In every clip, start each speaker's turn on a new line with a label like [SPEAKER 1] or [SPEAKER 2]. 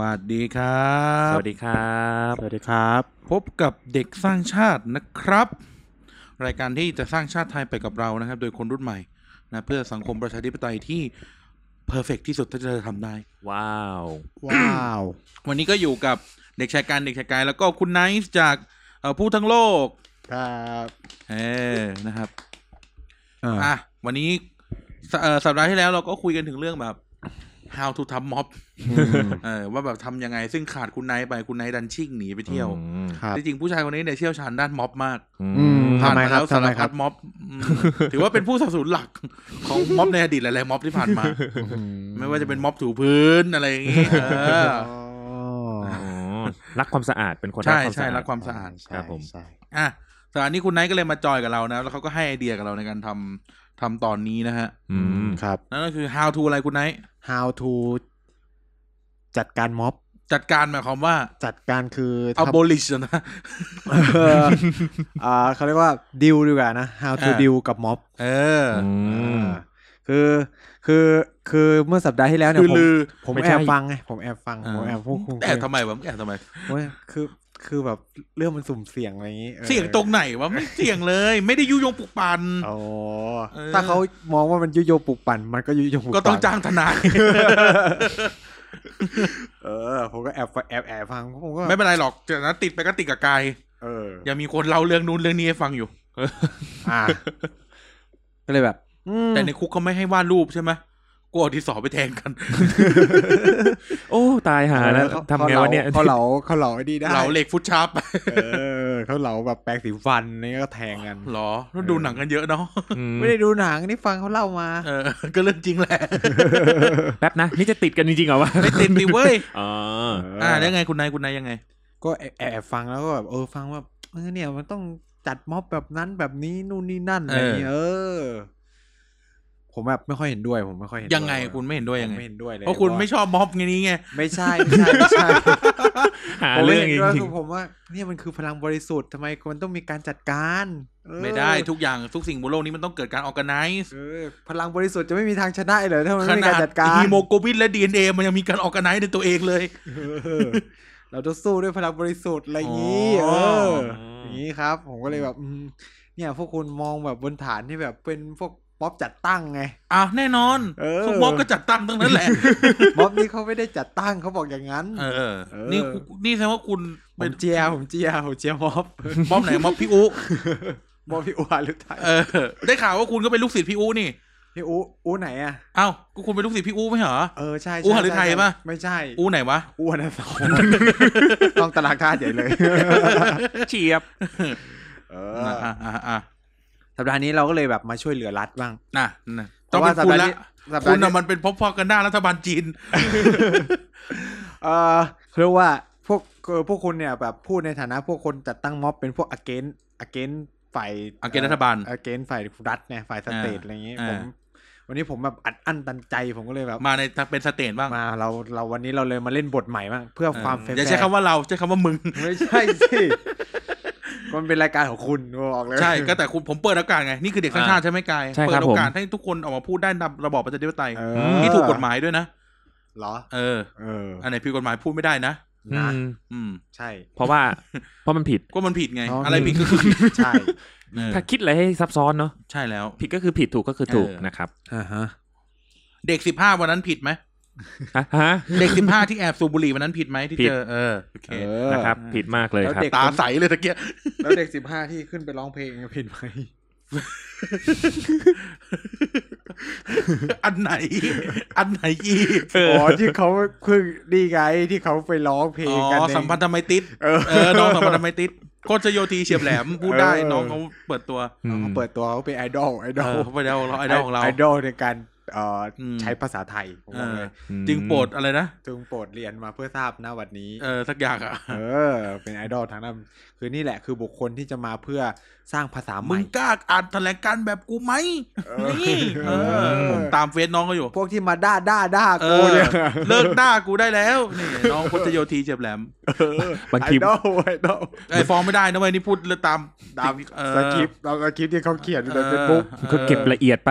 [SPEAKER 1] วัสดีครับ
[SPEAKER 2] สวัสดีครับ
[SPEAKER 3] สวัสดีครับ
[SPEAKER 1] พบกับเด็กสร้างชาตินะครับ รายการที่จะสร้างชาติไทยไปกับเรานะครับ โดยคนรุ่นใหม่นะเพื่อสังคมประชาธิปไตยที่เพอร์เฟกที่สุดที่จะทำได้
[SPEAKER 2] ว้าว
[SPEAKER 3] ว้าว
[SPEAKER 1] วันนี้ก็อยู่กับเด็กชายการเด็กชายกาย แล้วก็คุณไนซ์จากเอ่อผู้ทั้งโลก
[SPEAKER 3] ครับ
[SPEAKER 1] เออนะครับ
[SPEAKER 3] อ่า
[SPEAKER 1] อ่ะวันนี้สเอ่อสัปดาห์ที่แล้วเราก็คุยกันถึงเรื่องแบบ how to ทำม็อบเออว่าแบบทำยังไง ซึ่งขาดคุณไนท์ไปคุณไนท์ดันชิ่งหนีไปเที่ยว
[SPEAKER 3] ครับ
[SPEAKER 1] จริงๆผู้ชายคนนี้เนี่ยเชี่ยวชาญด้านม็อบมาก
[SPEAKER 2] อืม
[SPEAKER 3] ทำไม
[SPEAKER 1] ผ่านแล้ว
[SPEAKER 3] ครับ
[SPEAKER 1] สา
[SPEAKER 3] ทำ
[SPEAKER 1] ร
[SPEAKER 3] ไมค
[SPEAKER 1] พั
[SPEAKER 3] รั
[SPEAKER 1] ด
[SPEAKER 3] บ
[SPEAKER 1] ม็อบอืมถือว่าเป็นผู้สนับสนุนหลัก ของม็อบในอดีตหลายๆม็อบที่ผ่านมา ไม่ว่าจะเป็นม็อบถูพื้นอะไรอย่างงี้เออ
[SPEAKER 2] อ๋อรักความสะอาดเป็นคน
[SPEAKER 1] ใช่
[SPEAKER 2] รักความ
[SPEAKER 1] ใช่
[SPEAKER 2] สะอาด
[SPEAKER 1] รักความสะอาด
[SPEAKER 2] ครับผม
[SPEAKER 3] ใช่
[SPEAKER 1] อ่ะสถานีคุณไนท์ก็เลยมาจอยกับเรานะ แล้วเขาก็ให้ไอเดียกับเราในการทำทำตอนนี้นะฮะ
[SPEAKER 2] อืม
[SPEAKER 3] ครับ
[SPEAKER 1] นั่นก็คือ how to อะไรคุณไนท์
[SPEAKER 3] how to จัดการม็อบ
[SPEAKER 1] จัดการหมายความว่า
[SPEAKER 3] จัดการคือทำ
[SPEAKER 1] abolish นะ
[SPEAKER 3] เอออ่าเขาเรียกว่าดิวดีกว่านะ how to
[SPEAKER 1] อ่า
[SPEAKER 3] ดิวกับม็อบ
[SPEAKER 1] เออ
[SPEAKER 2] อืม
[SPEAKER 3] อ่าคือคือคือเมื่อสัปดาห์ที่แล้วเนี่ย
[SPEAKER 1] คือ
[SPEAKER 3] ผม
[SPEAKER 1] ลือ
[SPEAKER 3] ผม
[SPEAKER 2] ไม่
[SPEAKER 3] แอ
[SPEAKER 2] ใช่
[SPEAKER 3] บฟังไงผมแอบฟัง
[SPEAKER 1] อ่า
[SPEAKER 3] ผมแอบพวกคุณ
[SPEAKER 1] แอบทำไมวะแอบทำไม
[SPEAKER 3] เว้ยคือคือแบบเรื่องมันสุ่มเสี่ยงอะไรอย่างงี้ออ
[SPEAKER 1] เสียงตรงไหนวะไม่เสียงเลย ไม่ได้ยุยงปลุกปัน
[SPEAKER 3] อ๋อ
[SPEAKER 1] เออ
[SPEAKER 3] ถ้าเขามองว่ามันยุโยงปลุกปั่น มันก็ยุโยงปลุก
[SPEAKER 1] ก็
[SPEAKER 3] ปั่น
[SPEAKER 1] ต้องจ้างทนาย
[SPEAKER 3] เออ ผมก็แอบฟังแอบแอบฟังผมก็
[SPEAKER 1] ไม่เป็นไรหรอกแต่นะติดไปก็ติดกับกาย
[SPEAKER 3] เออ
[SPEAKER 1] ยังมีคนเล่าเรื่องนู้นเรื่องนี้ให้ฟังอยู่
[SPEAKER 3] อ่ะก็เลยแบบ
[SPEAKER 1] แต่ในคุกเขาไม่ให้วาดรูปใช่ไหมกูเอาดินสอไปแทนกัน
[SPEAKER 2] โอ้ ตายหาแล้ว
[SPEAKER 3] ออ
[SPEAKER 2] ทำไงวะเนี่ย
[SPEAKER 3] เขาเหลาเขาเหลาไอ้ดีได้
[SPEAKER 1] เราเหล็กฟุตชาร์ป
[SPEAKER 3] เออเขาเหลาแบบแปลงสีฟันนี่ก็แทงกัน
[SPEAKER 1] หรอแล้วดูหนังกันเยอะเนาะ
[SPEAKER 2] อืม
[SPEAKER 3] ไม่ได้ดูหนังนี่ฟังเขาเล่ามา
[SPEAKER 1] เออ ก็เรื่องจริงแหละ
[SPEAKER 2] แป๊บนะ นี่จะติดกันจริงๆเหรอวะ
[SPEAKER 1] ไม่ติดดิเว้ย
[SPEAKER 2] อ๋อ
[SPEAKER 1] อ่าแล้วไงคุณนายคุณนายยังไง
[SPEAKER 3] ก็แอบแอบฟังแล้วก็แบบเออฟังว่าเออเนี่ยมันต้องจัดม็อบแบบนั้นแบบนี้นู่นนี่นั่นอะไรอย่างเงี้ยเออ ผมแบบไม่ค่อยเห็นด้วย ผมไม่ค่อยเห็นด้ว
[SPEAKER 1] ยังไงคุณไม่เห็นด้วยยังไง
[SPEAKER 3] ผมไม่เห็นด้วยเลย
[SPEAKER 1] เพราะคุณไม่ชอบม็อบไงนี้ไง
[SPEAKER 3] ไม่ใช่ไม่ใช่ไม่ใช่
[SPEAKER 2] หา
[SPEAKER 3] ผมไม่
[SPEAKER 2] เรื่อง
[SPEAKER 3] เห็น
[SPEAKER 2] จ
[SPEAKER 3] ด้วย
[SPEAKER 2] ริง
[SPEAKER 3] คือผมว่าเนี่ยมันคือพลังบริสุทธิ์ทำไมมันต้องมีการจัดการเออ
[SPEAKER 1] ไม่ได้ทุกอย่างทุกสิ่งบนโลกนี้มันต้องเกิดการออก a น i z ์
[SPEAKER 3] เออพลังบริสุทธิ์จะไม่มีทางชนะเลยถ้ามัน
[SPEAKER 1] ข
[SPEAKER 3] ไม่มี
[SPEAKER 1] นา
[SPEAKER 3] การ
[SPEAKER 1] ด
[SPEAKER 3] จัดการ
[SPEAKER 1] ฮีโมโกลบินและ DNA มันยังมีการออก a น i z ์ในตัวเองเลย
[SPEAKER 3] เออเราต้องสู้ด้วยพลังบริสุทธิ์อะไรอย่างนี้
[SPEAKER 1] อ๋
[SPEAKER 3] เอ
[SPEAKER 1] อ
[SPEAKER 3] อ อย่างนี้ครับ ผมก็เลยแบบอืมเนี่ยพวกคุณมองแบบบนฐานที่แบบเป็นพวกม็อบจัดตั้งไง
[SPEAKER 1] อ้าวแน่นอน
[SPEAKER 3] เออ
[SPEAKER 1] ทุกม็อบก็จัดตั้งตั้งนั้นแหละ
[SPEAKER 3] ม็อบนี่เขาไม่ได้จัดตั้งเขาบอกอย่างนั้น
[SPEAKER 1] เออ
[SPEAKER 3] เออ
[SPEAKER 1] นี่คุณนี่แสดงว่าคุณ
[SPEAKER 3] ผ
[SPEAKER 1] เป็น
[SPEAKER 3] มเจียร์ผมเจียร์ผมเจียร์ม็อบ
[SPEAKER 1] ม็อบไหนม็อบพี่อุ
[SPEAKER 3] ม็อบพี่อูหรือไทย
[SPEAKER 1] เออ ได้ข่าวว่าคุณก็เป็นลูกศิษย์พี่อุนี่
[SPEAKER 3] พี่อูอูไหนอ่ะ
[SPEAKER 1] เอ้าก็คุณเป็นลูกศิษย์พี่อุไม่เหรอ
[SPEAKER 3] เออใช่ใช่
[SPEAKER 1] อูหฤทัย
[SPEAKER 3] ใช่
[SPEAKER 1] ปะ
[SPEAKER 3] ไม่ใช่
[SPEAKER 1] อุไหนวะ
[SPEAKER 3] อูอันนั้นสองต้องตลาดคาดใหญ่เลย
[SPEAKER 2] เฉียบ
[SPEAKER 3] เออ
[SPEAKER 1] อ่ะอ่ะอ่ะ
[SPEAKER 3] สัปดาห์นี้เราก็เลยแบบมาช่วยเหลือรัฐบ้าง
[SPEAKER 1] น่ะน่ะต้องเป็นคุณละ
[SPEAKER 3] เพราะว่าสัปดา
[SPEAKER 1] คุณน่ะ
[SPEAKER 3] ห์นี้สัปดาห์นี้
[SPEAKER 1] มันเป็นพบพอกันหน้ารัฐบาลจีน
[SPEAKER 3] เออเขาเรียกว่าพวกเออพวกคุณเนี่ยแบบพูดในฐานะพวกคนจัดตั้งม็อบเป็นพวกอเกนอเกนฝ่าย
[SPEAKER 1] against รัฐบาล
[SPEAKER 3] อเกนฝ่ายรัฐเนี่ยฝ่ายสเตท
[SPEAKER 1] อ่า
[SPEAKER 3] อะไรอย่างงี้
[SPEAKER 1] อ่า
[SPEAKER 3] ผมวันนี้ผมแบบอัดอั้นตันใจผมก็เลยแบบ
[SPEAKER 1] มาในเป็นสเตทบ้าง
[SPEAKER 3] มาเราเราวันนี้เราเลยมาเล่นบทใหม่บ้างเพื่อความแฟร์
[SPEAKER 1] อย่าใช้คำว่าเราใช้คำว่ามึง
[SPEAKER 3] ไม่ใช่สิ มันเป็นรายการของคุณบอกเลย
[SPEAKER 1] ใช่ก็แต่คุณผมเปิดโอกาสไง นี่คือเด็กสร้างชาติใช่ไหมกาย
[SPEAKER 2] ใช่ครับ
[SPEAKER 1] เปิดโอกาสให้ทุกคนออกมาพูดได้ตามระบอบประชาธิปไตย
[SPEAKER 3] เออ
[SPEAKER 1] ที่ถูกกฎหมายด้วยนะ
[SPEAKER 3] เหรอ
[SPEAKER 1] เออ
[SPEAKER 3] เออ
[SPEAKER 1] อันไหนผิดกฎหมายพูดไม่ได้นะ
[SPEAKER 3] นะ
[SPEAKER 2] อืม
[SPEAKER 1] อืม
[SPEAKER 3] ใช่
[SPEAKER 2] เพราะว่า เพราะมันผิด
[SPEAKER 1] ก็มันผิดไง
[SPEAKER 3] อ๋ออ
[SPEAKER 1] อะไรผิดก็คือผิด
[SPEAKER 3] ใช่
[SPEAKER 1] เออ
[SPEAKER 2] ถ้าคิดอะไรให้ซับซ้อนเนาะ
[SPEAKER 1] ใช่แล้ว
[SPEAKER 2] ผิดก็คือผิด ถูกก็คือถูก
[SPEAKER 1] เออ
[SPEAKER 2] นะครับ
[SPEAKER 3] อ่าฮะ
[SPEAKER 1] เด็กสิบห้าวันนั้นผิดไหม
[SPEAKER 2] ฮะฮะ
[SPEAKER 1] เด็กสิบห้าที่แอบสูบบุหรี่วันนั้นผิดไหมที่
[SPEAKER 2] ผิด
[SPEAKER 1] เจอเออโอเค
[SPEAKER 3] เออ
[SPEAKER 2] นะครับ
[SPEAKER 1] า
[SPEAKER 2] ผิดมากเลย
[SPEAKER 3] แล้ว
[SPEAKER 2] ครับ
[SPEAKER 3] เด็ก
[SPEAKER 1] ตาใสเลยตะเกีย
[SPEAKER 3] แล้วเด็กสิบห้าที่ขึ้นไปร้องเพลงผิดไหม
[SPEAKER 1] อันไหน อันไหนอีก
[SPEAKER 2] เออ
[SPEAKER 3] อ๋อที่เขาเพิ่งดีไงที่เขาไปร้องเพล
[SPEAKER 1] อ๋
[SPEAKER 3] งกัน
[SPEAKER 1] อ
[SPEAKER 3] ใน
[SPEAKER 1] สัมพันธไมตริด
[SPEAKER 3] เออ
[SPEAKER 1] เออน้องสัมพันธไมตริดโคชโยธีเฉียบแหลมพูดได้
[SPEAKER 3] เออ
[SPEAKER 1] น้องเขาเปิดตัว
[SPEAKER 2] อืม
[SPEAKER 3] เขาเปิดตัวเขาเป็นไอดอลไอด
[SPEAKER 1] เอ
[SPEAKER 3] อล
[SPEAKER 1] อเขาไปแล้วเราไอดอลของเรา
[SPEAKER 3] ไอดอลในการเอ่ออ
[SPEAKER 1] ม
[SPEAKER 3] ใช้ภาษาไทยผมบอกเลย
[SPEAKER 2] อืม
[SPEAKER 1] จึงโปรดอะไรนะ
[SPEAKER 3] จึงโปรดเรียนมาเพื่อทราบณวันนี้
[SPEAKER 1] เออสักอย่างอ่ะ
[SPEAKER 3] เออ เป็นไอดอลทางนั้นคือนี่แหละคือบุคคลที่จะมาเพื่อสร้างภาษาให
[SPEAKER 1] มึ
[SPEAKER 3] ม่
[SPEAKER 1] งกล้าอ่านแถลงการณ์แบบกูไหมนี่เออ
[SPEAKER 3] เออ
[SPEAKER 1] ตามเฟซน้องเขาอยู่
[SPEAKER 3] พวกที่มาด่าด่าด่า
[SPEAKER 1] เอ
[SPEAKER 3] กู
[SPEAKER 1] อ
[SPEAKER 3] เนี่ย
[SPEAKER 1] เลิกด่ากูได้แล้วนี่น้องโคชโยธีเฉียบแหลม
[SPEAKER 2] บาง
[SPEAKER 3] ไอ
[SPEAKER 2] ที
[SPEAKER 3] ดอลไอดอล
[SPEAKER 1] ไอ้ยฟ้องไม่ได้นะเว้ยนี่พูดตาม
[SPEAKER 3] ตาม
[SPEAKER 1] เออ
[SPEAKER 3] สคริปต์ตามสคริปต์ที่เขาเขียนอยู่ใน
[SPEAKER 1] ออ
[SPEAKER 3] เฟซบุ๊ก
[SPEAKER 2] ก็เก็บละเอียดไป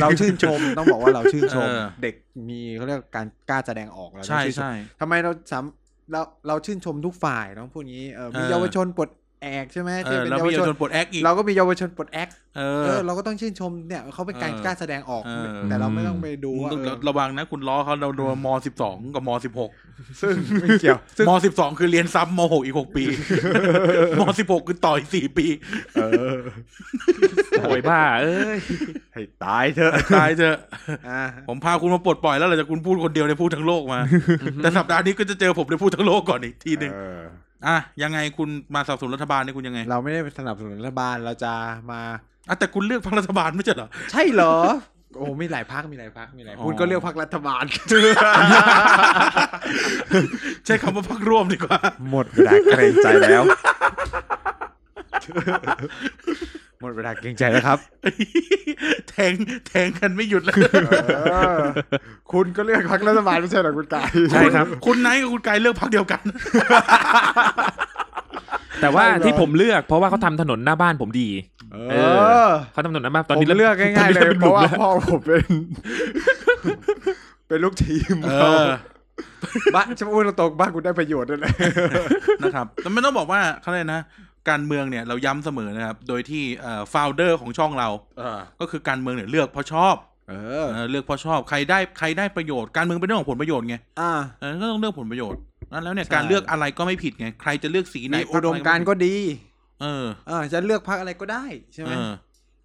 [SPEAKER 3] เราชื่นชมต้อง บอกว่าเราชื่นชม
[SPEAKER 1] เออ
[SPEAKER 3] เด็กมีเขาเรียกการกล้าแสดงออกเรา
[SPEAKER 1] ใช่
[SPEAKER 3] ชื่นม
[SPEAKER 1] ใช่
[SPEAKER 3] ทำไมเราสามเราเราชื่นชมทุกฝ่ายเนาะพูดงี้เออมี
[SPEAKER 1] เออ
[SPEAKER 3] เยาวชนปลดแอกใช่ไหม
[SPEAKER 1] เอ
[SPEAKER 3] ที่
[SPEAKER 1] อ
[SPEAKER 3] เป็น
[SPEAKER 1] แล้ว
[SPEAKER 3] เยา
[SPEAKER 1] มี
[SPEAKER 3] ว
[SPEAKER 1] เยา
[SPEAKER 3] ช
[SPEAKER 1] วน ชนปลดแอกอีก
[SPEAKER 3] เราก็มีเยาวชนปลดแอก
[SPEAKER 1] เอ
[SPEAKER 3] เอ
[SPEAKER 1] อ
[SPEAKER 3] อเราก็ต้องชื่นชมเนี่ยเขาเป็นการ
[SPEAKER 1] เออก
[SPEAKER 3] ล้าแสดงออก
[SPEAKER 1] เออ
[SPEAKER 3] แต่เราไม่ต้องไปดูว่า
[SPEAKER 1] มึง
[SPEAKER 3] เอ
[SPEAKER 1] ต้อ
[SPEAKER 3] อง
[SPEAKER 1] ระวังนะคุณล้อเขาเราโดนมสิบสองกับมสิบหก
[SPEAKER 3] ซึ่งไม่เกี่ยวซึ่ง
[SPEAKER 1] มสิบสองคือเรียนซ้ำมหกอีกหก ปีมสิบหกคือต่ออีกสี่ปี
[SPEAKER 3] เออ
[SPEAKER 2] โอยบ้า เอ้ย
[SPEAKER 3] ให้ตายเถอะ
[SPEAKER 1] ตายเถอะ
[SPEAKER 3] อ่า
[SPEAKER 1] ผมพาคุณมาปลดปล่อยแล้วหลังจากคุณพูดคนเดียวในยพูดทั้งโลกมา แต่สัปดาห์นี้ก็จะเจอผมในพูดทั้งโลกก่อนอีกทีหนึ่ง
[SPEAKER 3] เออ
[SPEAKER 1] อ่ะยังไงคุณมาสนับสนุนรัฐบาลเนี่ยคุณยังไง
[SPEAKER 3] เราไม่ได้สนับสนุนรัฐบาลเราจะมา
[SPEAKER 1] อ่ะแต่คุณเลือกพรรครัฐบาลไม่ใช่เหรอ
[SPEAKER 3] ใช่เหรอ โอ้มีหลายพักมีหลายพักมีหลาย
[SPEAKER 1] อ๋อ
[SPEAKER 3] คุณก็เลือกพักรัฐบาล
[SPEAKER 1] ใช้คำว่าพรรคร่วมดีกว่า
[SPEAKER 3] หมดเวลาเกรงใจแล้ว หมดเวลาเกรงใจแล้วครับ
[SPEAKER 1] แทงแทงกันไม่หยุดเลย
[SPEAKER 3] คุณก็เลือกพักรัฐบาลไม่ใช่เหรอคุณกาย
[SPEAKER 2] ใช่ครับ
[SPEAKER 1] คุณไนท์กับคุณกายเลือกพรรคเดียวกัน
[SPEAKER 2] แต่ว่าที่ผมเลือกเพราะว่าเขาทำถนนหน้าบ้านผมดี
[SPEAKER 3] เอ
[SPEAKER 2] เอ
[SPEAKER 3] อ
[SPEAKER 2] เขาทำถนนหน้าบ้าน
[SPEAKER 3] ต
[SPEAKER 2] ตอ
[SPEAKER 3] อ
[SPEAKER 2] น น
[SPEAKER 3] นี้
[SPEAKER 2] นี้
[SPEAKER 3] เลือกง่ายๆเลย
[SPEAKER 2] ป็นห
[SPEAKER 3] เพราะว่า
[SPEAKER 2] แล้
[SPEAKER 3] พ่อผมเป็น เป็นลูกทีม
[SPEAKER 1] เออ
[SPEAKER 3] บ้านชมพูดตรงๆบ้านกูได้ประโยชน์ด้วยแหละ
[SPEAKER 1] นะครับ แต่ไม่ต้องบอกว่าเขาเรียกนะ การเมืองเนี่ยเราย้ำเสมอนะครับ โดยที่เอ่อโฟลเดอร์ของช่องเรา ก็คือการเมืองเนี่ยเลือกเพราะชอบ
[SPEAKER 3] เออ
[SPEAKER 1] เออเลือกเพราะชอบใครได้ใครได้ประโยชน์การเมืองเป็นเรื่องของผลประโยชน์ไง
[SPEAKER 3] อ่า
[SPEAKER 1] เออก็ต้องเลือกผลประโยชน์นั้นแล้วเนี่ย
[SPEAKER 3] ใช่
[SPEAKER 1] การเลือกอะไรก็ไม่ผิดไงใครจะเลือกสีไหน
[SPEAKER 3] มีอุดมการณ์ก็ดี
[SPEAKER 1] เออ
[SPEAKER 3] เออ จะเลือกพักอะไรก็ได้ใช่ไหม
[SPEAKER 1] เออ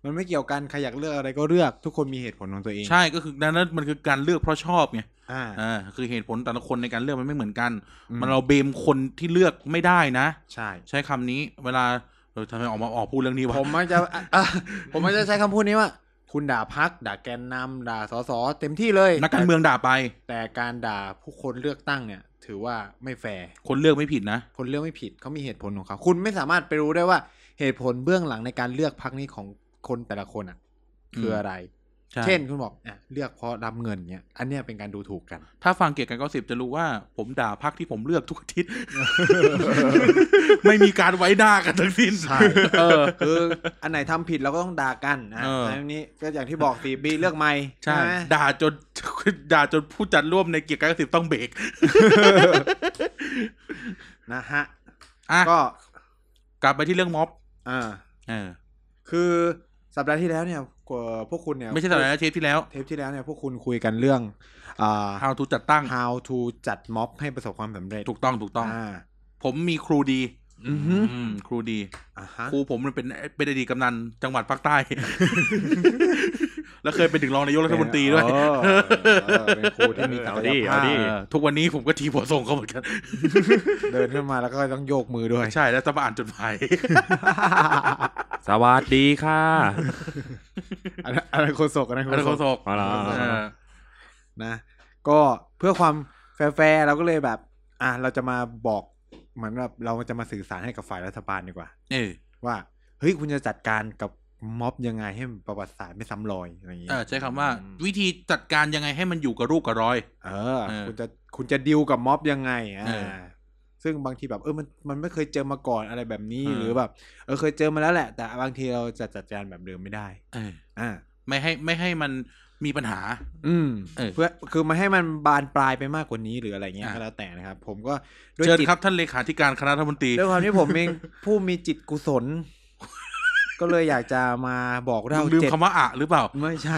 [SPEAKER 3] มันไม่เกี่ยวกัน ใครอยากเลือกอะไรก็เลือก ทุกคนมีเหตุผลของตัวเอง
[SPEAKER 1] ใช่ก็คือดังนั้นมันคือการเลือกเพราะชอบไง
[SPEAKER 3] อ่า
[SPEAKER 1] เออคือเหตุผลแต่ละคนในการเลือกมันไม่เหมือนกัน
[SPEAKER 3] อืม
[SPEAKER 1] มันเราเบมคนที่เลือกไม่ได้นะ
[SPEAKER 3] ใช่
[SPEAKER 1] ใช้คำนี้ เวลาเออทำไมออกมาออกพูดเรื่องนี้วะ
[SPEAKER 3] ผมมักจะ อ่ะอ่ะผมมักจะใช้คำพูดนี้ว่า คุณด่าพัก ด่าแกนนำด่าสสเต็มที่เลย
[SPEAKER 1] นักการเมืองด่าไป
[SPEAKER 3] แต่การด่าผู้คนเลือกตั้งเนี่ย ถือว่าไม่แฟร์
[SPEAKER 1] คนเลือกไม่ผิดนะ
[SPEAKER 3] คนเลือกไม่ผิดเขามีเหตุผลของเขาคุณไม่สามารถไปรู้ได้ว่าเหตุผลเบื้องหลังในการเลือกพักนี้ของคนแต่ละคนอ่ะ คืออะไร
[SPEAKER 1] ใช่
[SPEAKER 3] เช่นคุณบอกอ่ะเลือกเพราะรับเงินเนี่ยอันเนี้ยเป็นการดูถูกกัน
[SPEAKER 1] ถ้าฟังเกียรติกันก็สิบจะรู้ว่า ผมด่าพักที่ผมเลือกทุกอา ทิตย์ ไม่มีการไว้หน้ากันทั้งสิ้น
[SPEAKER 3] ใช่เออคืออันไหนทำผิดเราก็ต้องด่ากันนะ
[SPEAKER 1] เออ
[SPEAKER 3] อันนี้ก็อย่างที่บอกสีบีเลือกไม่
[SPEAKER 1] ใช่
[SPEAKER 3] ไหม
[SPEAKER 1] ด่าจน ด่าจนผู้จัดร่วมในเกียรติกันก็สิบต้องเบรก
[SPEAKER 3] นะฮะ
[SPEAKER 1] อ่ะ
[SPEAKER 3] ก็
[SPEAKER 1] กลับไปที่เรื่องม็อบ
[SPEAKER 3] อ่า
[SPEAKER 1] เออ
[SPEAKER 3] คือสัปดาห์ที่แล้วเนี่ยกว่าพวกคุณเนี่ย
[SPEAKER 1] ไม่ใช่สัปดาห์หน้าเทปที่แล้ว
[SPEAKER 3] เทปที่แล้วเนี่ยพวกคุณคุยกันเรื่องอ่า
[SPEAKER 1] how to จัดตั้ง
[SPEAKER 3] how to จัดม็อบให้ประสบความสำเร็จ
[SPEAKER 1] ถูกต้องถูกต้อง
[SPEAKER 3] อ่า
[SPEAKER 1] ผมมีครูดี
[SPEAKER 3] อือฮึ
[SPEAKER 1] อืม ครูดี
[SPEAKER 3] อ่าฮะ
[SPEAKER 1] ครูผมมันเป็นเป็นอดีตกำนันจังหวัดภาคใต้ แล้วเคยเป็นถึงรองนายกรัฐมนตรีด้วย
[SPEAKER 3] เออเออเป็นครูที่มีศักยภาพ
[SPEAKER 2] เอาดิ
[SPEAKER 1] เออทุกวันนี้ผมก็ทีหัวส่งเขาเหมือนกัน
[SPEAKER 3] เดินขึ้นมาแล้วก็ต้องโยกมือด้วย
[SPEAKER 1] ใช่แล้วต้องมาอ่านจดหมาย
[SPEAKER 2] สวัสดีค่ะ
[SPEAKER 3] อันนั้นอันนั้นโคศกอันนั้น
[SPEAKER 1] อันโฆ
[SPEAKER 3] โคศก
[SPEAKER 1] ษก
[SPEAKER 2] มาแล้ว
[SPEAKER 1] เออ
[SPEAKER 3] นะ ก็เพื่อความแฟร์ๆเราก็เลยแบบ อ่ะเราจะมาบอกเหมือนแบบเราจะมาสื่อสารให้กับฝ่ายรัฐบาลดีกว่า
[SPEAKER 1] เออ
[SPEAKER 3] ว่าเฮ้ยคุณจะจัดการกับม็อบยังไงให้มันประวัติศาสตร์ไม่ซ้ำรอยอะไรอย่างงี้
[SPEAKER 1] เออใช้คำว่า
[SPEAKER 3] อืม
[SPEAKER 1] วิธีจัดการยังไงให้มันอยู่กับรูปกับรอย
[SPEAKER 3] เออ
[SPEAKER 1] เออ
[SPEAKER 3] คุณจะคุณจะดิวกับม็อบยังไงอ่า
[SPEAKER 1] เออ
[SPEAKER 3] ซึ่งบางทีแบบเออมันมันไม่เคยเจอมาก่อนอะไรแบบนี้
[SPEAKER 1] เออ
[SPEAKER 3] หรือแบบเออเคยเจอมาแล้วแหละ แต่บางทีเราจะจัดการแบบเดิมไม่ได้
[SPEAKER 1] เออ
[SPEAKER 3] อ่า
[SPEAKER 1] ไม่ให้ไม่ให้มันมีปัญหา
[SPEAKER 3] อืม
[SPEAKER 1] เออ
[SPEAKER 3] เพื่อคือมาให้มันบานปลายไปมากกว่านี้หรืออะไรเงี้ย
[SPEAKER 1] อ่ะ
[SPEAKER 3] ก็แล้วแต่นะครับ ผมก็ด้วย
[SPEAKER 1] เชิญ
[SPEAKER 3] จิต
[SPEAKER 1] ครับท่านเลขาธิการคณะรัฐมนตรี
[SPEAKER 3] ด้วยความที่ผมเอง ผู้มีจิตกุศล ก็เลยอยากจะมาบอกเล่า
[SPEAKER 1] ลืม
[SPEAKER 3] เจ็ด
[SPEAKER 1] คำว่าอะหรือเปล่า
[SPEAKER 3] ไม่ใช่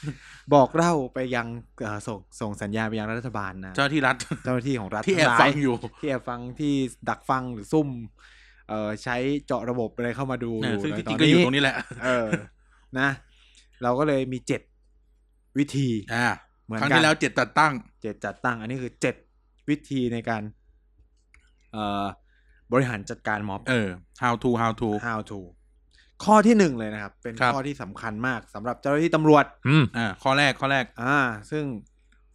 [SPEAKER 3] บอกเล่าไปยังเอ่อส่งส่งสัญญาณไปยังรัฐบาลนะ
[SPEAKER 1] เจ้าหน้าที่รัฐ
[SPEAKER 3] เจ้าหน้าที่ของรัฐ
[SPEAKER 1] ที่แอบ
[SPEAKER 3] ทั้หลา
[SPEAKER 1] ฟังอยู่
[SPEAKER 3] ที่แอบฟังที่ดักฟังหรือซุ่ม เอ่อใช้เจาะระบบอะไรเข้ามาดู
[SPEAKER 1] เออซึ่ง
[SPEAKER 3] ใน
[SPEAKER 1] จ
[SPEAKER 3] ต
[SPEAKER 1] ริง
[SPEAKER 3] อน
[SPEAKER 1] ๆก็อยู่
[SPEAKER 3] นี้
[SPEAKER 1] ตรงนี้แหละ
[SPEAKER 3] เออ นะ เราก็เลยมีเจ็ดวิธี
[SPEAKER 1] อ่า
[SPEAKER 3] เหมือน
[SPEAKER 1] ครั้ง
[SPEAKER 3] กั
[SPEAKER 1] ที่
[SPEAKER 3] น
[SPEAKER 1] แล้วเจ็ดจัดตั้ง
[SPEAKER 3] เจ็ดจัดตั้ง อันนี้คือเจ็ดวิธีในการเอ่อบริหารจัดการม็อบ
[SPEAKER 1] เออ how to how to
[SPEAKER 3] how to ข้อที่หนึ่งเลยนะครับ เป็น
[SPEAKER 1] ครับ
[SPEAKER 3] ข้อที่สำคัญมากสำหรับเจ้าหน้าที่ตำรวจ
[SPEAKER 2] อืม
[SPEAKER 1] อ่าข้อแรกข้อแรก
[SPEAKER 3] อ่า ซึ่ง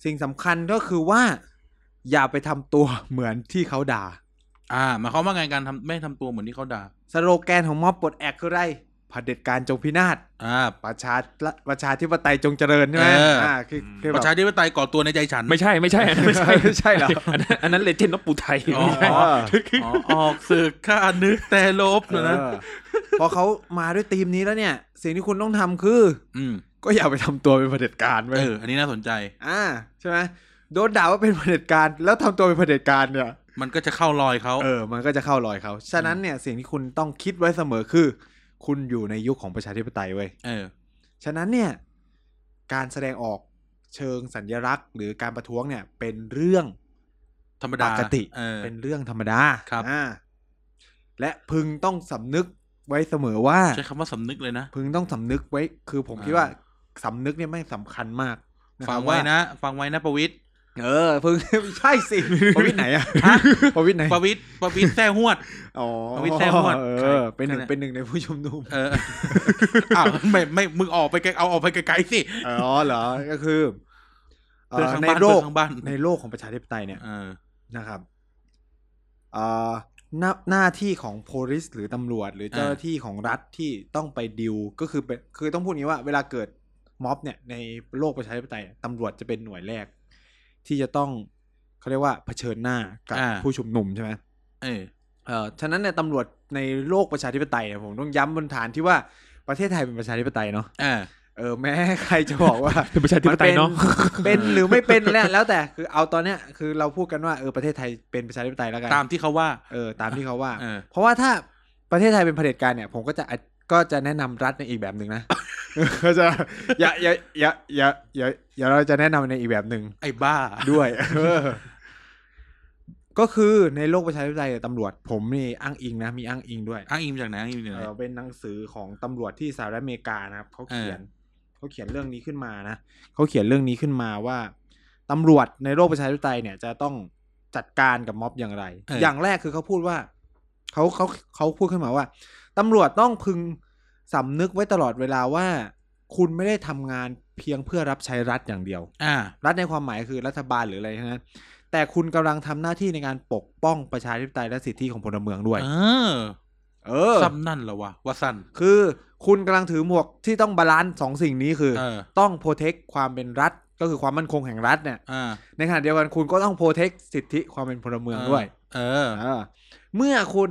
[SPEAKER 3] สิ่งสำคัญก็คือว่า อย่าไปทำตัวเหมือนที่เขาด่า
[SPEAKER 1] อ่าหมายความว่าไงการทำไม่ทำตัวเหมือนที่เขาด่า
[SPEAKER 3] สโลแกนของม็อบปลดแอกคืออะไรเผด็จการจงพินาศ
[SPEAKER 1] อ่า
[SPEAKER 3] ประชาประชาธิปไตยจงเจริญใช่ไหม
[SPEAKER 1] เอออ่
[SPEAKER 3] อ่าคือคือ
[SPEAKER 1] ป
[SPEAKER 3] แบบ
[SPEAKER 1] ระชาธิปไตยก่อตัวในใจฉัน
[SPEAKER 2] ไม่ใช่ไม่ใช่ไม่ใช่
[SPEAKER 3] ไม่ใช่เหรอ
[SPEAKER 2] นนั้นอันนั้นเลเจนด์นปูไทย
[SPEAKER 1] อ๋อ
[SPEAKER 2] ไม่ใช่
[SPEAKER 3] เออ
[SPEAKER 1] อ๋อออกศึกข้านึกแต่ลบนะนะ
[SPEAKER 3] เออพอเขามาด้วยธีมนี้แล้วเนี่ย สิ่งที่คุณต้องทำคือ
[SPEAKER 1] อืม
[SPEAKER 3] ก็อย่าไปทำตัวเป็นเผด็จการไป
[SPEAKER 1] เออ อันนี้น่าสนใจ
[SPEAKER 3] อ่าใช่ไหมโดนด่าว่าเป็นเผด็จการ แล้วทำตัวเป็นเผด็จการเนี่ย
[SPEAKER 1] มันก็จะเข้ารอยเขา
[SPEAKER 3] เออ มันก็จะเข้ารอยเขา ฉะนั้นเนี่ยสิ่งที่คุณต้องคิดไว้เสมอคือ คุณอยู่ในยุคของประชาธิปไตยเว้ย
[SPEAKER 1] เออ
[SPEAKER 3] ฉะนั้นเนี่ยการแสดงออกเชิงสัญญลักษณ์ หรือการประท้วงเนี่ยเป็นเรื่อง
[SPEAKER 1] ธรรมดา
[SPEAKER 3] ปกติ
[SPEAKER 1] เออ
[SPEAKER 3] เป็นเรื่องธรรมดา
[SPEAKER 1] ครับ
[SPEAKER 3] อ่าและพึงต้องสำนึกไว้เสมอว่า
[SPEAKER 1] ใช้คำว่าสำนึกเลยนะ
[SPEAKER 3] พึงต้องสำนึกไว้ คือผม
[SPEAKER 1] อ่า
[SPEAKER 3] คิดว่าสำนึกเนี่ยไม่สำคัญมากะครับ
[SPEAKER 1] ฟังไว้นะ ฟังไว้นะประวิตร
[SPEAKER 3] เออพึง ใช่ สิประวิทย์ไหนอะ
[SPEAKER 1] ฮะ
[SPEAKER 3] ประวิทย์ไหน
[SPEAKER 1] ประวิตรประวิตรแท้หวด
[SPEAKER 3] อ๋อ
[SPEAKER 1] ประวิตรแทรกหมด
[SPEAKER 3] เออเป็นหนึ่ง
[SPEAKER 1] ใช่
[SPEAKER 3] เป็นหนึ่งในผู้ชุมนุม
[SPEAKER 1] เอ ออ้าวไม่ไม่มึงออกไปไกลเอาออกไปไกลๆสิ
[SPEAKER 3] อ๋อเหรอ ก็คือเอ่
[SPEAKER 1] เพื่อน
[SPEAKER 3] อ
[SPEAKER 1] ข้าง
[SPEAKER 3] ใน
[SPEAKER 1] บ้าน
[SPEAKER 3] โล
[SPEAKER 1] เพื่อก นข้างบ้าน
[SPEAKER 3] ในโลกของประชาธิปไตยเนี่ย
[SPEAKER 1] เออ
[SPEAKER 3] นะครับเอ่อหน้าหน้าที่ของ police หรือตำรวจ หรือเจ้าหน้าที่ของรัฐที่ต้องไปดิวก็คือเป็นคือต้องพูดอย่างนี้ว่าเวลาเกิดม็อบเนี่ยในโลกประชาธิปไตยเนี่ยตำรวจจะเป็นหน่วยแรก ที่จะต้องเขาเรียกว่าเผชิญหน้ากับ
[SPEAKER 1] อ่า
[SPEAKER 3] ผู้ชุมนุมใช่ไหม
[SPEAKER 1] เออ
[SPEAKER 3] เอ่อฉะนั้นเนี่ยตำรวจในโลกประชาธิปไตยเนี่ยผมต้องย้ำบนฐานที่ว่าประเทศไทยเป็นประชาธิปไตยเนาะ
[SPEAKER 1] เออ
[SPEAKER 3] เออแม้ใครจะบอกว่า
[SPEAKER 2] เป็นประชาธิปไตยเนาะ
[SPEAKER 3] มั นเป็น เป็นหรือไม่เป็นแล้วแล้วแต่คือเอาตอนเนี้ยคือเราพูดกันว่าเออประเทศไทยเป็นประชาธิปไตยแล้วกัน
[SPEAKER 1] ตามที่เขาว่า
[SPEAKER 3] เออตามที่เขาว่า
[SPEAKER 1] เออ
[SPEAKER 3] เพราะว่าถ้าประเทศไทยเป็นเผด็จการเนี่ยผมก็จะก็จะแนะนำรัฐในอีกแบบหนึ่ง นะ ก็จะอย่าอย่าอย่าอย่าอย่าอย่าเราจะแนะนำในอีกแบบหนึ่ง
[SPEAKER 1] ไอ้บ้า
[SPEAKER 3] ด้วยเออก็คือในโลกประชาธิปไตยเนี่ยตำรวจผมนี่อ้างอิงนะมีอ้างอิงด้วย
[SPEAKER 1] อ้างอิงมาจากไหนอ้างอิงมาจากไหน
[SPEAKER 3] เอ่อเป็นหนังสือของตำรวจที่สหรัฐอเมริกานะครับเขาเขียนเขาเขียนเรื่องนี้ขึ้นมานะเขาเขียนเรื่องนี้ขึ้นมาว่าตำรวจในโลกประชาธิปไตยเนี่ยจะต้องจัดการกับม็อบอย่างไร
[SPEAKER 1] เออ
[SPEAKER 3] อ
[SPEAKER 1] อ
[SPEAKER 3] ย่างแรกคือเขาพูดว่าเขาเขาเขาพูดขึ้นมาว่าตำรวจต้องพึงสำนึกไว้ตลอดเวลาว่า คุณไม่ได้ทำงานเพียงเพื่อรับใช้รัฐอย่างเดียว
[SPEAKER 1] อ่า
[SPEAKER 3] รัฐในความหมายคือรัฐบาลหรืออะไรทั้งนั้นแต่คุณกำลังทำหน้าที่ในการปกป้องประชาธิปไตยและสิทธิของพลเมืองด้วย
[SPEAKER 1] เออ
[SPEAKER 3] เออ
[SPEAKER 1] ซ้ำนั่นเหรอวะว่าสั้น
[SPEAKER 3] คือคุณกำลังถือหมวกที่ต้องบาลานซ์สองสิ่งนี้คือ
[SPEAKER 1] เออ
[SPEAKER 3] ต้องโปรเทคความเป็นรัฐ ก็คือความมั่นคงแห่งรัฐเนี่ย
[SPEAKER 1] อ่า
[SPEAKER 3] ในขณะเดียวกันคุณก็ต้องโปรเทคสิทธิความเป็นพลเมืองด้วย
[SPEAKER 1] เออ
[SPEAKER 3] เออเมื่อคุณ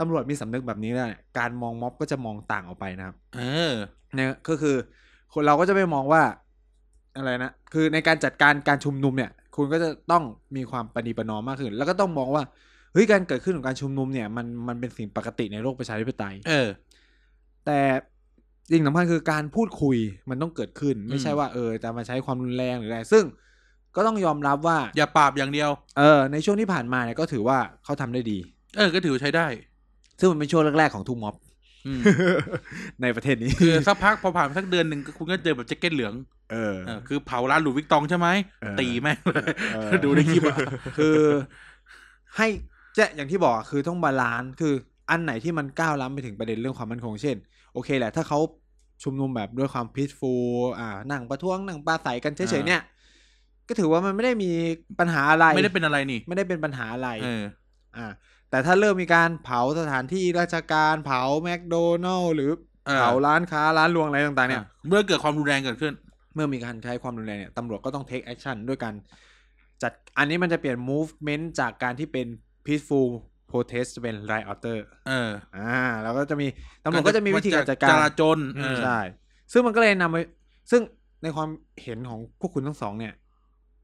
[SPEAKER 3] ตำรวจมีสำนึกแบบนี้แล้วเนี่ยการมองม็อบก็จะมองต่างออกไปนะครับ
[SPEAKER 1] เออ
[SPEAKER 3] เนี่ยก็คือคนเราก็จะไม่มองว่าอะไรนะคือในการจัดการการชุมนุมเนี่ย คุณก็จะต้องมีความปณีประนอมมากขึ้น แล้วก็ต้องมองว่าเฮ้ยการเกิดขึ้นของการชุมนุมเนี่ยมันมันเป็นสิ่งปกติในโลกประชาธิปไตย
[SPEAKER 1] เออ
[SPEAKER 3] แต่สิ่งสำคัญคือการพูดคุยมันต้องเกิดขึ้น ไม่ใช่ว่าเออจะมาใช้ความรุนแรงหรืออะไร ซึ่งก็ต้องยอมรับว่า
[SPEAKER 1] อย่าปราบอย่างเดียว
[SPEAKER 3] เออในช่วงที่ผ่านมาเนี่ยก็ถือว่าเขาทำได้ดี
[SPEAKER 1] เออ ก็ถือว่าใช้ได้
[SPEAKER 3] ซึ่งมันเป็นช่วงแรกๆของทุกม็อบ
[SPEAKER 1] อืม
[SPEAKER 3] ในประเทศนี้
[SPEAKER 1] คือสักพักพอผ่านไปสักเดือนหนึ่งก็คุณก็เจอแบบแจ็คเก็ตเหลือง
[SPEAKER 3] เออ
[SPEAKER 1] เออคือเผาร้านหลุยส์วิกตองใช่ไหม
[SPEAKER 3] เออ
[SPEAKER 1] ตีแม่งเลย
[SPEAKER 3] เออ
[SPEAKER 1] ดูในคลิปอะ
[SPEAKER 3] คือให้แจะอย่างที่บอกอะคือต้องบาลานซ์คืออันไหนที่มันก้าวล้ำไปถึงประเด็นเรื่องความมั่นคงเช่น โอเคแหละ ถ้าเขาชุมนุมแบบด้วยความพีซฟูลอ่านั่งประท้วงนั่งปราศัยกันเฉยๆเนี่ย ก็ถือว่ามันไม่ได้มีปัญหาอะไร
[SPEAKER 1] ไม่ได้เป็นอะไรนี่
[SPEAKER 3] ไม่ได้เป็นปัญหาอะไร
[SPEAKER 1] เออ
[SPEAKER 3] อ่าแต่ถ้าเริ่มมีการเผาสถานที่ราชการเผาแมคโดนัลล์หรือ
[SPEAKER 1] เออ
[SPEAKER 3] เผาร้านค้าร้านรวงอะไรต่างๆเนี่ย
[SPEAKER 1] เมื่อเกิดความรุนแรงเกิดขึ้น
[SPEAKER 3] เมื่อมีการใช้ความรุนแรงเนี่ยตำรวจก็ต้อง take action ด้วยการจัดอันนี้มันจะเปลี่ยน movement จากการที่เป็น peaceful protest จะเป็น rioter
[SPEAKER 1] เออ
[SPEAKER 3] อ่าแล้วก็จะมีตำรวจก็จะมีวิธีการจัดกา
[SPEAKER 1] จ
[SPEAKER 3] ร
[SPEAKER 1] ราจรเออ
[SPEAKER 3] ใช่ซึ่งมันก็เลยนำไปซึ่งในความเห็นของพวกคุณทั้งสองเนี่ย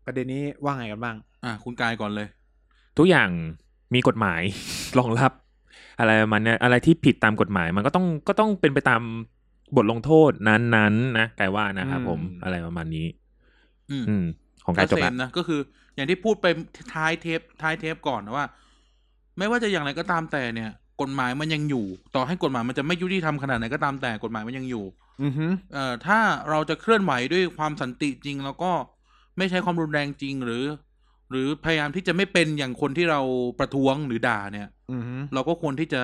[SPEAKER 3] ประเด็นนี้ว่าไงกันบ้าง
[SPEAKER 1] อ่ะคุณกายก่อนเลย
[SPEAKER 2] ทุกอย่างมีกฎหมาย รองรับ อะไรประมันเนี่ยอะไรที่ผิดตามกฎหมาย มันก็ต้องก็ต้องเป็นไปตามบทลงโทษนั้นๆนะกายว่านะครับผม
[SPEAKER 3] อืม
[SPEAKER 2] อะไรประมาณนี้
[SPEAKER 1] อืม
[SPEAKER 2] อืม ของกา
[SPEAKER 1] ก็
[SPEAKER 2] ยจบ
[SPEAKER 1] เซ
[SPEAKER 2] ละ
[SPEAKER 1] มนะก็คืออย่างที่พูดไปท้ายเทปท้ายเทปก่อนนะว่า ไม่ว่าจะอย่างไรก็ตามแต่เนี่ย กฎหมายมันยังอยู่ ต่อให้กฎหมายมันจะไม่ยุติธรรมขนาดไหนก็ตามแต่กฎหมายมันยังอยู่
[SPEAKER 3] อือฮึ
[SPEAKER 1] เอ่อถ้าเราจะเคลื่อนไหวด้วยความสันติจริง แล้วก็ไม่ใช้ความรุนแรงจริงหรือ หรือพยายามที่จะไม่เป็นอย่างคนที่เราประท้วงหรือด่าเนี่ย
[SPEAKER 3] อือฮึ
[SPEAKER 1] เราก็ควรที่จะ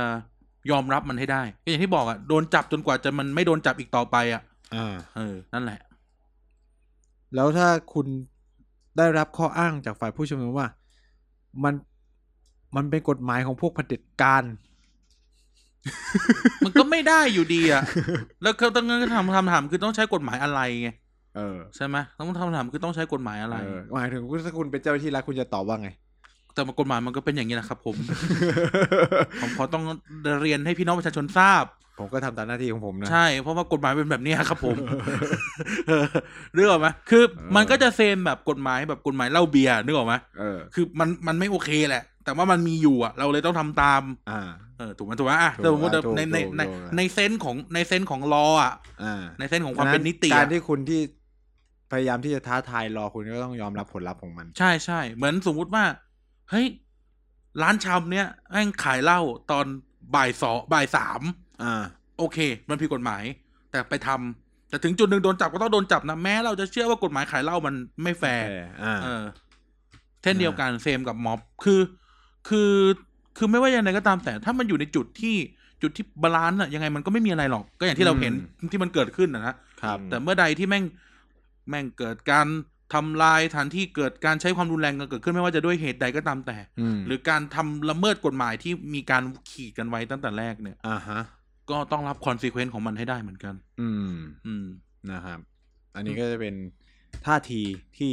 [SPEAKER 1] ยอมรับมันให้ได้ก็อย่างที่บอกอะ่ะโดนจับจนกว่าจะมันไม่โดนจับอีกต่อไปอะ่ะ
[SPEAKER 3] อ่า
[SPEAKER 1] เออนั่นแหละ
[SPEAKER 3] แล้วถ้าคุณได้รับข้ออ้างจากฝ่ายผู้ชุมนุมว่า มันมันเป็นกฎหมายของพวกเผด็จการ
[SPEAKER 1] มันก็ไม่ได้อยู่ดีอะ่ ะ แล้วก็ต้องงั้นก็ถามคำถามคือต้องใช้กฎหมายอะไรไง
[SPEAKER 3] เออ
[SPEAKER 1] ใช่ไหมต้องคำถามคือต้องใช้กฎหมายอะไร
[SPEAKER 3] เออหมายถึงคุณถ้าคุณเป็นเจ้าหน้าที่รัฐคุณจะตอบว่าไง
[SPEAKER 1] แต่กฎ หมายมันก็เป็นอย่างนี้นะครับผม ผมขอต้องเรียนให้พี่น้องประชาชนทราบ
[SPEAKER 3] ผ ผมก็ทำตามหน้าที่ของผมนะ
[SPEAKER 1] ใช่ เพราะว่ากฎหมายเป็นแบบเนี้ยครับผม เออนึกออกไหมคือ
[SPEAKER 3] เออ
[SPEAKER 1] มันก็จะเซมแบบกฎหมายแบบกฎหมายเหล้าเบียร์นึกออกไหม
[SPEAKER 3] เออ
[SPEAKER 1] คือมันมันไม่โอเคแหละ แต่ว่ามันมีอยู่อ่ะ เราเลยต้องทำตาม
[SPEAKER 3] อ่า
[SPEAKER 1] เออถูกไหมถูกไหมอ่ะ
[SPEAKER 3] ถูก
[SPEAKER 1] แต่สมมติ
[SPEAKER 3] อ่ะถูก
[SPEAKER 1] ในใน
[SPEAKER 3] ถูก
[SPEAKER 1] ใน
[SPEAKER 3] ถูกอ่ะ
[SPEAKER 1] ในเซนส์ของในเซนส์ของรออ่ะ
[SPEAKER 3] อ่า
[SPEAKER 1] ในเซนส์ของความเป็นนิติ
[SPEAKER 3] การ
[SPEAKER 1] อ่ะ
[SPEAKER 3] ที่คุณที่พยายามที่จะท้าทายรอคุณก็ต้องยอมรับผลลัพธ์ของมัน
[SPEAKER 1] ใช่ใช่เหมือนสมมุติว่าเฮ้ยร้านชำเนี้ยแม่งขายเหล้าตอนบ่ายสองบ่ายสาม
[SPEAKER 3] อ่า
[SPEAKER 1] โอเค มันผิดกฎหมาย แต่ไปทำแต่ถึงจุดหนึ่งโดนจับก็ต้องโดนจับนะ แม้เราจะเชื่อว่ากฎหมายขายเหล้ามันไม่แฟร์
[SPEAKER 3] อ่า
[SPEAKER 1] เออ เช่นเดียวกันเซมกับม็อบ คือ คือ คือไม่ว่ายังไงก็ตามแต่ถ้ามันอยู่ในจุดที่จุดที่บาลานซ์อะยังไงมันก็ไม่มีอะไรหรอก ก็อย่างที่เราเห็นที่มันเกิดขึ้นนะนะครับ แต่เมื่อใดที่แม่งแม่งเกิดการทำลายสถานที่เกิดการใช้ความรุนแรงกันเกิดขึ้นไม่ว่าจะด้วยเหตุใดก็ตามแต่
[SPEAKER 3] อืม
[SPEAKER 1] หรือการทำละเมิดกฎหมายที่มีการขีดกันไว้ตั้งแต่แรกเนี่ย
[SPEAKER 3] อ่าฮะ
[SPEAKER 1] ก็ต้องรับคอนซีเควนต์ของมันให้ได้เหมือนกัน
[SPEAKER 3] อืม
[SPEAKER 1] อืม
[SPEAKER 3] นะครับ อันนี้ก็จะเป็นท่าทีที่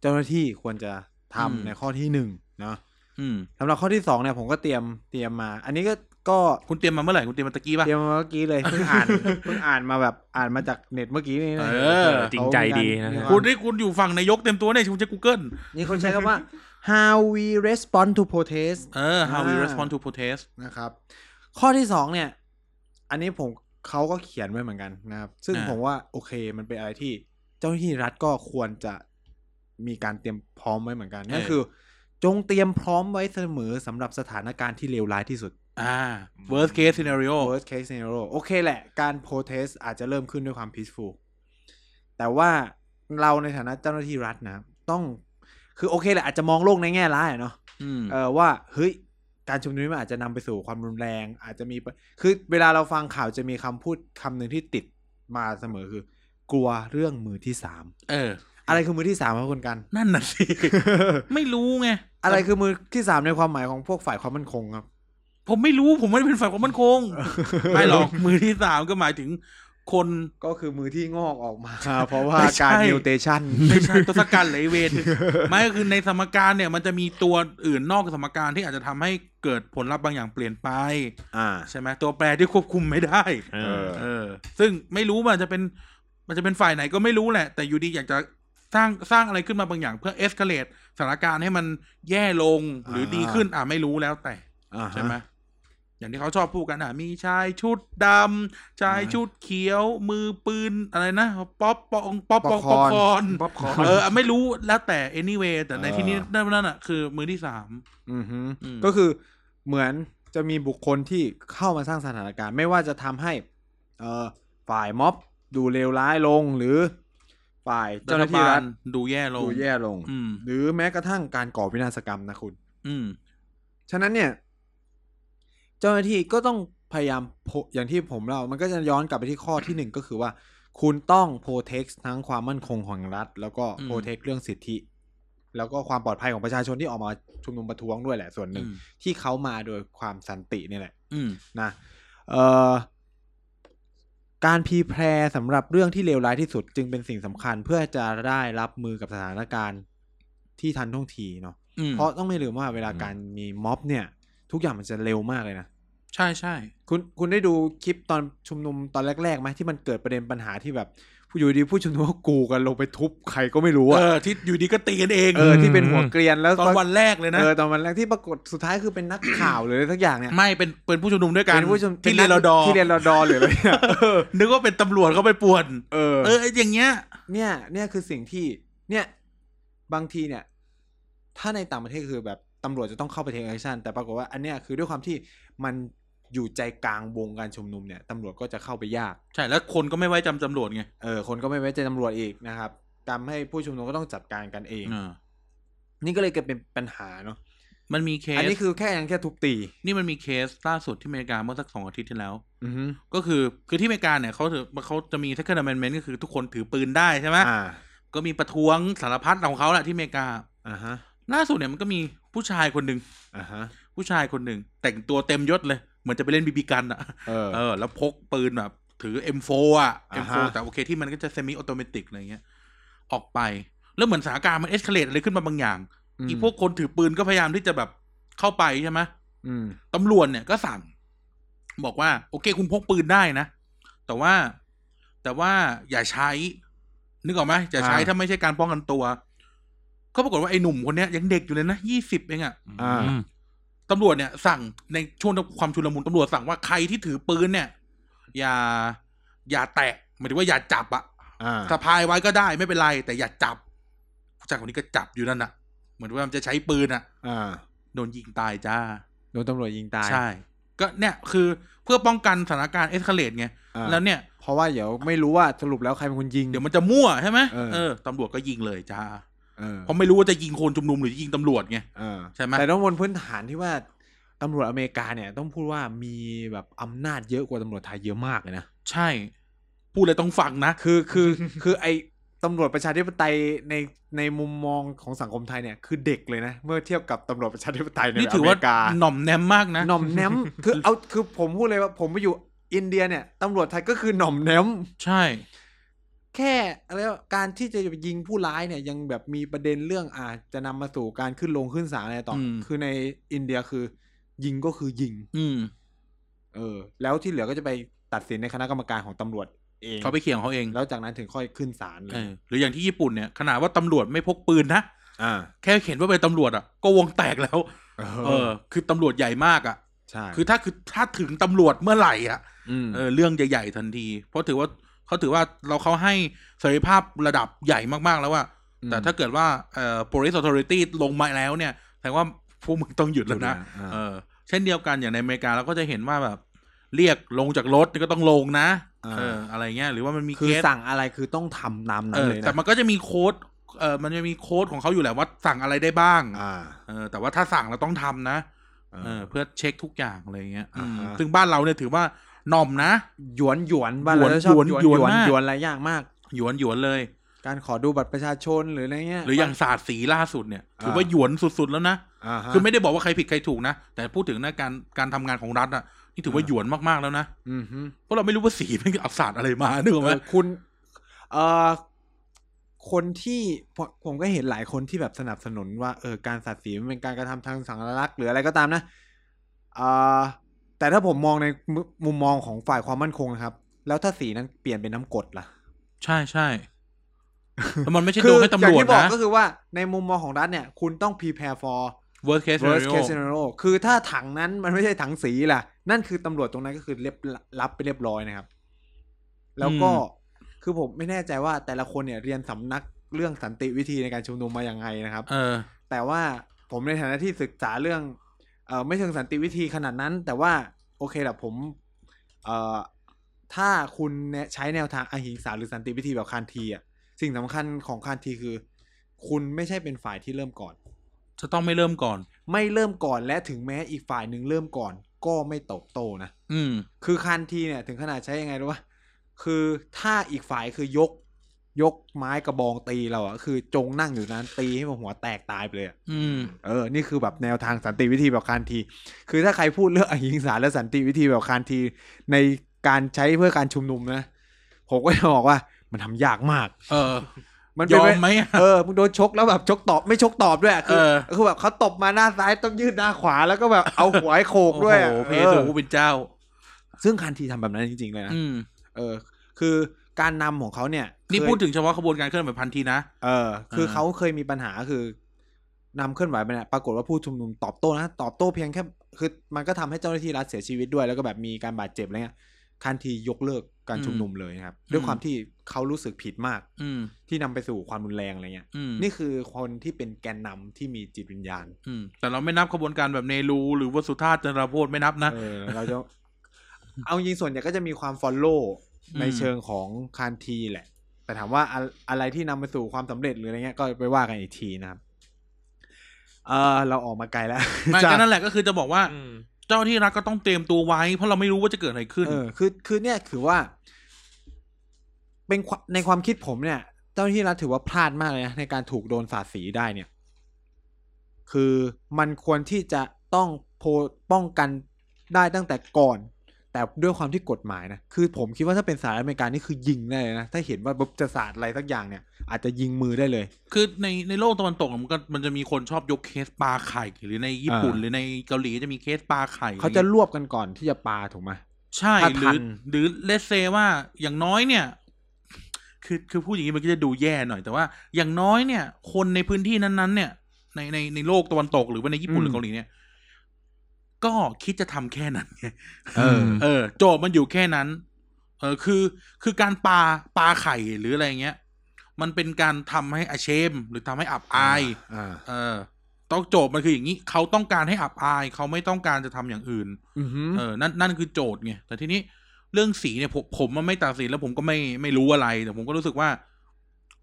[SPEAKER 3] เจ้าหน้าที่ควรจะทำ
[SPEAKER 1] อืม
[SPEAKER 3] ในข้อที่หนึ่งเนาะ
[SPEAKER 1] อืม
[SPEAKER 3] สำหรับข้อที่สองเนี่ยผมก็เตรียมเตรียมมา อันนี้ก็ก็
[SPEAKER 1] คุณเตรียมมาเมื่อไหร่ คุณเตรียมมาตะกี้ป่ะ
[SPEAKER 3] เตรียมมาเมื่อกี้เลยเพิ่งอ่านเพิ่งอ่านมาแบบอ่านมาจากเน็ตเมื่อกี้นี่นะ
[SPEAKER 1] เออ
[SPEAKER 2] จริงใจดีนะ
[SPEAKER 3] เขามีการ
[SPEAKER 1] คุณนี่คุณอยู่ฝั่งนายกเต็มตัวเนี่ยคุณจะ Google
[SPEAKER 3] นี่คนใช้คำว่า how we respond to protest
[SPEAKER 1] เออ how we
[SPEAKER 3] อ่า
[SPEAKER 1] respond to protest
[SPEAKER 3] นะครับ ข้อที่สองเนี่ย อันนี้ผมเขาก็เขียนไว้เหมือนกันนะครับ ซึ่ง
[SPEAKER 1] อ่า
[SPEAKER 3] ผมว่าโอเคมันเป็นอะไรที่เจ้าหน้าที่รัฐก็ควรจะมีการเตรียมพร้อมไว้เหมือนกันนั่นคือ จงเตรียมพร้อมไว้เสมอสำหรับสถานการณ์ที่เลวร้ายที่สุด
[SPEAKER 1] อ่า worst case scenario
[SPEAKER 3] worst case scenario โอเคแหละ การ protest อาจจะเริ่มขึ้นด้วยความ peaceful แต่ว่าเราในฐานะเจ้าหน้าที่รัฐนะครับต้องคือโอเคแหละอาจจะมองโลกในแง่ร้ายอะเนาะ
[SPEAKER 1] อืม
[SPEAKER 3] เออว่าเฮ้ยการชุมนุมนี้มันอาจจะนำไปสู่ความรุนแรง อาจจะมีปะคือเวลาเราฟังข่าวจะมีคำพูดคำหนึ่งที่ติดมาเสมอคือ กลัวเรื่องมือที่สาม
[SPEAKER 1] เออ
[SPEAKER 3] อะไรคือมือที่สามครับคุณ กัน
[SPEAKER 1] นั่นน่ะสิ ไม่รู้ไง
[SPEAKER 3] อะไรคือมือที่สามในความหมายของพวกฝ่ายความมั่นคงครับ
[SPEAKER 1] ผมไม่รู้ ผมไม่ได้เป็นฝ่ายความมั่นค ง ไม่หรอก มือที่สามก็หมายถึงคน
[SPEAKER 3] ก็คือมือที่งอกออกมา เพราะว่า
[SPEAKER 1] ไม่ใช่
[SPEAKER 3] การนิวเทชัน
[SPEAKER 1] ไม่ใช่ตัวสกัดไหลเวนไม่ก็คือในสมการเนี่ย มันจะมีตัวอื่นนอกสมการที่อาจจะทำให้เกิดผลลัพธ์บางอย่างเปลี่ยนไป
[SPEAKER 3] อ่า
[SPEAKER 1] ใช่ไหมตัวแปรที่ควบคุมไม่ได้
[SPEAKER 2] เออ
[SPEAKER 1] เออ ซึ่งไม่รู้มันจะเป็น มันจะเป็นฝ่ายไหนก็ไม่รู้แหละ แต่อยู่ดีอยากจะสร้างสร้างอะไรขึ้นมาบางอย่าง เพื่อเอ็กซ์เคเลตสถานการณ์ให้มันแย่ลงหรือ
[SPEAKER 3] อ่า
[SPEAKER 1] ดีขึ้น อ่ะไม่รู้แล้วแต่
[SPEAKER 3] อ่า
[SPEAKER 1] ใช่
[SPEAKER 3] ใช่
[SPEAKER 1] ไหม
[SPEAKER 3] ไหม
[SPEAKER 1] อย่างที่เขาชอบพูดกันอ่ะ มีชายชุดดำชาย
[SPEAKER 3] อ่า
[SPEAKER 1] ชุดเขียว มือปืนอะไรนะป๊อปปองป๊อป
[SPEAKER 3] ป๊
[SPEAKER 1] ปอ
[SPEAKER 3] อ
[SPEAKER 1] ง
[SPEAKER 3] ปค
[SPEAKER 1] ป๊อป
[SPEAKER 3] อน
[SPEAKER 1] คอน
[SPEAKER 3] ป๊อปคอน
[SPEAKER 1] เอออ่ะไม่รู้แล้วแต่ anyway แต่ใน
[SPEAKER 3] เออ
[SPEAKER 1] ที่นี้นั่นนั่นอ่ะคือ มือที่สาม
[SPEAKER 3] อือฮึ
[SPEAKER 1] อืม
[SPEAKER 3] ก็คือเหมือนจะมีบุคคลที่เข้ามาสร้างสถานการณ์ ไม่ว่าจะทำให้เอ่อฝ่ายม็อบดูเลวร้ายลงหรือ ฝ่ายเจ้าหน้าที่รั
[SPEAKER 1] ฐบ
[SPEAKER 3] ฐ
[SPEAKER 1] ลดูแย่ลง
[SPEAKER 3] ดูแย่ลง
[SPEAKER 1] อืม
[SPEAKER 3] หรือแม้กระทั่งการก่อวินาศกรรมนะคุณ
[SPEAKER 1] อืม
[SPEAKER 3] ฉะนั้นเนี่ย เจ้าหน้าที่ก็ต้องพยายามโพอย่างที่ผมเล่ามันก็จะย้อนกลับไปที่ข้อที่หนึ่งก็คือว่า คุณต้องโปรเทคทั้งความมั่นคงของรัฐ แล้วก็
[SPEAKER 1] อืม
[SPEAKER 3] โปรเทคเรื่องสิทธิ แล้วก็ความปลอดภัยของประชาชนที่ออกมาชุมนุมประท้วงด้วยแหละส่วนห
[SPEAKER 1] อื
[SPEAKER 3] นึ่ง
[SPEAKER 1] ม
[SPEAKER 3] ที่เขามาโดยความสันตินี่แหละ
[SPEAKER 1] อืม
[SPEAKER 3] นะเอ่อการพรีแพร์สำหรับเรื่องที่เลวร้ายที่สุด จึงเป็นสิ่งสำคัญเพื่อจะได้รับมือกับสถานการณ์ที่ทันท่วงทีเนาะ
[SPEAKER 1] อืม
[SPEAKER 3] เพราะต้องไม่ลืมว่าเวลาการมีม็อบเนี่ย ทุกอย่างมันจะเร็วมากเลยนะ
[SPEAKER 1] ใช่ใช่
[SPEAKER 3] คุณคุณได้ดูคลิปตอนชุมนุมตอนแรกๆไหมที่มันเกิดประเด็นปัญหาที่แบบผู้อยู่ดีผู้ชุมนุมก็กูกันลงไปทุบใครก็ไม่รู้
[SPEAKER 1] เอ
[SPEAKER 3] อะ
[SPEAKER 1] อที่อยู่ดีก็ตีกันเอง
[SPEAKER 3] เออที่เป็นหัวเกรียนแล้ว
[SPEAKER 1] ตอนวันแรกเลยนะ
[SPEAKER 3] เออตอนวันแรกที่ปรากฏสุดท้ายคือเป็นนักข่าวหรืออะไรสักอย่างเนี่ย
[SPEAKER 1] ไม่เป็นเป็นผู้ชุมนุมด้วยกัน
[SPEAKER 3] เป็นผู้ชม
[SPEAKER 1] ที่เรียนรอดอ
[SPEAKER 3] ที่เรียนรอดอหรืออะไรเนี่ย
[SPEAKER 1] นึกว่าเป็นตำรวจเขาไปป่วน
[SPEAKER 3] เออ
[SPEAKER 1] เอออย่างเงี้ย
[SPEAKER 3] เนี่ย เนี่ยคือสิ่งที่ เนี่ย บางทีเนี่ย ถ้าในต่างประเทศคือแบบตำรวจจะต้องเข้าไปเทคแอคชั่นแต่ปรากฏว่าอันเนี้ยคือด้วยความที่มันอยู่ใจกลางวงการชุมนุมเนี่ยตำรวจก็จะเข้าไปยาก
[SPEAKER 1] ใช่แล้วคนก็ไม่ไว้จำตำรวจไง
[SPEAKER 3] เออ คนก็ไม่ไว้ใจตำรวจอีกนะครับทำให้ผู้ชุมนุมก็ต้องจัดการกันเอง
[SPEAKER 1] อ่า
[SPEAKER 3] นี่ก็เลยเกิดเป็นปัญหาเนาะ
[SPEAKER 1] มันมีเคส
[SPEAKER 3] อันนี้คือแค่ยังแค่ทุบตี
[SPEAKER 1] นี่มันมีเคสล่าสุดที่อเมริกาเมื่อสักสองอาทิตย์ที่แล้ว
[SPEAKER 3] อือฮึ
[SPEAKER 1] ก็คือคือที่อเมริกาเนี่ยเขาถือเขาจะมี second amendment ก็คือทุกคนถือปืนได้ใช่ไหม
[SPEAKER 3] อ่า
[SPEAKER 1] ก็มีประท้วงสารพัดของเขาแหละที่อเมริกา
[SPEAKER 3] อ่าฮะ
[SPEAKER 1] ล่าสุดเนี่ยมันก็มีผู้ชายคนหนึ่ง
[SPEAKER 3] อ่าฮะ
[SPEAKER 1] ผู้ชายคนหนึ่งแต่งตัวเต็มยศเลยเหมือนจะไปเล่นบีบีกันอะ
[SPEAKER 3] เออ
[SPEAKER 1] เออแล้วพกปืนแบบถือ M4 อ่ะ
[SPEAKER 3] อ่า
[SPEAKER 1] M4
[SPEAKER 3] ฮะ
[SPEAKER 1] แต่โอเคที่มันก็จะเซมิออโตเมติกอะไรเงี้ย ออกไป แล้วเหมือนสถานการณ์มันเอ็กซ์เคเลตอะไรขึ้นมาบางอย่าง
[SPEAKER 3] ม
[SPEAKER 1] อีพวกคนถือปืนก็พยายามที่จะแบบเข้าไปใช่ไหม
[SPEAKER 3] อืม
[SPEAKER 1] ตำรวจเนี่ยก็สั่ง บอกว่า โอเค คุณพกปืนได้นะ แต่ว่าแต่ว่าอย่าใช้ นึกออกไหมอย่าใช้
[SPEAKER 3] อ่า
[SPEAKER 1] ถ้าไม่ใช่การป้องกันตัว ก็ปรากฏว่าไอ้หนุ่มคนเนี้ยยังเด็กอยู่เลยนะยี่สิบเองอะ
[SPEAKER 3] อ่า
[SPEAKER 2] ม
[SPEAKER 1] ตำรวจเนี่ยสั่งในช่วงความชุลมุนตำรวจสั่งว่าใครที่ถือปืนเนี่ย อย่าอย่าแตะหมายถึงว่าอย่าจับอะ
[SPEAKER 3] อ่า
[SPEAKER 1] สะพายไว้ก็ได้ไม่เป็นไร แต่อย่าจับผู้ชายคนนี้ก็จับอยู่นั่นน่ะ เหมือนว่ามันจะใช้ปืนอะ
[SPEAKER 3] อ่า
[SPEAKER 1] โดนยิงตายจ้า
[SPEAKER 3] โดนตำรวจยิงตาย
[SPEAKER 1] ใช่ ก็เนี่ยคือเพื่อป้องกันสถานการณ์เอ็กซ์คาเลตไง
[SPEAKER 3] อ่า
[SPEAKER 1] แล้วเนี่ย
[SPEAKER 3] เพราะว่าเดี๋ยวไม่รู้ว่าสรุปแล้วใครเป็นคนยิง
[SPEAKER 1] เดี๋ยวมันจะมั่วใช่ไหม
[SPEAKER 3] เออ
[SPEAKER 1] เออตำรวจก็ยิงเลยจ้า
[SPEAKER 3] เออ
[SPEAKER 1] เพราะไม่รู้ว่าจะยิงคนชุมนุมหรือยิงตำรวจไง
[SPEAKER 3] เออ
[SPEAKER 1] ใช่ไหม
[SPEAKER 3] แต่ต้องบนพื้นฐานที่ว่าตำรวจอเมริกาเนี่ยต้องพูดว่ามีแบบอำนาจเยอะกว่าตำรวจไทยเยอะมากเลยนะ
[SPEAKER 1] ใช่ พูดเลยต้องฟังนะ
[SPEAKER 3] คือ คือ คือไอตำรวจประชาธิปไตยในในมุมมองของสังคมไทยเนี่ยคือเด็กเลยนะ เมื่อเทียบกับตำรวจประชาธิปไตยใน
[SPEAKER 1] นี่
[SPEAKER 3] อ
[SPEAKER 1] ถือ
[SPEAKER 3] เม
[SPEAKER 1] ว่า
[SPEAKER 3] ริกา
[SPEAKER 1] หน่อมแนมมากนะ
[SPEAKER 3] หน่อมแนม คือเอาคือผมพูดเลยว่าผมไปอยู่อินเดียเนี่ยตำรวจไทยก็คือหน่อมแนม
[SPEAKER 1] ใช่
[SPEAKER 3] แค่อะไรวะการที่จะยิงผู้ร้ายเนี่ยยังแบบมีประเด็นเรื่องอาจจะนำมาสู่การขึ้นลงขึ้นศาลอะไรต่ออ
[SPEAKER 1] ม
[SPEAKER 3] คือในอินเดียคือ ยิงก็คือยิง
[SPEAKER 1] อืม
[SPEAKER 3] เออ แล้วที่เหลือก็จะไปตัดสินในคณะกรรมการของตำรวจเอง
[SPEAKER 1] เขาไปเขียงเขาเอง
[SPEAKER 3] แล้วจากนั้นถึงค่อยขึ้นศาลเล
[SPEAKER 1] เอย อหรืออย่างที่ญี่ปุ่นเนี่ย ขนาดว่าตำรวจไม่พกปืนนะ
[SPEAKER 3] อ่า
[SPEAKER 1] แค่เห็นว่าเป็นตำรวจอ่ะ ก็วงแตกแล้ว เออ คือตำรวจใหญ่มากอ่ะ
[SPEAKER 3] ใช่
[SPEAKER 1] คือถ้าคือถ้าถึงตำรวจเมื่อไหร่อ่ะ
[SPEAKER 3] ม
[SPEAKER 1] เออ เรื่องจะใหญ่ทันที เพราะถือว่าเขาถือว่าเราเขาให้เสรีภาพระดับใหญ่มากๆแล้วว่า
[SPEAKER 3] อืม
[SPEAKER 1] แต่ถ้าเกิดว่า เอ่อ police authority ลงมาแล้วเนี่ย แสดงว่าพวกมึงต้องหยุดแล้วนะ
[SPEAKER 3] อ่า
[SPEAKER 1] เออ เช่นเดียวกันอย่างในอเมริกาเราก็จะเห็นว่าแบบ เรียกลงจากรถนี่ก็ต้องลงนะ
[SPEAKER 3] อ่า
[SPEAKER 1] เออ อะไรเงี้ย หรือว่ามันมี
[SPEAKER 3] คือ
[SPEAKER 1] เคส
[SPEAKER 3] สั่งอะไรคือต้องทำตามนั้
[SPEAKER 1] เอนอ
[SPEAKER 3] เลยนะ
[SPEAKER 1] แต่มันก็จะมีโค้ดเออมันจะมีโค้ดของเขาอยู่แหละว่าสั่งอะไรได้บ้าง
[SPEAKER 3] อ่า
[SPEAKER 1] เออแต่ว่าถ้าสั่งเราต้องทำนะเออเพื่อเช็คทุกอย่างอะไรเงี้ยอืม
[SPEAKER 3] อ่าฮะ
[SPEAKER 1] ซึ่งบ้านเราเนี่ยถือว่าหน่อมนะ
[SPEAKER 3] หยวนหยวนบ้านเรา
[SPEAKER 1] หยวน
[SPEAKER 3] ชอบ
[SPEAKER 1] หยวนหย
[SPEAKER 3] หย
[SPEAKER 1] วน
[SPEAKER 3] วน
[SPEAKER 1] มาก
[SPEAKER 3] หยวนหลายอย่างมาก
[SPEAKER 1] หยวนหยวนเลย
[SPEAKER 3] การขอดูบัตรประชาชนหรืออะไรเงี้ย
[SPEAKER 1] หรืออย่างศาสตร์สีล่าสุดเนี่ย
[SPEAKER 3] อ่า
[SPEAKER 1] ถือว่าหยวนสุดๆแล้วนะ
[SPEAKER 3] อ่าฮะ
[SPEAKER 1] คือไม่ได้บอกว่าใครผิดใครถูกนะ แต่พูดถึงนะการการทำงานของรัฐอ่ะนี่ถือว่าหยวนมากๆแล้วนะ
[SPEAKER 3] อือฮึ
[SPEAKER 1] เพราะเราไม่รู้ว่าสีมันเอาศาสตร์อะไรมานึกออกไหม
[SPEAKER 3] เออคุณเอ่อคนที่ผมผมก็เห็นหลายคนที่แบบสนับสนุนว่าเออการสัตว์สีมันเป็นการกระทำทางสัญลักษณ์หรืออะไรก็ตามนะอ่าแต่ถ้าผมมองในมุมุมมองของฝ่ายความมั่นคงนะครับ แล้วถ้าสีนั้นเปลี่ยนเป็นน้ำกรดล่ะ
[SPEAKER 1] ใช่ใช่แต่มันไม่ใช่โดนให้ตำรวจ
[SPEAKER 3] ย่างที่บอก
[SPEAKER 1] นะ
[SPEAKER 3] ก็คือว่าในมุมมองของรัฐเนี่ย คุณต้อง prepare for
[SPEAKER 1] worst case
[SPEAKER 3] worst
[SPEAKER 1] scenario
[SPEAKER 3] case scenario คือถ้าถังนั้นมันไม่ใช่ถังสีล่ะ นั่นคือตำรวจตรงนั้นก็คือเรียบรับไปเรียบร้อยนะครับ แล้วก็คือผมไม่แน่ใจว่าแต่ละคนเนี่ยเรียนสำนักเรื่องสันติวิธีในการชุมนุมมาอย่างไงนะครับ
[SPEAKER 1] เออ
[SPEAKER 3] แต่ว่าผมในฐานะที่ศึกษาเรื่องเออไม่เชิงสันติวิธีขนาดนั้น แต่ว่าโอเคแหละผมเออถ้าคุณเนี่ยใช้แนวทางอหิงสาหรือสันติวิธีแบบคานทีอ่ะสิ่งสำคัญของคานทีคือ คุณไม่ใช่เป็นฝ่ายที่เริ่มก่อน
[SPEAKER 1] จะต้องไม่เริ่มก่อน
[SPEAKER 3] ไม่เริ่มก่อนและถึงแม้อีกฝ่ายหนึ่งเริ่มก่อน ก็ไม่ตอบโต้นะ
[SPEAKER 1] อืม
[SPEAKER 3] คือคานทีเนี่ยถึงขนาดใช้ยังไงรู้ป่ะคือถ้าอีกฝ่ายคือยกยกไม้กระบองตีเราอ่ะคือจงนั่งอยู่นั้นตีให้มันหัวแตกตายไปเลยอะ
[SPEAKER 1] อืม
[SPEAKER 3] เออ นี่คือแบบแนวทางสันติวิธีแบบคานที คือถ้าใครพูดเรื่องอหิงสาและสันติวิธีแบบคานที ในการใช้เพื่อการชุมนุมนะ ผมก็จะบอกว่ามันทำยากมาก
[SPEAKER 1] เออ
[SPEAKER 3] มัน
[SPEAKER 1] ย
[SPEAKER 3] เป็น
[SPEAKER 1] อ
[SPEAKER 3] ไป
[SPEAKER 1] มไหมอะ
[SPEAKER 3] เออ มึงโดนชกแล้วแบบชกตอบไม่ชกตอบด้วยอะคือ
[SPEAKER 1] เออ
[SPEAKER 3] คือแบบเขาตบมาหน้าซ้ายต้องยืดหน้าขวาแล้วก็แบบเอาหัวให้โขกด้วยอะ
[SPEAKER 1] โอ้โหพระ
[SPEAKER 3] เอ
[SPEAKER 1] เยซู
[SPEAKER 3] อ
[SPEAKER 1] ผู้เป็นเจ้า
[SPEAKER 3] ซึ่งคานทีทำแบบนั้นจริงๆเลยนะ
[SPEAKER 1] อืม
[SPEAKER 3] เออ คือการนำของเขาเนี่ย
[SPEAKER 1] นี่
[SPEAKER 3] เคย
[SPEAKER 1] พูดถึงเฉพาะขบวนการเคลื่อนไหวพันทีนะ
[SPEAKER 3] เออคืออา เขาเคยมีปัญหาคือนำเคลื่อนไหวไปเนี่ยปรากฏว่าผู้ชุมนุมตอบโต้นะตอบโต้เพียงแค่คือมันก็ทำให้เจ้าหน้าที่รัฐเสียชีวิตด้วยแล้วก็แบบมีการบาดเจ็บอะไรเงี้ยคันทียกเลิกการชุมนุมเลยนะครับ ด้วยความที่เขารู้สึกผิดมาก
[SPEAKER 1] อืม
[SPEAKER 3] ที่นำไปสู่ความรุนแรงอะไรเงี้ย
[SPEAKER 1] อืม
[SPEAKER 3] นี่คือคนที่เป็นแกนนำที่มีจิตวิญญาณ
[SPEAKER 1] อืม แต่เราไม่นับขบวนการแบบเนรูหรือว่าสุธาตจันทรโพธไม่นับนะ
[SPEAKER 3] เออเราจะ เอาจริงส่วนใหญ่ก็จะมีความฟอลโล่ใน
[SPEAKER 1] อืม
[SPEAKER 3] เชิงของคานทีแหละ แต่ถามว่าอะอะไรที่นำไปสู่ความสำเร็จหรืออะไรเงี้ยก็ไปว่ากันอีกทีนะครับ เออเราออกมาไกลแล้ว จาก
[SPEAKER 1] ไม่็นั่นแหละก็คือจะบอกว่า
[SPEAKER 2] อืม
[SPEAKER 1] เจ้าหน้าที่รัฐก็ต้องเตรียมตัวไว้ เพราะเราไม่รู้ว่าจะเกิดอะไรขึ้น
[SPEAKER 3] เออคือคือเนี่ยถือว่า เป็นความในความคิดผมเนี่ย เจ้าหน้าที่รัฐถือว่าพลาดมากเลยนะในการถูกโดนสาดสีได้เนี่ย คือมันควรที่จะต้องโพป้องกันได้ตั้งแต่ก่อน แต่ด้วยความที่กฎหมายนะคือผมคิดว่าถ้าเป็นสหรัฐอเมริกานี่คือยิงได้เลยนะ ถ้าเห็นว่าปุ๊บจะสาดอะไรสักอย่างเนี่ย อาจจะยิงมือได้เลย
[SPEAKER 1] คือในในโลกตะวันตกมันก็มันจะมีคนชอบยกเคสปลาไข่ หรือในญี่ปุ่น
[SPEAKER 3] อ่า
[SPEAKER 1] หรือในเกาหลีจะมีเคสปลาไข่
[SPEAKER 3] เขาจะรวบกันก่อนที่จะปาถูกไหม
[SPEAKER 1] ใช่
[SPEAKER 3] ถ้า
[SPEAKER 1] ห
[SPEAKER 3] ทั
[SPEAKER 1] รือน หรือเลสเซว่าอย่างน้อยเนี่ย คือคือพูดอย่างนี้มันก็จะดูแย่หน่อยแต่ว่าอย่างน้อยเนี่ย คนในพื้นที่นั้นๆ เนี่ย ในในในโลกตะวันตกหรือว่าในญี่ปุ่นหรือเกาหลีเนี่ย ก็คิดจะทำแค่นั้นไง
[SPEAKER 3] เออ
[SPEAKER 2] ม
[SPEAKER 1] เออโจทย์มันอยู่แค่นั้น เออคือคือการปาปาไข่หรืออะไรเงี้ย มันเป็นการทำให้อาเชม หรือทำให้อับอาย
[SPEAKER 3] อ่า
[SPEAKER 1] เออ ต้องโจทย์มันคืออย่างนี้ เขาต้องการให้อับอาย เขาไม่ต้องการจะทำอย่างอื่น
[SPEAKER 3] อือหือ
[SPEAKER 1] เออ นั่นนั่นคือโจทย์ไง แต่ทีนี้เรื่องสีเนี่ยผมผมมันไม่ตัดสินแล้วผมก็ไม่ไม่รู้อะไร แต่ผมก็รู้สึกว่า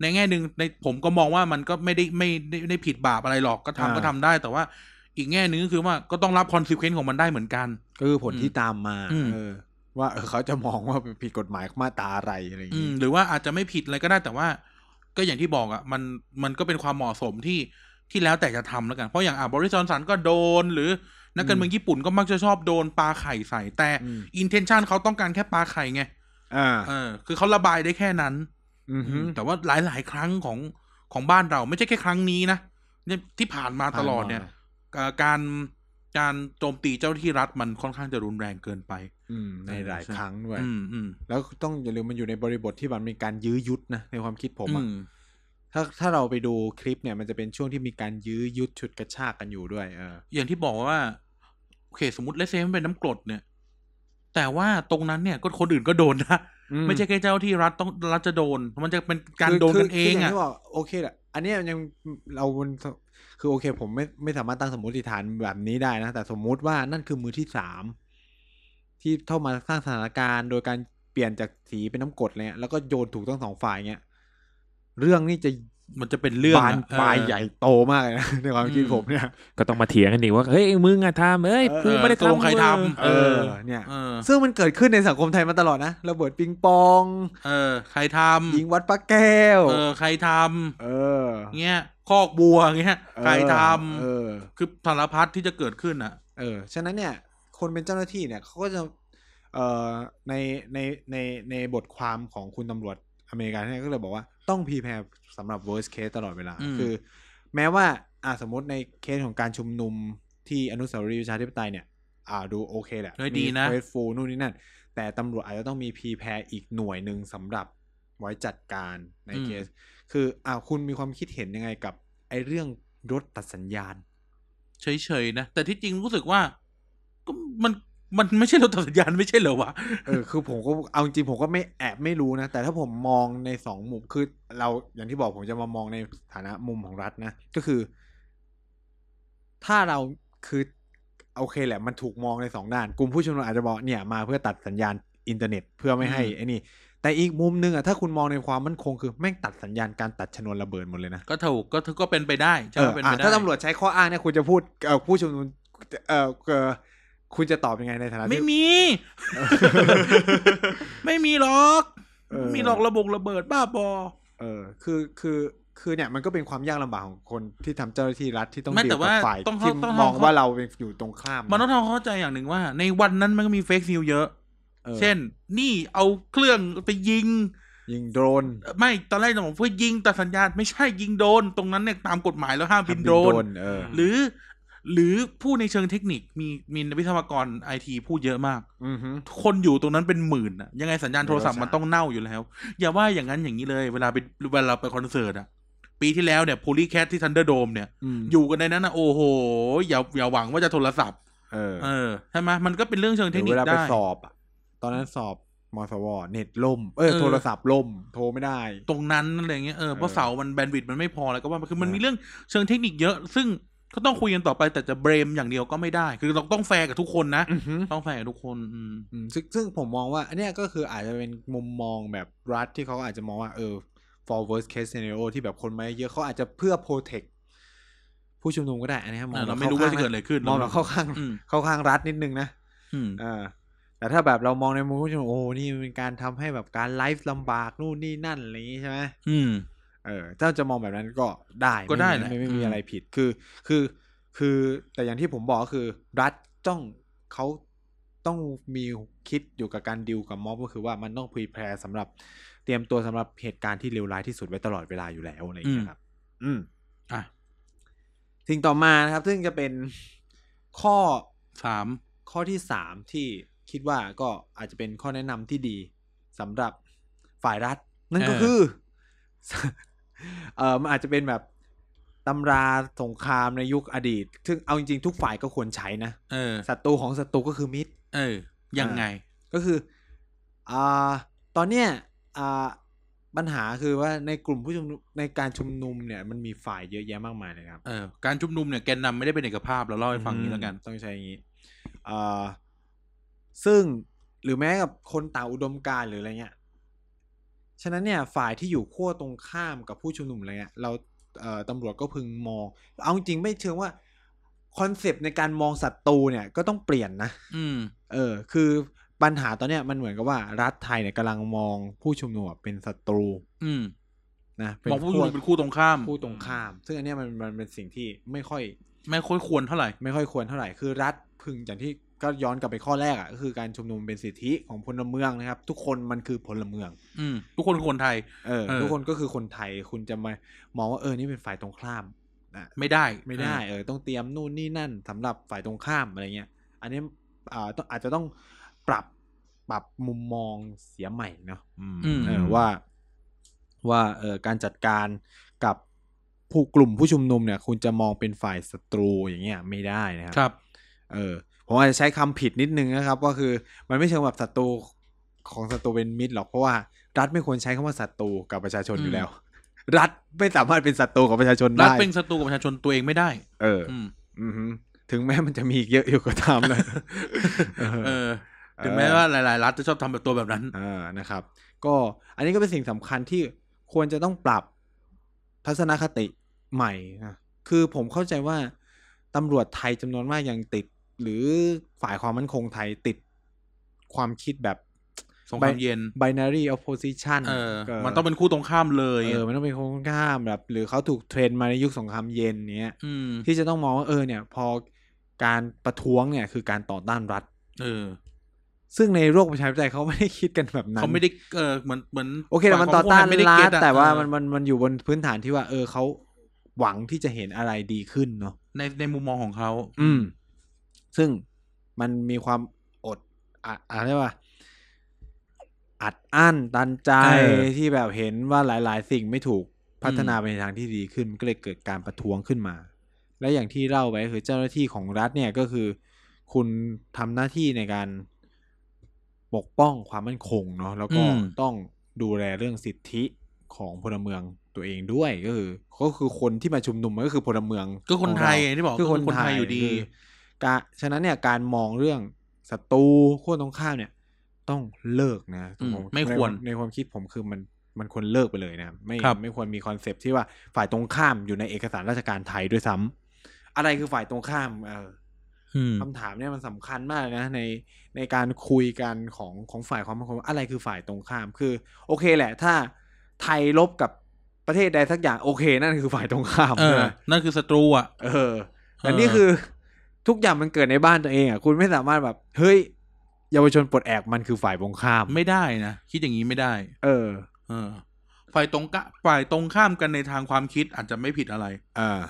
[SPEAKER 1] ในแง่หนึ่งในผมก็มองว่ามันก็ไม่ได้ไม่ได้ไม่ได้ผิดบาปอะไรหรอกก็ทำก็ทำได้ แต่ว่าอีกแง่หนึ่งก็คือว่าก็ต้องรับคอนซิเควนต์ของมันได้เหมือนกัน
[SPEAKER 3] ก็คือผล
[SPEAKER 1] อืม
[SPEAKER 3] ที่ตามมา
[SPEAKER 1] อืม
[SPEAKER 3] เออ ว่าเออเขาจะมองว่าผิดกฎหมายมาตราอะไรอะไรอย่าง
[SPEAKER 1] อื
[SPEAKER 3] งี้
[SPEAKER 1] มหรือว่าอาจจะไม่ผิดอะไรก็ได้แต่ว่า ก็อย่างที่บอกอะ่ะมันมันก็เป็นความเหมาะสมที่ที่แล้วแต่จะทำแล้วกัน เพราะอย่างอ่ะบริจอนสันก็โดน หรือนักการเมืองญี่ปุ่นก็มักจะชอบโดนปลาไข่ใส่ แต่
[SPEAKER 3] อืม
[SPEAKER 1] อินเทนชันเขาต้องการแค่ปลาไข่ไง
[SPEAKER 3] อ่า
[SPEAKER 1] เออ คือเขาระบายได้แค่นั้น
[SPEAKER 3] อือหือ
[SPEAKER 1] แต่ว่าหลาย ๆ ครั้งของของบ้านเราไม่ใช่แค่ครั้งนี้นะเนี่ยที่ผ่านมาตลอดเนี่ยเอ่อการการโจมตีเจ้าหน้าที่รัฐมันค่อนข้างจะรุนแรงเกินไป
[SPEAKER 3] อืมในหลาย
[SPEAKER 1] ใช่
[SPEAKER 3] ครั้งด้วย
[SPEAKER 1] อืมอืม
[SPEAKER 3] แล้วต้องอย่าลืมมันอยู่ในบริบทที่มันมีการยื้อยุดนะในความคิดผม
[SPEAKER 1] อื
[SPEAKER 3] อะ
[SPEAKER 1] ม
[SPEAKER 3] ถ้าถ้าเราไปดูคลิปเนี่ยมันจะเป็นช่วงที่มีการยื้อยุดฉุดกระชากกันอยู่ด้วยเออ
[SPEAKER 1] อย่างที่บอกว่าโอเคสมมติเลเซมันเป็นน้ำกรดเนี่ย แต่ว่าตรงนั้นเนี่ยก็คนอื่นก็โดนนะไม่ใช่แค่เจ้าที่รัฐต้องรัฐจะโดน มันจะเป็นการ
[SPEAKER 3] คือ
[SPEAKER 1] โดนกัน
[SPEAKER 3] คื
[SPEAKER 1] เอง
[SPEAKER 3] คืย่า
[SPEAKER 1] อ่ะ
[SPEAKER 3] ที่บอกโอเคแหละอันเนี้ยยังเรามันคือโอเค ผมไม่ไม่สามารถตั้งสมมติฐานแบบนี้ได้นะ แต่สมมุติว่านั่นคือมือที่สามที่เข้ามาสร้างสถานการณ์ โดยการเปลี่ยนจากสีเป็นน้ำกรดเลยแล้วก็โยนถูกต้องสองฝ่ายเงี้ยเรื่องนี่จะ
[SPEAKER 1] มันจะเป็นเรื่องอะ
[SPEAKER 3] บานปลาย
[SPEAKER 1] เออ
[SPEAKER 3] ใหญ่โตมากเลยนะ ในความคิด
[SPEAKER 1] อืม
[SPEAKER 3] ผมเนี่ย
[SPEAKER 2] ก็ต้องมาเถียงกันอีกว่า เฮ้ยมึงอะทำเอ้ย
[SPEAKER 3] เออ
[SPEAKER 2] กูไม่ได้
[SPEAKER 1] ตกลง
[SPEAKER 2] ทำ
[SPEAKER 1] ใครทำ
[SPEAKER 2] เว้ย
[SPEAKER 1] เอ
[SPEAKER 3] เอ
[SPEAKER 1] อ
[SPEAKER 3] อ เนี่ย
[SPEAKER 1] เออ
[SPEAKER 3] ซึ่งมันเกิดขึ้นในสังคมไทยมาตลอดนะระเบิดปิงปอง
[SPEAKER 1] เออ ใครท
[SPEAKER 3] ยิงวัดปะแก้ว
[SPEAKER 1] ำเออ ใครท
[SPEAKER 3] เออ
[SPEAKER 1] ำเงี้ยคอกบัวเงี้ย ใครท
[SPEAKER 3] เออ
[SPEAKER 1] ำคือสารพัดที่จะเกิดขึ้นอ่ะ
[SPEAKER 3] เออ ฉะนั้นเนี่ย คนเป็นเจ้าหน้าที่เนี่ยเขาก็จะ เอ่อ ใน ใน ใน ในบทความของคุณตำรวจอเมริกันเนี่ยก็เลยบอกว่าต้องพีแพร์สำหรับ worst case ตลอดเวลา
[SPEAKER 1] อืม
[SPEAKER 3] คือ แม้ว่า อ่าสมมติในเคสของการชุมนุมที่อนุสาวรีย์ประชาธิปไตยเนี่ย อ่า ดูโอเคแหละ
[SPEAKER 1] เฮ้ยดีนะ
[SPEAKER 3] เฟสฟูนู่นนี่นั่น แต่ตำรวจอาจจะต้องมีพีแพร์อีกหน่วยหนึ่งสำหรับไว้จัดการใน
[SPEAKER 1] อืม
[SPEAKER 3] เคส คือ อ่าคุณมีความคิดเห็นยังไงกับไอ้เรื่องรถตัดสัญญาณ
[SPEAKER 1] เฉยๆนะ แต่ที่จริงรู้สึกว่า ก็มันมันไม่ใช่เราตัดสัญญาณไม่ใช่เหรอวะ
[SPEAKER 3] เออคือผมก็เอาจริงๆผมก็ไม่แอบไม่รู้นะ แต่ถ้าผมมองในสองมุมคือเราอย่างที่บอกผมจะมามองในฐานะมุมของรัฐนะ ก็คือ ถ้าเราคือโอเคแหละ มันถูกมองในสองด้าน กลุ่มผู้ชุมนุมอาจจะบอกเนี่ยมาเพื่อตัดสัญญาณอินเทอร์เน็ตเพื่อไม่ให้
[SPEAKER 1] อืม
[SPEAKER 3] ไอ้นี่ แต่อีกมุมหนึงอะถ้าคุณมองในความมั่นคงคือแม่งตัดสัญญาณการตัดชนวนระเบิดหมดเลยนะ
[SPEAKER 1] ก็ถูกก็ก็เป็นไปได้ใช่
[SPEAKER 3] เอ
[SPEAKER 1] ไหม
[SPEAKER 3] อ
[SPEAKER 1] เป็น
[SPEAKER 3] อ่ะ
[SPEAKER 1] ไปได้
[SPEAKER 3] ถ้าตำรวจใช้ข้ออ้างเนี่ยคุณจะพูดเอ่อผู้ชุมนุมเอ่อเอ่อคุณจะตอบยังไงในฐานะที่
[SPEAKER 1] ไม่ มี ไม่มีหรอก
[SPEAKER 3] เออ
[SPEAKER 1] ไม่มีหรอกระบบระเบิดบ้าบอ
[SPEAKER 3] เออคือคือคือเนี่ยมันก็เป็นความยากลำบากของคนที่ทำเจ้าหน้าที่รัฐที่ต้อง
[SPEAKER 1] ไม่
[SPEAKER 3] ดีล
[SPEAKER 1] แต่
[SPEAKER 3] กั
[SPEAKER 1] ว่า
[SPEAKER 3] บฝ่าย
[SPEAKER 1] ต้องเข้า
[SPEAKER 3] ที่
[SPEAKER 1] ต้อง
[SPEAKER 3] ม
[SPEAKER 1] เข้า
[SPEAKER 3] องว่าเราเป็นอยู่ตรงข้าม
[SPEAKER 1] มันต้องทำความเข้าใจอย่างหนึ่งว่า ในวันนั้นมันก็มีเฟกนิวเยอะ
[SPEAKER 3] ออ
[SPEAKER 1] เช่น นี่เอาเครื่องไปยิง
[SPEAKER 3] ยิงโดรน
[SPEAKER 1] เอ่อไม่ตอนแรกจะบอกว่ายิงแต่สัญญาณไม่ใช่ยิงโดน ตรงนั้นเนี่ยตามกฎหมายแล้วห้ามบินโดร
[SPEAKER 3] ยิง
[SPEAKER 1] น
[SPEAKER 3] เออ
[SPEAKER 1] หรือ หรือผู้ในเชิงเทคนิคมีมีวิศวกรไอทีพูดเยอะมาก
[SPEAKER 3] อือฮึ
[SPEAKER 1] คนอยู่ตรงนั้นเป็นหมื่นอะยังไงสัญญาณโทรศัพท์
[SPEAKER 3] โทรศัพท์
[SPEAKER 1] มันต้องเน่าอยู่แล้ว อย่าว่าอย่างนั้นอย่างนี้เลย เวลาไปเวลาไปคอนเสิร์ตอะปีที่แล้วเนี่ยโพลีแคทที่ทันเดอร์โดมเนี่ย
[SPEAKER 3] อ
[SPEAKER 1] อยู่ ยู่กันในนั้นนะโอ้โห อย่าอย่าหวังว่าจะโทรศัพท์
[SPEAKER 3] เออ
[SPEAKER 1] เออใช่ไหมมันก็เป็นเรื่องเชิง
[SPEAKER 3] ห
[SPEAKER 1] เทค
[SPEAKER 3] รือ
[SPEAKER 1] นิค
[SPEAKER 3] เวลาไป
[SPEAKER 1] ได้
[SPEAKER 3] สอบอะตอนนั้นสอบมสวเน็ตล่มเออ
[SPEAKER 1] เออ
[SPEAKER 3] โทรศัพท์ล่มโทรไม่ได้
[SPEAKER 1] ตรงนั้นอะไรเงี้ยเออเพราะ
[SPEAKER 3] เออ
[SPEAKER 1] เสามันแบนด์วิดต์มันไม่พอแล้วก็ว่าไปคือมัน
[SPEAKER 3] เออ
[SPEAKER 1] มีเรื่องเชิงเทคนิคเยอะ ซึ่งก็ต้องคุยกันต่อไปแต่จะเบรมอย่างเดียวก็ไม่ได้ คือเราต้องแฟร์กับทุกคนนะ
[SPEAKER 3] อือฮึ
[SPEAKER 1] ต้องแฟร์กับทุกคนอืม
[SPEAKER 3] อืมซึ่งซึ่งผมมองว่า อันเนี้ยก็คืออาจจะเป็นมุมมองแบบรัฐที่เขาอาจจะมองว่าเออ for worst case scenario ที่แบบคนมาเยอะเขาอาจจะเพื่อ protect ผู้ชุมนุมก็ได้ อันนี้มอง
[SPEAKER 1] เออเราไม่รู้ว่าจะเกิดอะไรขึ้น
[SPEAKER 3] มองเราเข้าข้าง
[SPEAKER 1] อืม
[SPEAKER 3] เข้าข้างรัฐนิดนึงนะ
[SPEAKER 1] อืม
[SPEAKER 3] เออแต่ถ้าแบบเรามองในมุมผู้ชุมนุมโอ้โหนี่มันเป็นการทำให้แบบการไลฟ์ลำบากนู่นนี่นั่นอะไรอย่างงี้ใช่ไหม
[SPEAKER 1] อืม
[SPEAKER 3] เออถ้าจะมองแบบนั้นก็ได้
[SPEAKER 1] ก็ได้
[SPEAKER 3] ม่
[SPEAKER 1] แหละ
[SPEAKER 3] ไม่ไม่
[SPEAKER 1] อื
[SPEAKER 3] มี
[SPEAKER 1] ม
[SPEAKER 3] อะไรผิดคือคือคือ แต่อย่างที่ผมบอกก็คือ รัฐต้องเขา ต้องมีคิดอยู่กับการดิวกับม็อบก็คือว่ามันต้องพรีแพร์สำหรับเตรียมตัวสำหรับเหตุการณ์ที่เลวร้ายที่สุดไว้ตลอดเวลาอยู่แล้วอะไรอย่างเงี้ยครับ อืม
[SPEAKER 1] อ่ะ
[SPEAKER 3] สิ่งต่อมานะครับ ซึ่งจะเป็นข้อ
[SPEAKER 1] สาม
[SPEAKER 3] ข้อที่สามที่คิดว่าก็อาจจะเป็นข้อแนะนำที่ดีสำหรับฝ่ายรัฐ นั่นก็คือ เออมันอาจจะเป็นแบบตำราสงครามในยุคอดีต ซึ่งเอาจริงๆทุกฝ่ายก็ควรใช้นะ
[SPEAKER 1] เออ
[SPEAKER 3] ศัตรูของศัตรูก็คือมิตร
[SPEAKER 1] เออ ยังไง
[SPEAKER 3] ก็คืออ่าตอนเนี้ยอ่าปัญหาคือว่าในกลุ่มผู้ชุมนุมในการชุมนุมเนี่ย มันมีฝ่ายเยอะแยะมากมายเลยครับ
[SPEAKER 1] เออ การชุมนุมเนี่ยแกนนำไม่ได้เป็นเอกภาพเราเล่าให้ฟังอย่างนี้แล้วกัน
[SPEAKER 3] ต้องใช้อย่างนี้อ่าซึ่งหรือแม้กับคนต่างอุดมการณ์หรืออะไรเงี้ย ฉะนั้นเนี่ยฝ่ายที่อยู่ขั้วตรงข้ามกับผู้ชุมนุมอะไรเงี้ยเราเอ่อตำรวจก็พึงมอง เอาจริงๆไม่เชิงว่าคอนเซปต์ในการมองศัตรูเนี่ยก็ต้องเปลี่ยนนะ
[SPEAKER 1] อืม
[SPEAKER 3] เออ คือปัญหาตอนเนี้ยมันเหมือนกับว่ารัฐไทยเนี่ยกำลังมองผู้ชุมนุมอะเป็นศัตรู
[SPEAKER 1] อืม
[SPEAKER 3] นะ
[SPEAKER 1] มองผู้ชุมนุมเป็นคู่ตรงข้าม
[SPEAKER 3] คู่ตรงข้าม ซึ่งอันเนี้ยมันมันเป็นสิ่งที่ไม่ค่อย
[SPEAKER 1] ไม่ค่อยควรเท่าไหร่
[SPEAKER 3] ไม่ค่อยควรเท่าไหร่ คือรัฐพึงอย่างที่ก็ย้อนกลับไปข้อแรกอะ่ะก็คือการชุมนุมเป็นสิทธิของพลเมืองนะครับ ทุกคนมันคือพลเมือง
[SPEAKER 1] อืม ทุกคนคือคนไทย
[SPEAKER 3] เออ
[SPEAKER 1] เออ
[SPEAKER 3] ทุกคนก็คือคนไทย คุณจะมามองว่าเออ นี่เป็นฝ่ายตรงข้ามนะ
[SPEAKER 1] ไม่ได้
[SPEAKER 3] ไม่ได้ เออ ต้องเตรียมนู่นนี่นั่นสำหรับฝ่ายตรงข้ามอะไรเงี้ย อันนี้อ่าต้องอาจจะต้องปรับปรับมุมมองเสียใหม่เนาะ
[SPEAKER 1] อืม
[SPEAKER 3] เออว่าว่าเออการจัดการกับผู้กลุ่มผู้ชุมนุมเนี่ย คุณจะมองเป็นฝ่ายศัตรูอย่างเงี้ยไม่ได้นะครั
[SPEAKER 1] ครับ
[SPEAKER 3] เออผมอาจจะใช้คำผิดนิดนึงนะครับ ก็คือมันไม่เชิงแบบศัตรูของศัตรูเป็นมิตรหรอกเพราะว่ารัฐไม่ควรใช้คำว่าศัตรูกับประชาชนอยู่แล้ว รัฐไม่สามารถเป็นศัตรูกับประชาชน
[SPEAKER 1] รัฐ
[SPEAKER 3] ได้
[SPEAKER 1] เป็นศัตรูกับประชาชนตัวเองไม่ได้
[SPEAKER 3] เออ
[SPEAKER 1] อืม
[SPEAKER 3] อือฮึถึงแม้มันจะมีอีกเยอะอยู่ก็ตามนะ เออ
[SPEAKER 1] เออ ถึงแม้ว่าหลาย ๆ รัฐจะชอบทำแบบตัวแบบนั้น
[SPEAKER 3] อ่านะครับ ก็อันนี้ก็เป็นสิ่งสำคัญที่ควรจะต้องปรับทัศนคติใหม่นะคือผมเข้าใจว่าตำรวจไทยจำนวนมากยังติด หรือฝ่ายความมั่นคงไทยติดความคิดแบบ
[SPEAKER 1] สงครามเย็น
[SPEAKER 3] binary opposition
[SPEAKER 1] เออ
[SPEAKER 3] ก็
[SPEAKER 1] มันต้องเป็นคู่ตรงข้ามเลย
[SPEAKER 3] เออมันต้องเป็นคนข้ามแบบ หรือเขาถูกเทรนมาในยุคสงครามเย็นเนี้ย
[SPEAKER 1] อืม
[SPEAKER 3] ที่จะต้องมองว่าเออเนี่ย พอการประท้วงเนี่ยคือการต่อต้านรัฐ
[SPEAKER 1] เออ
[SPEAKER 3] ซึ่งในโลกประชาธิปไตยเขาไม่ได้คิดกันแบบนั้น
[SPEAKER 1] เขาไม่ได้ เออ เหมือน เหมือน
[SPEAKER 3] โอเคแต่มัน
[SPEAKER 1] ฝ่
[SPEAKER 3] ต่
[SPEAKER 1] ย
[SPEAKER 3] อ
[SPEAKER 1] ขงพวก
[SPEAKER 3] ต้าน
[SPEAKER 1] ไม่ได้
[SPEAKER 3] รั
[SPEAKER 1] เก็
[SPEAKER 3] ฐ
[SPEAKER 1] ตอะ
[SPEAKER 3] แต่ว่า
[SPEAKER 1] เออ
[SPEAKER 3] มันมันมันอยู่บนพื้นฐานที่ว่า เออเขาหวังที่จะเห็นอะไรดีขึ้นเนาะ
[SPEAKER 1] ใน ในมุมมองของเขา
[SPEAKER 3] อืม ซึ่งมันมีความอดอะอะไรว่า อัดอั้นตันใจ
[SPEAKER 1] เออ
[SPEAKER 3] ที่แบบเห็นว่าหลาย ๆ สิ่งไม่ถูกพัฒนาไปในทางที่ดีขึ้นมันก็เลยเกิดการประท้วงขึ้นมา และอย่างที่เล่าไว้คือเจ้าหน้าที่ของรัฐเนี่ยก็คือ คุณทำหน้าที่ในการปกป้องความมั่นคงเนาะแล้วก็
[SPEAKER 1] อืม
[SPEAKER 3] ต้องดูแลเรื่องสิทธิของพลเมืองตัวเองด้วยก็คือก็คือคนที่มาชุมนุมมันก็คือพลเมือง
[SPEAKER 1] ก็คนไทย
[SPEAKER 3] ขง
[SPEAKER 1] ไง
[SPEAKER 3] เรา
[SPEAKER 1] ที่บอก
[SPEAKER 3] คือคน
[SPEAKER 1] ก็คน
[SPEAKER 3] ไท
[SPEAKER 1] ไท
[SPEAKER 3] ย
[SPEAKER 1] ยอยู่ดี
[SPEAKER 3] คืกะฉะนั้นเนี่ยการมองเรื่องศัตรูขั้วตรงข้ามเนี่ย ต้องเลิกนะ
[SPEAKER 1] อืม
[SPEAKER 3] ผ
[SPEAKER 1] ไม่ควร
[SPEAKER 3] ในในความคิดผมคือมันมันควรเลิกไปเลยนะครับไม่
[SPEAKER 1] ครับ
[SPEAKER 3] ไม่ควรมีคอนเซปต์ที่ว่าฝ่ายตรงข้ามอยู่ในเอกสารราชการไทยด้วยซ้ำอะไรคือฝ่ายตรงข้ามเออ
[SPEAKER 1] อืม
[SPEAKER 3] คำถามเนี่ยมันสำคัญมากเลยนะในในการคุยกันของของฝ่ายความมั่นคงอะไรคือฝ่ายตรงข้ามคือ โอเคแหละ ถ้าไทยลบกับประเทศใดสักอย่างโอเค นั่นคือฝ่ายตรงข้าม
[SPEAKER 1] เอ
[SPEAKER 3] ใช่
[SPEAKER 1] อ
[SPEAKER 3] ไหม
[SPEAKER 1] นั่นคือศัตรูอ่ะ
[SPEAKER 3] เออแต่นี่คือ ทุกอย่างมันเกิดในบ้านตัวเองอ่ะคุณไม่สามารถแบบ เฮ้ย เยาวชนปลดแอกมันคือฝ่ายตรงข้าม
[SPEAKER 1] ไม่ได้นะ คิดอย่างนี้ไม่ได้
[SPEAKER 3] เออ
[SPEAKER 1] เออ ฝ่ายตรงกะฝ่ายตรงข้ามกันในทางความคิดอาจจะไม่ผิดอะไร
[SPEAKER 3] อ่า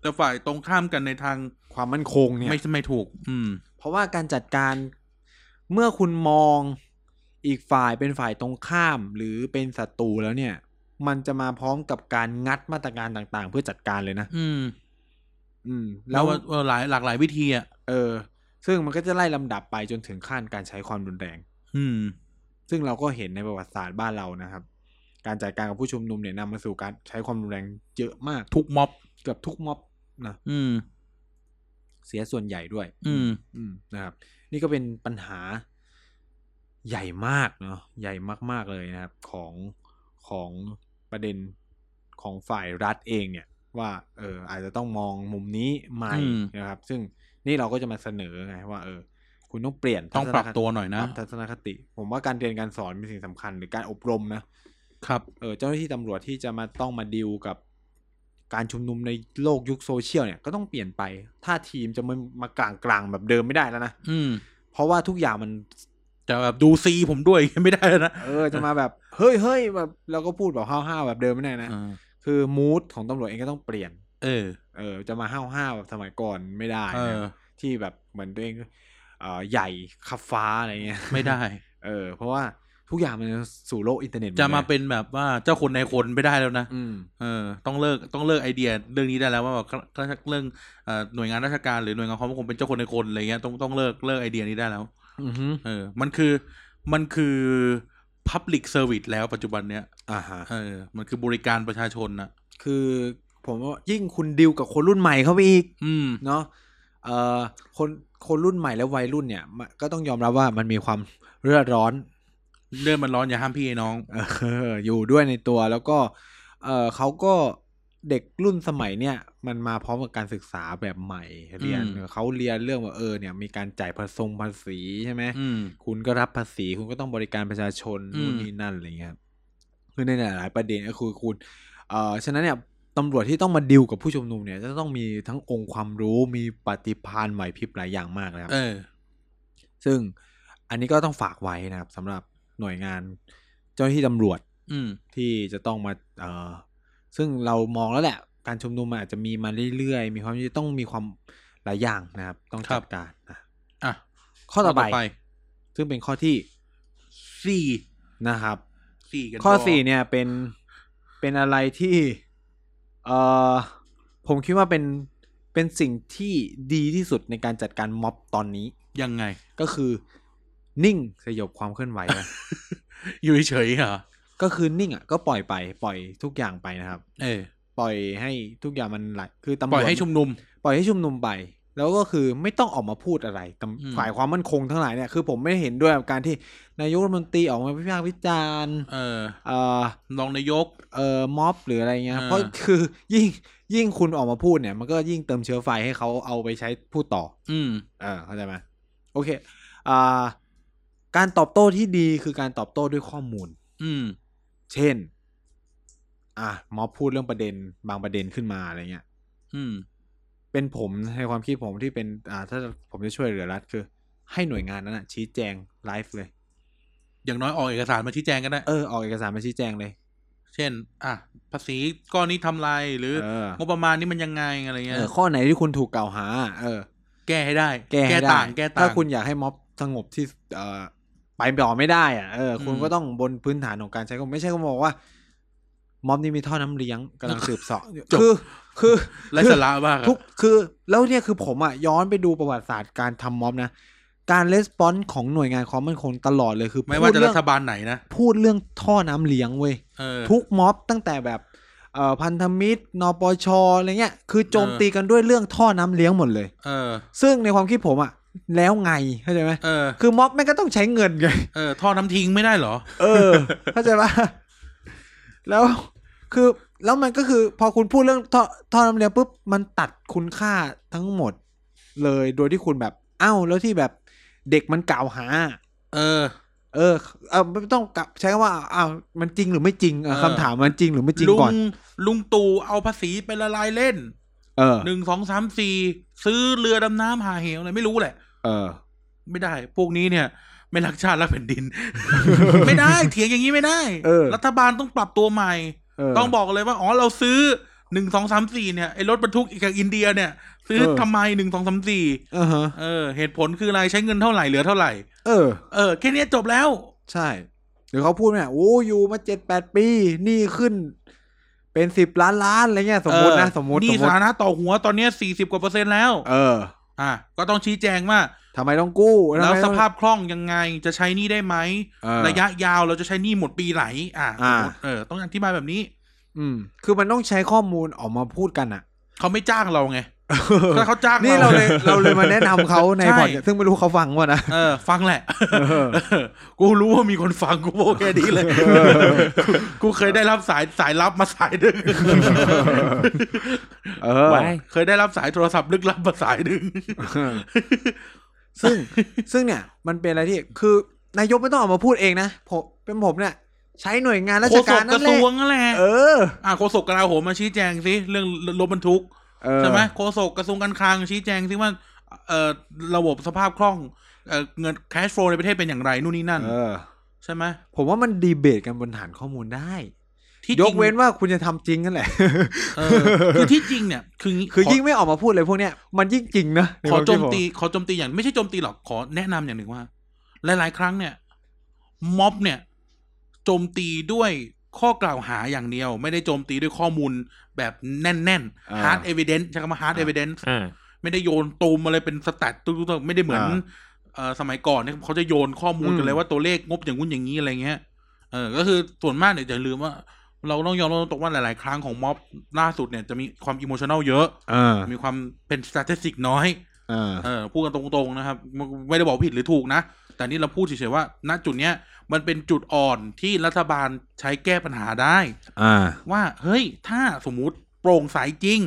[SPEAKER 1] แต่ฝ่ายตรงข้ามกันในทาง
[SPEAKER 3] ความมั่นคงเนี่ย
[SPEAKER 1] ไม่ไม่ถูก อืม
[SPEAKER 3] เพราะว่าการจัดการเมื่อคุณมองอีกฝ่ายเป็นฝ่ายตรงข้ามหรือเป็นศัตรูแล้วเนี่ย มันจะมาพร้อมกับการงัดมาตรการต่างๆ เพื่อจัดการเลยนะ
[SPEAKER 1] อืม
[SPEAKER 3] อืม
[SPEAKER 1] แล้
[SPEAKER 3] แล้ว ว
[SPEAKER 1] ว่าเออหลายหลากหลายวิธีอ่ะ
[SPEAKER 3] เออ ซึ่งมันก็จะไล่ลำดับไปจนถึงขั้นการใช้ความรุนแรง
[SPEAKER 1] อืม
[SPEAKER 3] ซึ่งเราก็เห็นในประวัติศาสตร์บ้านเรานะครับ การจัดการกับผู้ชุมนุมเนี่ยนำมาสู่การใช้ความรุนแรงเยอะมาก
[SPEAKER 1] ทุกม็อบ
[SPEAKER 3] เกือบทุกม็อบนะ
[SPEAKER 1] อืม
[SPEAKER 3] เสียส่วนใหญ่ด้วย
[SPEAKER 1] อืม
[SPEAKER 3] อืมนะครับ นี่ก็เป็นปัญหาใหญ่มากเนาะใหญ่มาก ๆ เลยนะครับ ของของประเด็นของฝ่ายรัฐเองเนี่ย ว่า เออ อาจจะต้องมองมุมนี้ใหม่
[SPEAKER 1] อืม
[SPEAKER 3] นะครับ ซึ่งนี่เราก็จะมาเสนอไงว่า เออ คุณต้องเปลี่ยน
[SPEAKER 1] ต้องปรับ
[SPEAKER 3] ทัศนค
[SPEAKER 1] ตัวหน่อยนะ
[SPEAKER 3] ปรับทัศนคติ ผมว่าการเรียนการสอนเป็นสิ่งสำคัญหรือการอบรมนะ
[SPEAKER 1] ครับ
[SPEAKER 3] เออเจ้าหน้าที่ตำรวจที่จะมาต้องมาดิวกับการชุมนุมในโลกยุคโซเชียลเนี่ยก็ต้องเปลี่ยนไป ถ้าทีมจะมามากลางๆ แบบเดิมไม่ได้แล้วนะ
[SPEAKER 1] อืม
[SPEAKER 3] พ เพราะว่าทุกอย่างมัน
[SPEAKER 1] จะแบบดูซีผมด้วย ไม่ได้แล้วนะ
[SPEAKER 3] เออจะมาแบบ เฮ้ยเฮ้ยแบบเราก็พูดแบบห้าวๆแบบเดิมไม่ได้นะ
[SPEAKER 1] เออ
[SPEAKER 3] คือมูดของตำรวจเองก็ต้องเปลี่ยน
[SPEAKER 1] เออ
[SPEAKER 3] เออ จะมาห้าวห้าวๆแบบสมัยก่อนไม่ได้
[SPEAKER 1] เอ
[SPEAKER 3] นะ
[SPEAKER 1] อ
[SPEAKER 3] ที่แบบเหมือนตัวเองเอ่อใหญ่ขับฟ้าอะไรเงี้ย
[SPEAKER 1] ไม่ได้
[SPEAKER 3] เออ เพราะว่าทุกอย่างมันสู่โลกอินเทอร์เน็ตหด
[SPEAKER 1] จะมา
[SPEAKER 3] เลย
[SPEAKER 1] เป็นแบบว่าเจ้าคนในายคนไม่ได้แล้วนะ
[SPEAKER 3] อืม
[SPEAKER 1] เออต้องเลิกต้องเลิกไอเดียเรื่องนี้ได้แล้วว่าแบบข้าราชเรื่องเอ่อหน่วยงานราชการหรือหน่วยงานความมั่นคงเป็นเจ้าคนในคนอะไรเงี้ยต้องต้องเลิกเลิกไอเดียนี้ได้แล้ว
[SPEAKER 3] อือฮึ
[SPEAKER 1] เออ มันคือมันคือ Public Service แล้วปัจจุบันเนี้ย
[SPEAKER 3] อ่าฮะ
[SPEAKER 1] เออ มันคือบริการประชาชนนะ
[SPEAKER 3] คือผมว่ายิ่งคุณดิวกับคนรุ่นใหม่เข้าไปอีก
[SPEAKER 1] อืม
[SPEAKER 3] เนาะเอ่อคนคนรุ่นใหม่และวัยรุ่นเนี่ยมันก็ต้องยอมรับว่ามันมีความเรือดร้อน
[SPEAKER 1] เรื่องมันร้อนอย่าห้ามพี่ไอ้น้อง
[SPEAKER 3] เออ อยู่ด้วยในตัวแล้วก็เออเขาก็เด็กรุ่นสมัยเนี่ยมันมาพร้อมกับการศึกษาแบบใหม่เรียน
[SPEAKER 1] อืม
[SPEAKER 3] เขาเรียนเรื่องว่าเออเนี่ยมีการจ่ายภาษงภาษีใช่ไหม
[SPEAKER 1] อืม
[SPEAKER 3] คุณก็รับภาษีคุณก็ต้องบริการประชาชน
[SPEAKER 1] อืม
[SPEAKER 3] นู่นนี่นั่นอะไรเงี้ยครับคือในหลายๆประเด็นก็คือคุณเออฉะนั้นเนี่ยตำรวจที่ต้องมาดิวกับผู้ชุมนุมเนี่ยจะต้องมีทั้งองค์ความรู้มีปฏิภาณไหวพริบหลายอย่างมากนะครับ
[SPEAKER 1] เออ
[SPEAKER 3] ซึ่งอันนี้ก็ต้องฝากไว้นะครับสำหรับหน่วยงานเจ้าหน้าที่ตำรวจ
[SPEAKER 1] อืม
[SPEAKER 3] ที่จะต้องมาเอ่อซึ่งเรามองแล้วแหละ การชุมนุมมันอาจจะมีมาเรื่อยๆ มีความที่ต้องมีความหลายอย่างนะครับ ต้องจัด
[SPEAKER 1] ครับ
[SPEAKER 3] การนะ
[SPEAKER 1] อ่ะ
[SPEAKER 3] ข้อต่อไป ซึ่งเป็นข้อที่
[SPEAKER 1] สี่
[SPEAKER 3] นะครับ
[SPEAKER 1] สี่กัน
[SPEAKER 3] ข้อ
[SPEAKER 1] พ
[SPEAKER 3] สี่เนี่ยเป็นเป็นอะไรที่เอ่อผมคิดว่าเป็นเป็นสิ่งที่ดีที่สุดในการจัดการม็อบตอนนี้
[SPEAKER 1] ยังไง
[SPEAKER 3] ก็คือนิ่งสยบความเคลื่อนไหว นะ
[SPEAKER 1] อยู่เฉยๆเหรอ
[SPEAKER 3] ก็คือนิ่งอ่ะก็ปล่อยไปปล่อยทุกอย่างไปนะครับ
[SPEAKER 1] เออ
[SPEAKER 3] ปล่อยให้ทุกอย่างมันไหลคือตำรวจ
[SPEAKER 1] ปล่อยให้ชุมนุม
[SPEAKER 3] ปล่อยให้ชุมนุมไป แล้วก็คือไม่ต้องออกมาพูดอะไรตำ
[SPEAKER 1] อืม
[SPEAKER 3] ฝ่ายความมั่นคงทั้งหลายเนี่ยคือผมไม่เห็นด้วยกับการที่นายกรัฐมนตรีออกมาวิพากษ์วิจารณ์
[SPEAKER 1] เออ
[SPEAKER 3] เอ่อ
[SPEAKER 1] รองนายก
[SPEAKER 3] เอ่อม็อบหรืออะไรเงี้ย
[SPEAKER 1] อ่า
[SPEAKER 3] เพราะคือ ยิ่งยิ่งคุณออกมาพูดเนี่ย มันก็ยิ่งเติมเชื้อไฟให้เขาเอาไปใช้พูดต่อ
[SPEAKER 1] อืม
[SPEAKER 3] เออเข้าใจไหมโอเคอ่าการตอบโต้ที่ดีคือการตอบโต้ด้วยข้อมูล
[SPEAKER 1] อืม
[SPEAKER 3] เช่น อ่ะม็อบพูดเรื่องประเด็นบางประเด็นขึ้นมาอะไรเงี้ย
[SPEAKER 1] อืม
[SPEAKER 3] เป็นผมในความคิดผมที่เป็นอ่าถ้าผมจะช่วยเหลือรัฐคือ ให้หน่วยงานนั้นนะชี้แจงไลฟ์เลย
[SPEAKER 1] อย่างน้อยออกเอกสารมาชี้แจงก็ได้
[SPEAKER 3] เออออกเอกสารมาชี้แจงเลย
[SPEAKER 1] เช่น อ่ะ ภาษีก้อนนี้ทำลายหรือ
[SPEAKER 3] เออง
[SPEAKER 1] บประมาณนี้มันยังไงอะไรเงี้ย
[SPEAKER 3] เออข้อไหนที่คุณถูกกล่าวหา เออ
[SPEAKER 1] แก้ให้ได้
[SPEAKER 3] แก้ให้ได้
[SPEAKER 1] ต่าง แก้ต่าง
[SPEAKER 3] ถ้าคุณอยากให้ม็อบสงบที่เออไปต่อไม่ได้อ่ะเอออ
[SPEAKER 1] ม
[SPEAKER 3] คุณก็ต้องบนพื้นฐานของการใช้ก็ไม่ใช่ก็บอกว่า ม็อบนี่มีท่อน้ำเลี้ยงกำลังสืบเส อบคือ คือ
[SPEAKER 1] และสาระบ้างอะ
[SPEAKER 3] ทุกคือแล้วเนี่ยคือผมอะย้อนไปดูประวัติศาสตร์การทำม็อบนะ การレスปอนส์ของหน่วยงานความมั่นคงตลอดเลยคือ
[SPEAKER 1] ไม่ว่า
[SPEAKER 3] พูด
[SPEAKER 1] จะ
[SPEAKER 3] เรื่
[SPEAKER 1] รั
[SPEAKER 3] อง
[SPEAKER 1] ฐบาลไหนนะ
[SPEAKER 3] พูดเรื่องท่อน้ำเลี้ยงเว้ย
[SPEAKER 1] เออ
[SPEAKER 3] ทุกม็อบตั้งแต่แบบเอ่อพันธมิตรนปชอะไรเงี้ยคือโจม
[SPEAKER 1] เออ
[SPEAKER 3] ตีกันด้วยเรื่องท่อน้ำเลี้ยงหมดเลย
[SPEAKER 1] เออ
[SPEAKER 3] ซึ่งในความคิดผมอะแล้วไงเข้าใจไหม
[SPEAKER 1] เออ
[SPEAKER 3] คือม็อบแม่งก็ต้องใช้เงินไง
[SPEAKER 1] เออ ท่อน้ำทิ้งไม่ได้เหรอ
[SPEAKER 3] เออ เข้าใจปะแล้วคือแล้วมันก็คือ พอคุณพูดเรื่องท่อท่อน้ำเลี้ยงปุ๊บ มันตัดคุณค่าทั้งหมด เลยโดยที่คุณแบบอ้าวแล้วที่แบบเด็กมันกล่าวหา
[SPEAKER 1] เออ
[SPEAKER 3] เออเออไม่ต้องกลับใช้คำว่าอ้าวมันจริงหรือไม่จริงเออ
[SPEAKER 1] เออ
[SPEAKER 3] คำถามมันจริงหรือไม่จริง
[SPEAKER 1] ลุง
[SPEAKER 3] ก่อน
[SPEAKER 1] ลุงตู่เอาภาษีไปละลายเล่น
[SPEAKER 3] เออ
[SPEAKER 1] หนึ่งสองสามสี่ซื้อเรือดำน้ำหาเหวอะไรไม่รู้แหละ
[SPEAKER 3] เออ
[SPEAKER 1] ไม่ได้ พวกนี้เนี่ย ไม่รักชาติรักแผ่นดิน ไม่ได้ เถียงอย่างนี้ไม่ได้
[SPEAKER 3] เออ
[SPEAKER 1] รัฐบาลต้องปรับตัวใหม่
[SPEAKER 3] เออ
[SPEAKER 1] ต้องบอกเลยว่า อ๋อ เราซื้อหนึ่งสองสามสี่เนี่ย ไอ้รถบรรทุกอีกจากอินเดียเนี่ย ซื้อ
[SPEAKER 3] เออ
[SPEAKER 1] ทำไมหนึ่งสองสามสี่
[SPEAKER 3] อ่าฮะ
[SPEAKER 1] เออ เหตุผลคืออะไร ใช้เงินเท่าไหร่ เหลือเท่าไหร่
[SPEAKER 3] เออ
[SPEAKER 1] เออ แค่เนี้ยจบแล้ว
[SPEAKER 3] ใช่หรือเขาพูดเนี่ยโอ้อยู่มาเจ็ดแปดปีหนี่ขึ้น เป็นสิบล้านล้านอะไรเงี้ยสมมตินะ
[SPEAKER 1] เออ
[SPEAKER 3] สมมติ
[SPEAKER 1] หนี่
[SPEAKER 3] สมม
[SPEAKER 1] สา
[SPEAKER 3] ติ
[SPEAKER 1] ธารณะต่อหัวตอนเนี้สี่สิบกว่าเปอร์เซ็นต์แล้ว
[SPEAKER 3] เออ
[SPEAKER 1] อ่ะก็ต้องชี้แจงว่า
[SPEAKER 3] ทำไมต้องกู้ทำไม
[SPEAKER 1] แล้ว
[SPEAKER 3] ต้อง
[SPEAKER 1] สภาพคล่องยังไง จะใช้หนี่ได้ไหม
[SPEAKER 3] เออ
[SPEAKER 1] ระยะยาวเราจะใช้หนี่หมดปีไหน อ่ะ
[SPEAKER 3] อ่า
[SPEAKER 1] สมมุติเออ ต้องอธิบายแบบนี้
[SPEAKER 3] อืม คือมันต้องใช้ข้อมูลออกมาพูดกัน อะ
[SPEAKER 1] เขาไม่จ้างเรา ไง ถ้าเขาจ้าง
[SPEAKER 3] นี่เรา
[SPEAKER 1] เรา
[SPEAKER 3] เลยเราเลยมาแนะนำเขาใน
[SPEAKER 1] ใช่
[SPEAKER 3] พอดแคสต์ซึ่งไม่รู้เขาฟังว่านะ
[SPEAKER 1] เออ ฟังแหละ
[SPEAKER 3] เออ
[SPEAKER 1] เออกูรู้ว่ามีคนฟังกูโอแค่นี้เลย กูกูเคยได้รับสายสายลับมาสายหนึ่ง
[SPEAKER 3] เออ
[SPEAKER 2] ไว้
[SPEAKER 1] เคยได้รับสายโทรศัพท์ลึกลับมาสายหนึ่ง
[SPEAKER 3] ซึ่งซึ่งเนี่ย มันเป็นอะไรที่คือนายกไม่ต้องออกมาพูดเองนะผมเป็นผมเนี่ย ใช้หน่วยงานรา
[SPEAKER 1] โฆ
[SPEAKER 3] ช
[SPEAKER 1] ษ
[SPEAKER 3] การ
[SPEAKER 1] กก
[SPEAKER 3] นั่น
[SPEAKER 1] ระทร
[SPEAKER 3] แหละ
[SPEAKER 1] วงนั่นแหละ
[SPEAKER 3] เออ
[SPEAKER 1] อ่ะโฆษกกลาโหมมาชี้แจงสิเรื่องรถบรรทุก
[SPEAKER 3] เออ
[SPEAKER 1] ใช่ไหมโฆษกกระทรวงการคลังชี้แจงสิว่า เอ่อระบบสภาพคล่องเอ่อเงิน cash flow ในประเทศเป็นอย่างไรนู่นนี่นั่น
[SPEAKER 3] เออ
[SPEAKER 1] ใช่ไหม
[SPEAKER 3] ผมว่ามันดีเบตกันบนฐานข้อมูลได้
[SPEAKER 1] ที่จ
[SPEAKER 3] ย
[SPEAKER 1] ริง
[SPEAKER 3] กเว้นว่าคุณจะทำจริงนั่นแหละ
[SPEAKER 1] เออคือที่จริงเนี่ย คืองี้
[SPEAKER 3] คือ
[SPEAKER 1] ขอ
[SPEAKER 3] ยิ่งไม่ออกมาพูดเลยพวกเนี้ยมันยิ่งจริงนะใน
[SPEAKER 1] ขอ
[SPEAKER 3] ควา
[SPEAKER 1] โจ
[SPEAKER 3] คิด
[SPEAKER 1] มตีขอโจมตีอย่างไม่ใช่โจมตีหรอกขอแนะนำอย่างหนึ่งว่า หลาย ๆ ครั้งเนี่ย ม็อบเนี่ยโจมตีด้วยข้อกล่าวหาอย่างเดียว ไม่ได้โจมตีด้วยข้อมูลแบบแน่น
[SPEAKER 3] อ่า
[SPEAKER 1] ๆ hard evidence ใช้คำว่า hard
[SPEAKER 3] อ่า
[SPEAKER 1] evidence
[SPEAKER 2] อ่า
[SPEAKER 1] ไม่ได้โยนตูมอะไรเป็นสแตทตุ้งๆไม่ได้เหมือน
[SPEAKER 3] อ่า
[SPEAKER 1] เอ่อสมัยก่อนเนี่ยเขาจะโยนข้อมูล
[SPEAKER 3] อืม
[SPEAKER 1] กันเลยว่าตัวเลขงบอย่างงู้นอย่างนี้อะไรเงี้ยเออก็คือส่วนมากเนี่ยอย่าลืมว่า เราต้องยอมรับตรงๆว่าหลาย ๆ ครั้งของม็อบล่าสุดเนี่ยจะมีความอิโมชัน a ลเยอะ
[SPEAKER 3] อ่า
[SPEAKER 1] มีความเป็นส a t ติ t i c น้อย
[SPEAKER 3] อ่า
[SPEAKER 1] เออพูดกันตรงๆนะครับไม่ไม่ได้บอกผิดหรือถูกนะ แต่นี่เราพูดเฉยๆว่า ณจุดเนี้ยมันเป็นจุดอ่อนที่รัฐบาลใช้แก้ปัญหาได้
[SPEAKER 3] อ่า
[SPEAKER 1] ว่าเฮ้ยถ้าสมมุติโปร่งใสจริง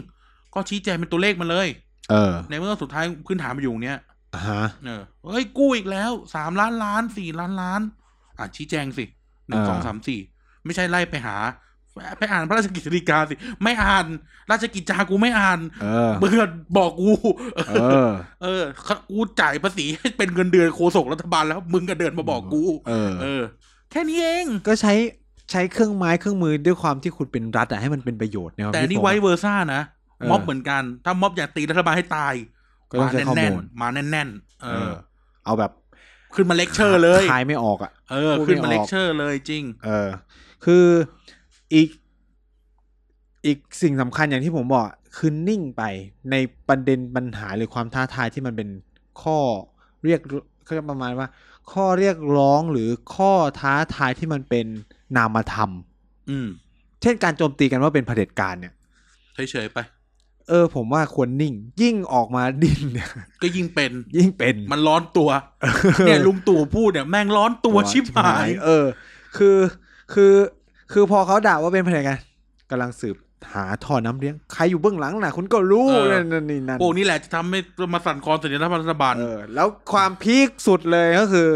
[SPEAKER 1] ก็ชี้แจงเป็นตัวเลขมาเลย
[SPEAKER 3] เออ
[SPEAKER 1] ในเมื่อสุดท้ายพื้นฐานมาอยู่ตรงเนี้ย
[SPEAKER 3] อ่าฮะ
[SPEAKER 1] เออเฮ้ยกู้อีกแล้วสามล้านล้านสี่ล้านล้าน อ่ะชี้แจงสิหนึ่ง
[SPEAKER 3] อ่า
[SPEAKER 1] สองสามสี่ไม่ใช่ไล่ไปหา ไปอ่านพระราชกิจสีกาสิ ไม่อ่าน ราชกิจจากูไม่อ่าน
[SPEAKER 3] เออ
[SPEAKER 1] เบื่อบอกกู
[SPEAKER 3] เออ
[SPEAKER 1] เออกูจ่ายภาษีให้เป็นเงินเดือนโฆษกรัฐบาลแล้ว มึงก็เดินมาบอกกู
[SPEAKER 3] เออ
[SPEAKER 1] เออ แค่นี้เอง
[SPEAKER 3] ก็ใช้ใช้เครื่องไม้เครื่องมือด้วยความที่คุณเป็นรัฐอะให้มันเป็นประโยชน์เนี่ย
[SPEAKER 1] แต่อันนี่
[SPEAKER 3] พี่ผม
[SPEAKER 1] ไวเวอร์ซ่านะ
[SPEAKER 3] เออ
[SPEAKER 1] ม็อบเหมือนกัน ถ้าม็อบอยากตีรัฐบาลให้ตาย
[SPEAKER 3] ก็ต้องใช้ข้อ
[SPEAKER 1] แน่น
[SPEAKER 3] มูล
[SPEAKER 1] ๆมาแน่นๆเอ
[SPEAKER 3] เอ
[SPEAKER 1] อ
[SPEAKER 3] อ เอาแบบ
[SPEAKER 1] ขึ้นมาเลคเชอร์เลย
[SPEAKER 3] ทายไม่ออกอ่ะ
[SPEAKER 1] เออ
[SPEAKER 3] พูดไม่
[SPEAKER 1] ขึ้นมา
[SPEAKER 3] ออก
[SPEAKER 1] เลคเชอร์เลยจริง
[SPEAKER 3] เออ คืออีกอีกสิ่งสำคัญอย่างที่ผมบอก คือนิ่งไปในประเด็นปัญหาหรือความท้าทายที่มันเป็นข้อเรียกเขาจะประมาณว่า ข้อเรียกร้องหรือข้อท้าทายที่มันเป็นนามธรรม
[SPEAKER 1] อืม
[SPEAKER 3] เช่นการโจมตีกันว่าเป็นเผด็จการเนี่ย
[SPEAKER 1] เฉยๆไป
[SPEAKER 3] เออ ผมว่าควรนิ่ง ยิ่งออกมาดิ้นเนี่ย
[SPEAKER 1] ก็ยิ่งเป็น
[SPEAKER 3] ยิ่งเป็น
[SPEAKER 1] มันร้อนตัว เนี่ยลุงตู่พูดเนี่ยแม่งร้อนตัวชิบหาย
[SPEAKER 3] เออ คือคือคือพอเขาด่าว่าเป็นพนักงานกำลังสืบหาท่อน้ำเลี้ยง ใครอยู่เบื้องหลังน่ะ คุณก็รู้
[SPEAKER 1] เออ
[SPEAKER 3] นั่นนั่นนี่นั่น
[SPEAKER 1] พวกนี้แหละจะทำให้มาสั่นคลอนเสถียรภาพรัฐบาล
[SPEAKER 3] เออ แล้วความพีคสุดเลยก็คือ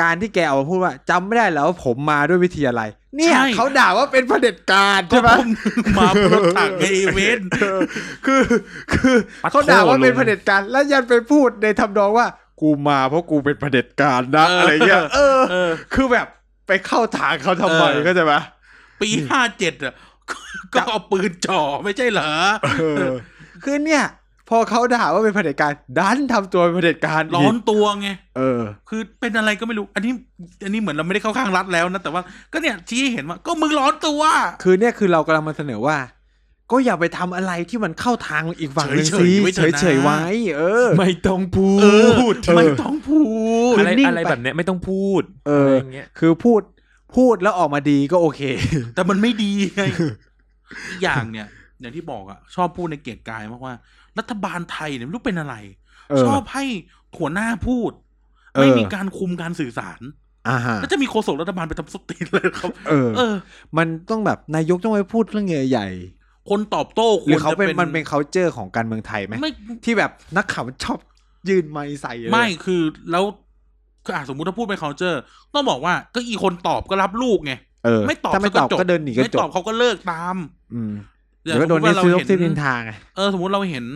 [SPEAKER 3] การที่แกออกมาพูดว่าจำไม่ได้แล้วาผมมาด้วยวิธีอะไร เนี่ยเขาด่าว่าเป็นเผด็จการ
[SPEAKER 1] ก็
[SPEAKER 3] ใช่ไหม
[SPEAKER 1] พวกมึงมาบนรถถังไอเวนต์
[SPEAKER 3] เออคือคือ
[SPEAKER 2] ปัดโทษ
[SPEAKER 3] เขาด่าว่าเป็นเผด็จการแล้วยันไปพูดในทำนองว่า กูมาเพราะกูเป็นเผด็จการนะอะไรเงี้ยเออ
[SPEAKER 1] เออ
[SPEAKER 3] คือแบบไปเข้าทางเขาทำไม
[SPEAKER 1] เออ
[SPEAKER 3] เข้าใจปะ
[SPEAKER 1] ปีห้าเจ็ดอ่ะ ก็ก็เอาปืนจ่อไม่ใช่เหรอ
[SPEAKER 3] เออ คือเนี่ย พอเขาด่าว่าเป็นเผด็จการดันทำตัวเป็นเผด็จการ
[SPEAKER 1] ร้อน
[SPEAKER 3] ก
[SPEAKER 1] ตัวไง
[SPEAKER 3] เออ
[SPEAKER 1] คือเป็นอะไรก็ไม่รู้ อันนี้ อันนี้เหมือนเราไม่ได้เข้าข้างรัฐแล้วนะ แต่ว่าก็เนี่ยชี้ให้เห็นว่าก็มึงร้อนตัว
[SPEAKER 3] คือเนี่ยคือเรากำลังมาเสนอว่า ก็อย่าไปทำอะไรที่มันเข้าทางอีกฝั่งหนึ่ง
[SPEAKER 1] เฉ
[SPEAKER 3] สิ
[SPEAKER 1] ยๆไว้เถอะนะ
[SPEAKER 3] เฉยๆไว้ เออ
[SPEAKER 2] ไม่ต้องพู
[SPEAKER 1] เออ
[SPEAKER 2] ด
[SPEAKER 1] ไม่ต้องพูด
[SPEAKER 2] อะไร
[SPEAKER 3] นิ่งไป
[SPEAKER 2] อะไรแบบเนี้ยไม่ต้องพูด
[SPEAKER 3] เอ
[SPEAKER 2] อะไร
[SPEAKER 3] อ
[SPEAKER 2] อย่างเงี้ย
[SPEAKER 3] คือพูดพูดแล้วออกมาดีก็โอเค
[SPEAKER 1] แต่มันไม่ดีไง อีกอย่างเนี่ย อย่างที่บอกอะชอบพูดในเกียรติกายมากว่า รัฐบาลไทยเนี่ยไม่รู้เป็นอะไร
[SPEAKER 3] เออ
[SPEAKER 1] ชอบให้หัวหน้าพูด
[SPEAKER 3] เออ
[SPEAKER 1] ไม่มีการคุมการสื่อสาร
[SPEAKER 3] อ่าฮะ
[SPEAKER 1] แล้วจะมีโฆษกรัฐบาลไปทำสุดตีนเลยครับ
[SPEAKER 3] เออ
[SPEAKER 1] เออ
[SPEAKER 3] มันต้องแบบนายกต้องไปพูดเรื่องใหญ่
[SPEAKER 1] คนตอบโต้
[SPEAKER 3] ๆ
[SPEAKER 1] ค
[SPEAKER 3] หรือ
[SPEAKER 1] วร
[SPEAKER 3] เขา
[SPEAKER 1] จะ
[SPEAKER 3] เป็น
[SPEAKER 1] เป็น
[SPEAKER 3] มันเป็น culture ของการเมืองไทยไหม
[SPEAKER 1] ไม่
[SPEAKER 3] ที่แบบนักข่าวชอบยืนไมค์ใส่เลย
[SPEAKER 1] ไม่คือแล้วคืออ่ะสมมติถ้าพูดไป culture ต้องบอกว่าก็อีคนตอบก็รับลูกไง
[SPEAKER 3] เออ
[SPEAKER 1] ไม่ตอบ
[SPEAKER 3] ถ้าไม่ตอบ
[SPEAKER 1] จบ
[SPEAKER 3] ก็เดินหนีก็
[SPEAKER 1] ไม่
[SPEAKER 3] จ
[SPEAKER 1] ตอ
[SPEAKER 3] บบ
[SPEAKER 1] เขาก็เลิกตาม
[SPEAKER 3] อืม
[SPEAKER 1] อ
[SPEAKER 3] เดี๋
[SPEAKER 1] ย่าง
[SPEAKER 3] ยวก็โดน
[SPEAKER 1] สมมุติว่า
[SPEAKER 3] นิ
[SPEAKER 1] เรา
[SPEAKER 3] ซิลบ
[SPEAKER 1] เห็น
[SPEAKER 3] ซิลินทางไง
[SPEAKER 1] เออสมมติเราเห็น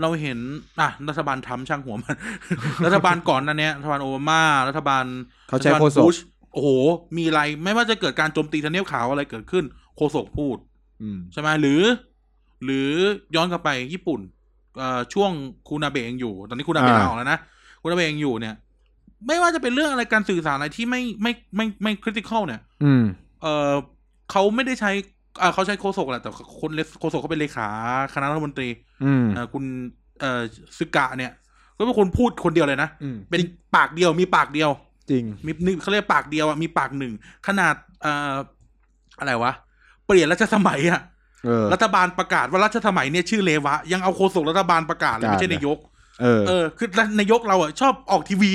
[SPEAKER 1] เราเห็นอ่ะรัฐบาลทรัมป์ช่างหัวมัน รัฐบาลก่อนหนั้นเนี้ยรัฐบาลโอบามารัฐบาล
[SPEAKER 3] เขาใช้
[SPEAKER 1] รัฐบล
[SPEAKER 3] โฆษก
[SPEAKER 1] บุชโอ้โห มีอะไรไม่ว่าจะเกิดการโจมตีทำเนียบขาวอะไรเกิดขึ้นโฆษกพูด
[SPEAKER 3] อืม
[SPEAKER 1] ใช่ไหมหรือ หรือย้อนกลับไปญี่ปุ่นเอ่อช่วงคูนาเบะยังอยู่ ตอนนี้คูนาเบะลา
[SPEAKER 3] อ่า
[SPEAKER 1] ออกแล้วนะคูนาเบะยังอยู่เนี่ย ไม่ว่าจะเป็นเรื่องอะไรการสื่อสารอะไรที่ไม่ไม่ไม่ไม่คริติคอลเนี่ย
[SPEAKER 3] อืม
[SPEAKER 1] เออเขาไม่ได้ใช้เอ่อเขาใช้โฆษกแหละแต่คนเลโฆษกเขาเป็นเลขาคณะรัฐมนตรี
[SPEAKER 3] อืม
[SPEAKER 1] เอ่อคุณเอ่อสึกะเนี่ย ก็เป็นคนพูดคนเดียวเลยนะ
[SPEAKER 3] อืม
[SPEAKER 1] เป็นปากเดียวมีปากเดียว
[SPEAKER 3] จริง
[SPEAKER 1] มีหนึ่งเขาเรียกปากเดียวอะมีปากหนึ่ง ขนาดเอ่ออะไรวะ เปลี่ยนรัชสมัยอะ
[SPEAKER 3] เออ
[SPEAKER 1] รัฐบาลประกาศว่ารัชสมัยเนี่ยชื่อเลวะ ยังเอาโฆษกรัฐบาลประกาศเลยไม่ใช่นายก
[SPEAKER 3] เออ
[SPEAKER 1] เออ คือนายกเราอะชอบออกทีวี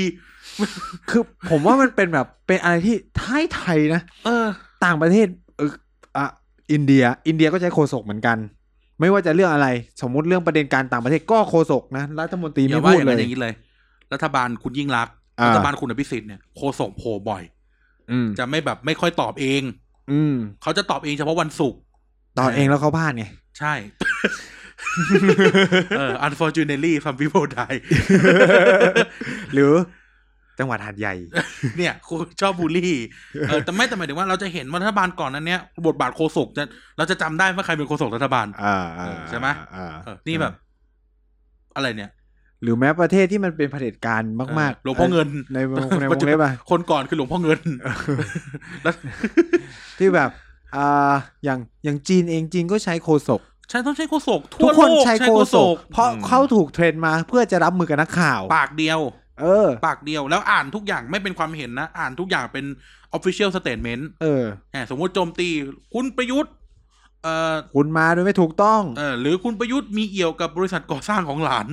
[SPEAKER 3] คือผมว่ามันเป็นแบบเป็นอะไรที่ท้ายไทยนะ
[SPEAKER 1] เออ
[SPEAKER 3] ต่างประเทศเอออ่ะอินเดีย อินเดียก็ใช้โฆษกเหมือนกัน ไม่ว่าจะเรื่องอะไร สมมุติเรื่องประเด็นการต่างประเทศก็โฆษกนะ รัฐมนตรี
[SPEAKER 1] อ
[SPEAKER 3] ไม่
[SPEAKER 1] ย่าว่า
[SPEAKER 3] พู
[SPEAKER 1] อย่าง
[SPEAKER 3] ดเล
[SPEAKER 1] นั้นอ
[SPEAKER 3] ย
[SPEAKER 1] ย่างนี้เลย รัฐบาลคุณยิ่งรักษณ์
[SPEAKER 3] อ่า
[SPEAKER 1] รัฐบาลคุณอภิสิทธิ์เนี่ยโคส่งโผล่บ่อย
[SPEAKER 3] อืม
[SPEAKER 1] จะไม่แบบไม่ค่อยตอบเอง
[SPEAKER 3] อืม
[SPEAKER 1] เขาจะตอบเองเฉพาะวันศุกร์
[SPEAKER 3] ตอนเองแล้วเขาพลาดไง
[SPEAKER 1] ใช่ เออ unfortunately some people die
[SPEAKER 3] หรือจังหวัดหาดใหญ่
[SPEAKER 1] เนี่ยครูชอบบูลลี่เออแต่ไม่แต่หมายถึงว่าเราจะเห็นว่ารัฐบาลก่อนนั้นเนี้ยบทบาทโฆษกจะเราจะจำได้ว่าใครเป็นโฆษกรัฐบาล
[SPEAKER 3] อ่า
[SPEAKER 1] ใช่ไหม
[SPEAKER 3] อ่า
[SPEAKER 1] เออนี่แบบ อะไรเนี่ย
[SPEAKER 3] หรือแม้ประเทศที่มันเป็นเผด็จการมาก
[SPEAKER 1] เออ
[SPEAKER 3] ๆ
[SPEAKER 1] หลวงพ่อเงิน
[SPEAKER 3] ในวงในวงเล็บอะ
[SPEAKER 1] คนก่อนคือหลวงพ่อเงิน แล้ว
[SPEAKER 3] ที่แบบอ่าอย่างอย่างจีนเองจีนก็ใช้โคศก
[SPEAKER 1] ใช่ต้องใช้โฆษกทั่
[SPEAKER 3] ทุ
[SPEAKER 1] ว
[SPEAKER 3] ก
[SPEAKER 1] โล
[SPEAKER 3] คน
[SPEAKER 1] ก
[SPEAKER 3] ใช้
[SPEAKER 1] ใช้
[SPEAKER 3] โค
[SPEAKER 1] โฆ
[SPEAKER 3] ศ
[SPEAKER 1] ษ
[SPEAKER 3] ก
[SPEAKER 1] ก
[SPEAKER 3] เพราะเขาถูกเทรนมาเพื่อจะรับมือกับนักข่าว
[SPEAKER 1] ปากเดียว
[SPEAKER 3] เออ
[SPEAKER 1] ปากเดียวแล้วอ่านทุกอย่างไม่เป็นความเห็นนะ อ่านทุกอย่างเป็น official statement
[SPEAKER 3] เออ
[SPEAKER 1] อ่ะสมมติโจมตี คุณประยุทธ์เอ่อ
[SPEAKER 3] คุณมาโดยไม่ถูกต้อง
[SPEAKER 1] เอ่อหรือคุณประยุทธ์มีเอี่ยวกับบริษัทก่อสร้างของหลาน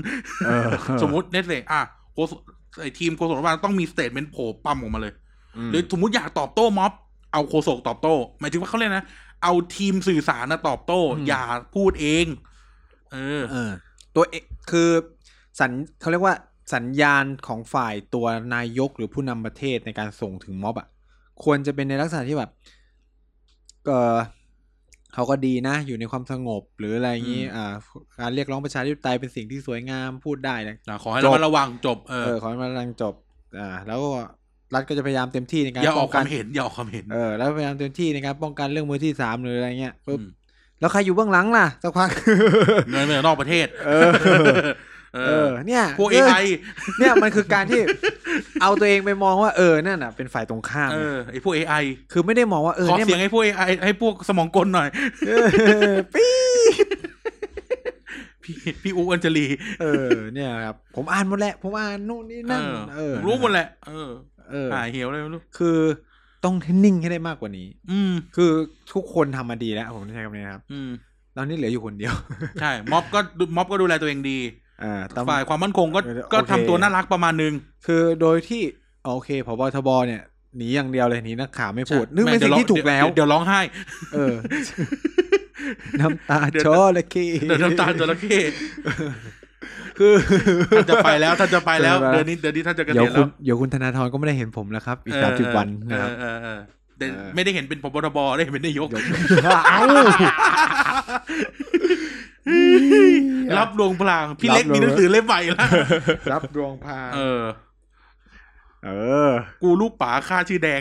[SPEAKER 3] เออ
[SPEAKER 1] สมมติเนสเล่อ่ะโฆษไอทีมโฆษกรัฐบาลต้องมีสเตทเมนต์โผล่ปั๊มออกมาเลย หรือสมมติอยากตอบโต้ม็อบ เอาโฆษกตอบโต้ หมายถึงว่าเขาเรียกนะ เอาทีมสื่อสารนะตอบโต้
[SPEAKER 3] อืม
[SPEAKER 1] อย่าพูดเอง เออ
[SPEAKER 3] เออ ตัวเองคือสัญเขาเรียกว่าสัญญาณของฝ่ายตัวนายกหรือผู้นำประเทศในการส่งถึงม็อบอ่ะ ควรจะเป็นในลักษณะที่แบบเออเขาก็ดีนะ อยู่ในความสงบหรืออะไรอย่างนี้
[SPEAKER 1] อืม
[SPEAKER 3] อ่า การเรียกร้องประชาธิปไตยเป็นสิ่งที่สวยงามพูดได้นะ
[SPEAKER 1] นะขอให้เรามาระวังจบ เออ
[SPEAKER 3] เออขอให้มันรังจบ อ่า แล้วก็รัฐก็จะพยายามเต็มที่ในการ
[SPEAKER 1] อย่าออกค
[SPEAKER 3] ป้
[SPEAKER 1] วาง มเห็น อย่าออกความเห็น
[SPEAKER 3] เออ แล้วพยายามเต็มที่ในการป้องกันเรื่องมือที่สามหรืออะไรเงี้ยปุ๊บ
[SPEAKER 1] อืม
[SPEAKER 3] แล้วใครอยู่เบื้องหลังล่ะสักพัก
[SPEAKER 1] เงินมาจากนอกประเทศ
[SPEAKER 3] เออ
[SPEAKER 1] เอ
[SPEAKER 3] เอ
[SPEAKER 1] อ
[SPEAKER 3] อ เนี่ย
[SPEAKER 1] พวกเอ
[SPEAKER 3] เออ
[SPEAKER 1] ไอ
[SPEAKER 3] เนี่ยมันคือการที่ เอาตัวเองไปมองว่าเออนั่นน่ะเป็นฝ่ายตรงข้าม
[SPEAKER 1] เอ
[SPEAKER 3] นะ
[SPEAKER 1] อไอพวกเอไอ
[SPEAKER 3] คือไม่ได้มองว่าเออ
[SPEAKER 1] ขอ
[SPEAKER 3] เนี่ย
[SPEAKER 1] เสีย
[SPEAKER 3] มั
[SPEAKER 1] ง
[SPEAKER 3] น
[SPEAKER 1] ให้พวกเอไอให้พวกสมองกลหน่อย
[SPEAKER 3] เออปี๊
[SPEAKER 1] พี่พี่อูอัญชลี
[SPEAKER 3] เออ เนี่ยครับ ผมอ่านหมดแหละผมอ่านนู่นนี่นั่น
[SPEAKER 1] เออ
[SPEAKER 3] เออ
[SPEAKER 1] ผมรู้หมดแหละ เออ
[SPEAKER 3] เออ
[SPEAKER 1] หายเหี่ยวเลยไม่รู้
[SPEAKER 3] คือต้องนิ่งให้ได้มากกว่านี้
[SPEAKER 1] อืม
[SPEAKER 3] คือทุกคนทำมาดีแล้วผมใช้คำนี้นะครับ
[SPEAKER 1] อืม
[SPEAKER 3] ตอนนี้เหลืออยู่คนเดียว
[SPEAKER 1] ใช่ ม็อบก็ดูม็อบก็ดูแลตัวเองดี
[SPEAKER 3] อ่าตำ
[SPEAKER 1] ฝ่ายความมั่นคงก็
[SPEAKER 3] เออ
[SPEAKER 1] ก็
[SPEAKER 3] โอเค
[SPEAKER 1] ทำตัวน่ารักประมาณนึง
[SPEAKER 3] คือโดยที่โอเคพบทบเนี่ยหนีอย่างเดียวเลยหนีนักข่าวไม่พูด
[SPEAKER 1] ใช่
[SPEAKER 3] นึกเป็น
[SPEAKER 1] แม่
[SPEAKER 3] สิ่
[SPEAKER 1] ดี๋ย
[SPEAKER 3] งที่ถูกแล้ว
[SPEAKER 1] เดี๋ยวเดี๋ยวร้องไห้
[SPEAKER 3] เออ น้ำตา
[SPEAKER 1] เดี๋ยว
[SPEAKER 3] ชอละคี
[SPEAKER 1] เดี๋ยวน้ำตาจระเข้
[SPEAKER 3] คือ
[SPEAKER 1] ท่านจะไปแล้วท่านจะไปแล้ว
[SPEAKER 3] เออ
[SPEAKER 1] เดือนนี้เดือนนี้ท่านจะเกษี
[SPEAKER 3] เดี๋ยวย
[SPEAKER 1] ณ
[SPEAKER 3] คุ
[SPEAKER 1] แล้ว
[SPEAKER 3] ณเดี๋ยวคุณธนาธรก็ไม่ได้เห็นผมแล้วครับ อีกสามสิบวันนะครับ
[SPEAKER 1] เออเออเออแต่
[SPEAKER 3] เออ
[SPEAKER 1] ไม่ได้เห็นเป็นพบทบได้เห็นเป็นนายก
[SPEAKER 3] เดี๋ยวเอ้า
[SPEAKER 1] รับดวงพลางพี่
[SPEAKER 3] รับ
[SPEAKER 1] เล็กมี
[SPEAKER 3] ด
[SPEAKER 1] ห
[SPEAKER 3] วง
[SPEAKER 1] นังสือเล่มใหม่แล้ว
[SPEAKER 3] รับดวงพา
[SPEAKER 1] เออ
[SPEAKER 3] เออ
[SPEAKER 1] กูลูกป๋าค่าชื่อแดง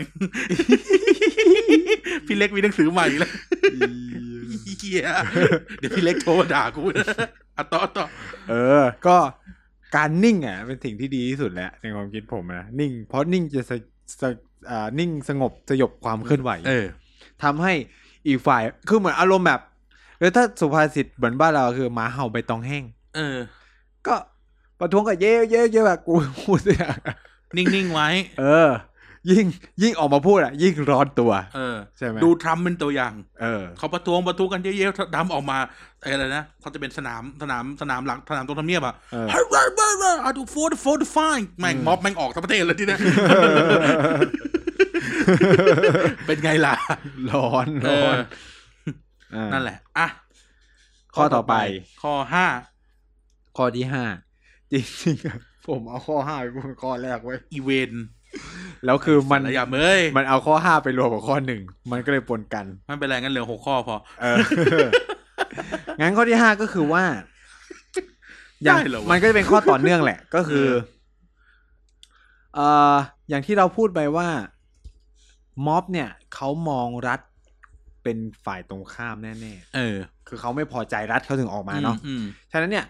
[SPEAKER 1] พี่เล็กมีหนังสือใหม่แล้วเหี้ยเดี๋ยวพี่เล็กโทรมาด่ากูนะอ่ะต่อต่อ
[SPEAKER 3] เออ ก็การนิ่งอ่ะเป็นสิ่งที่ดีที่สุดแล้วในความคิดผมนะนิ่ง เพราะนิ่งจะสะสะอ่านิ่งสงบสยบความเคลื่อนไหว
[SPEAKER 1] เออ
[SPEAKER 3] ทำให้อีกฝ่ายคือเหมือนอารมณ์แบบเออถ้าสุภาษิตเหมือนบ้านเราคือหมาเห่าใบตองแห้ง
[SPEAKER 1] เออ
[SPEAKER 3] ก็ประท้วงกับเย่เย่เย่แบบกูพูดเนี่ย
[SPEAKER 1] นิ่งๆไว้
[SPEAKER 3] เออ ยิ่งยิ่งออกมาพูดอ่ะ ยิ่งร้อนตัว
[SPEAKER 1] เออ
[SPEAKER 3] ใช่ไหม
[SPEAKER 1] ดูทรัมป์เป็นตัวอย่าง
[SPEAKER 3] เออ
[SPEAKER 1] เขาประท้วงประท้วงกันเยอะๆทรัมป์ออกมาไอ้อะไรนะเขาจะเป็นสนามสนามสนามหลังสนามตรงทำเนี ยบอะ
[SPEAKER 3] เออ
[SPEAKER 1] เฮ้ยเว้ยเว้ยเว้ยเอาดูโฟร์โฟร์ไฟแม่งม็อบแม่งออกทั้งประเทศเลยที เนี้ยเป็นไงล่ะ
[SPEAKER 3] ร้อน
[SPEAKER 1] เอ
[SPEAKER 3] ร้อ
[SPEAKER 1] อน
[SPEAKER 3] เออ
[SPEAKER 1] นั่นแหละอ่ะ
[SPEAKER 3] ข้อต่อไป
[SPEAKER 1] ข้อห้า
[SPEAKER 3] ข้อที่ห้าจริงๆอะผมเอาข้อห้าไปพูดข้อแรกไว้ย
[SPEAKER 1] อีเวนต์
[SPEAKER 3] แล้วคือมัน
[SPEAKER 1] ระยะเอ้ย
[SPEAKER 3] มันเอาข้อห้าไปรวมกับข้อหนึ่งมันก็เลยปนกัน
[SPEAKER 1] ไม่เป็นไรงั้นเหลือหกข้อพอ
[SPEAKER 3] เออ งั้นข้อที่ห้าก็คือว่า อย่าง
[SPEAKER 1] ได้เหรอวะ
[SPEAKER 3] มันก็จะเป็นข้อต่อเนื่องแหละ ก็คือ
[SPEAKER 1] เออ
[SPEAKER 3] เอ่ออย่างที่เราพูดไปว่า ม็อบเนี่ย เขามองรัฐเป็นฝ่ายตรงข้ามแน่
[SPEAKER 1] เออ
[SPEAKER 3] ๆ คือเขาไม่พอใจรัฐเขาถึงออกมาเนาะ
[SPEAKER 1] อืม
[SPEAKER 3] ฉะนั้นเนี่ย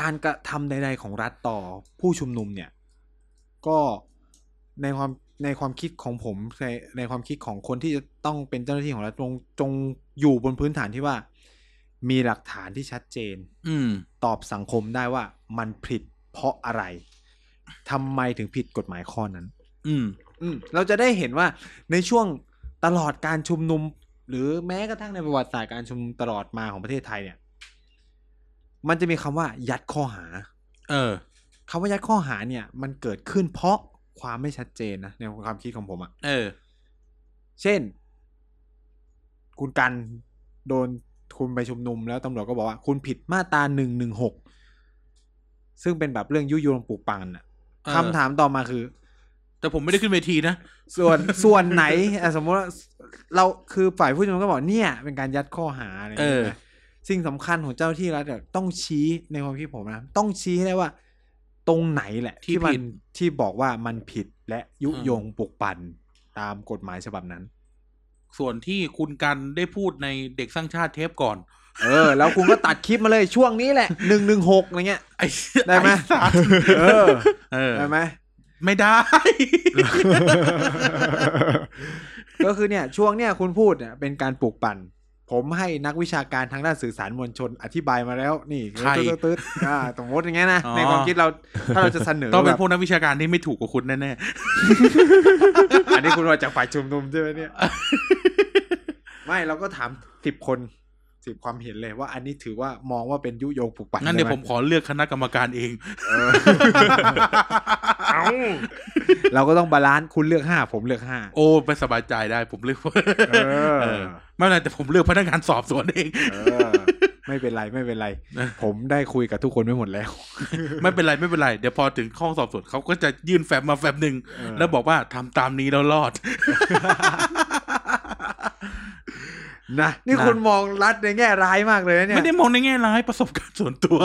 [SPEAKER 3] การกระทำใด ๆ ของรัฐต่อผู้ชุมนุมเนี่ย ก็ในความในความคิดของผมในในความคิดของคนที่จะต้องเป็นเจ้าหน้าที่ของรัฐจงจงอยู่บนพื้นฐานที่ว่า มีหลักฐานที่ชัดเจน
[SPEAKER 1] อืม
[SPEAKER 3] ตอบสังคมได้ว่ามันผิดเพราะอะไรทำไมถึงผิดกฎหมายข้อนั้น
[SPEAKER 1] อืม
[SPEAKER 3] อืมเราจะได้เห็นว่าในช่วงตลอดการชุมนุม หรือแม้กระทั่งในประวัติศาสตร์การชุมนุมตลอดมาของประเทศไทยเนี่ย มันจะมีคำว่ายัดข้อหา
[SPEAKER 1] เออ
[SPEAKER 3] คำว่ายัดข้อหาเนี่ย มันเกิดขึ้นเพราะความไม่ชัดเจนนะในความคิดของผมอะ่ะ
[SPEAKER 1] เออ
[SPEAKER 3] เช่น คุณกันโดนคุณไปชุมนุมแล้วตำรวจก็บอกว่า คุณผิดมาตราหนึ่งหนึ่งหกซึ่งเป็นแบบเรื่องยุยงปลูกปังน่ะ
[SPEAKER 1] เออ
[SPEAKER 3] คำถามต่อมาคือ
[SPEAKER 1] แต่ผมไม่ได้ขึ้นเวทีนะ
[SPEAKER 3] ส่วน ส่วนไหนอ่ะสมมติว่าเราคือฝ่ายผู้ชุมนุมก็บอกเนี่ย เป็นการยัดข้อหาอะไรอย่าง
[SPEAKER 1] เอ
[SPEAKER 3] เงี้ย
[SPEAKER 1] อ
[SPEAKER 3] นะ สิ่งสำคัญของเจ้าหน้าที่รัฐอะต้องชี้ในความคิดผมนะ ต้องชี้ให้ได้ว่า ตรงไหนแหละ
[SPEAKER 1] ที่
[SPEAKER 3] มั
[SPEAKER 1] ผิด
[SPEAKER 3] ที่บอกว่ามันผิดและยุ
[SPEAKER 1] อืม
[SPEAKER 3] ยงปลุกปั่นตามกฎหมายฉบับนั้น
[SPEAKER 1] ส่วนที่คุณกันได้พูดในเด็กสร้างชาติเทปก่อน
[SPEAKER 3] เออ แล้วคุณก็ตัดคลิปมาเลยช่วงนี้แหละหนึ่งหนึ่งหกอะไรเงี้ย
[SPEAKER 1] ไอ้
[SPEAKER 3] ได้ไหม
[SPEAKER 1] อ้สั ตว์
[SPEAKER 3] เออ
[SPEAKER 1] เออ
[SPEAKER 3] ได้ไหม
[SPEAKER 1] ไม่ได้
[SPEAKER 3] ก็คือเนี่ยช่วงเนี่ยคุณพูดเนี่ยเป็นการปลูกปั่น ผมให้นักวิชาการทางด้านสื่อสารมวลชนอธิบายมาแล้วนี่
[SPEAKER 1] ใคร
[SPEAKER 3] ตึ๊ดตึ๊ดๆๆอ่าสมมติอย่างเงี้ยนะ
[SPEAKER 1] อ๋อ
[SPEAKER 3] ในความคิดเราถ้าเราจะเสนอ
[SPEAKER 1] ต้องเป็
[SPEAKER 3] แบ
[SPEAKER 1] น
[SPEAKER 3] บ
[SPEAKER 1] พวกนักวิชาการที่ไม่ถูกกว่าคุณแน่
[SPEAKER 3] อันนี้คุณมาจากฝ่ายชุมนุมใช่ไหม เนี่ย ไม่เราก็ถามสิบคนสิบความเห็นเลยว่าอันนี้ถือว่ามองว่าเป็นยุยงปลูกปั่น
[SPEAKER 1] ๆงั้นเดี๋ยวผ
[SPEAKER 3] ใช่
[SPEAKER 1] ม
[SPEAKER 3] ไห
[SPEAKER 1] ขอเลือกคณะกรรมการเอง
[SPEAKER 3] เออ เราก็ต้องบาลานซ์คุณเลือกห้าผมเลือกห้า
[SPEAKER 1] โอ้ไปสบายใจได้ผมเลือก
[SPEAKER 3] เออ
[SPEAKER 1] เออไม่เป็นไรแต่ผมเลือกพนักงานสอบสวนเอง
[SPEAKER 3] เออ ไม่เป็นไรไม่เป็นไร
[SPEAKER 1] นะ
[SPEAKER 3] ผมได้คุยกับทุกคนไม่หมดแล้ว
[SPEAKER 1] ไม่เป็นไรไม่เป็นไร เดี๋ยวพอถึงห้องสอบสวนเขาก็จะยื่นแฟ้มมาแฟ้มหนึ่ง
[SPEAKER 3] เออ
[SPEAKER 1] แล้วบอกว่าทำตามนี้แล้วรอด
[SPEAKER 3] นะนี่
[SPEAKER 1] นะ
[SPEAKER 3] คุณมองรัฐในแง่ร้ายมากเลยนะเนี่ย
[SPEAKER 1] ไม่ได้มองในแง่ร้ายประสบการณ์ส่วนตัว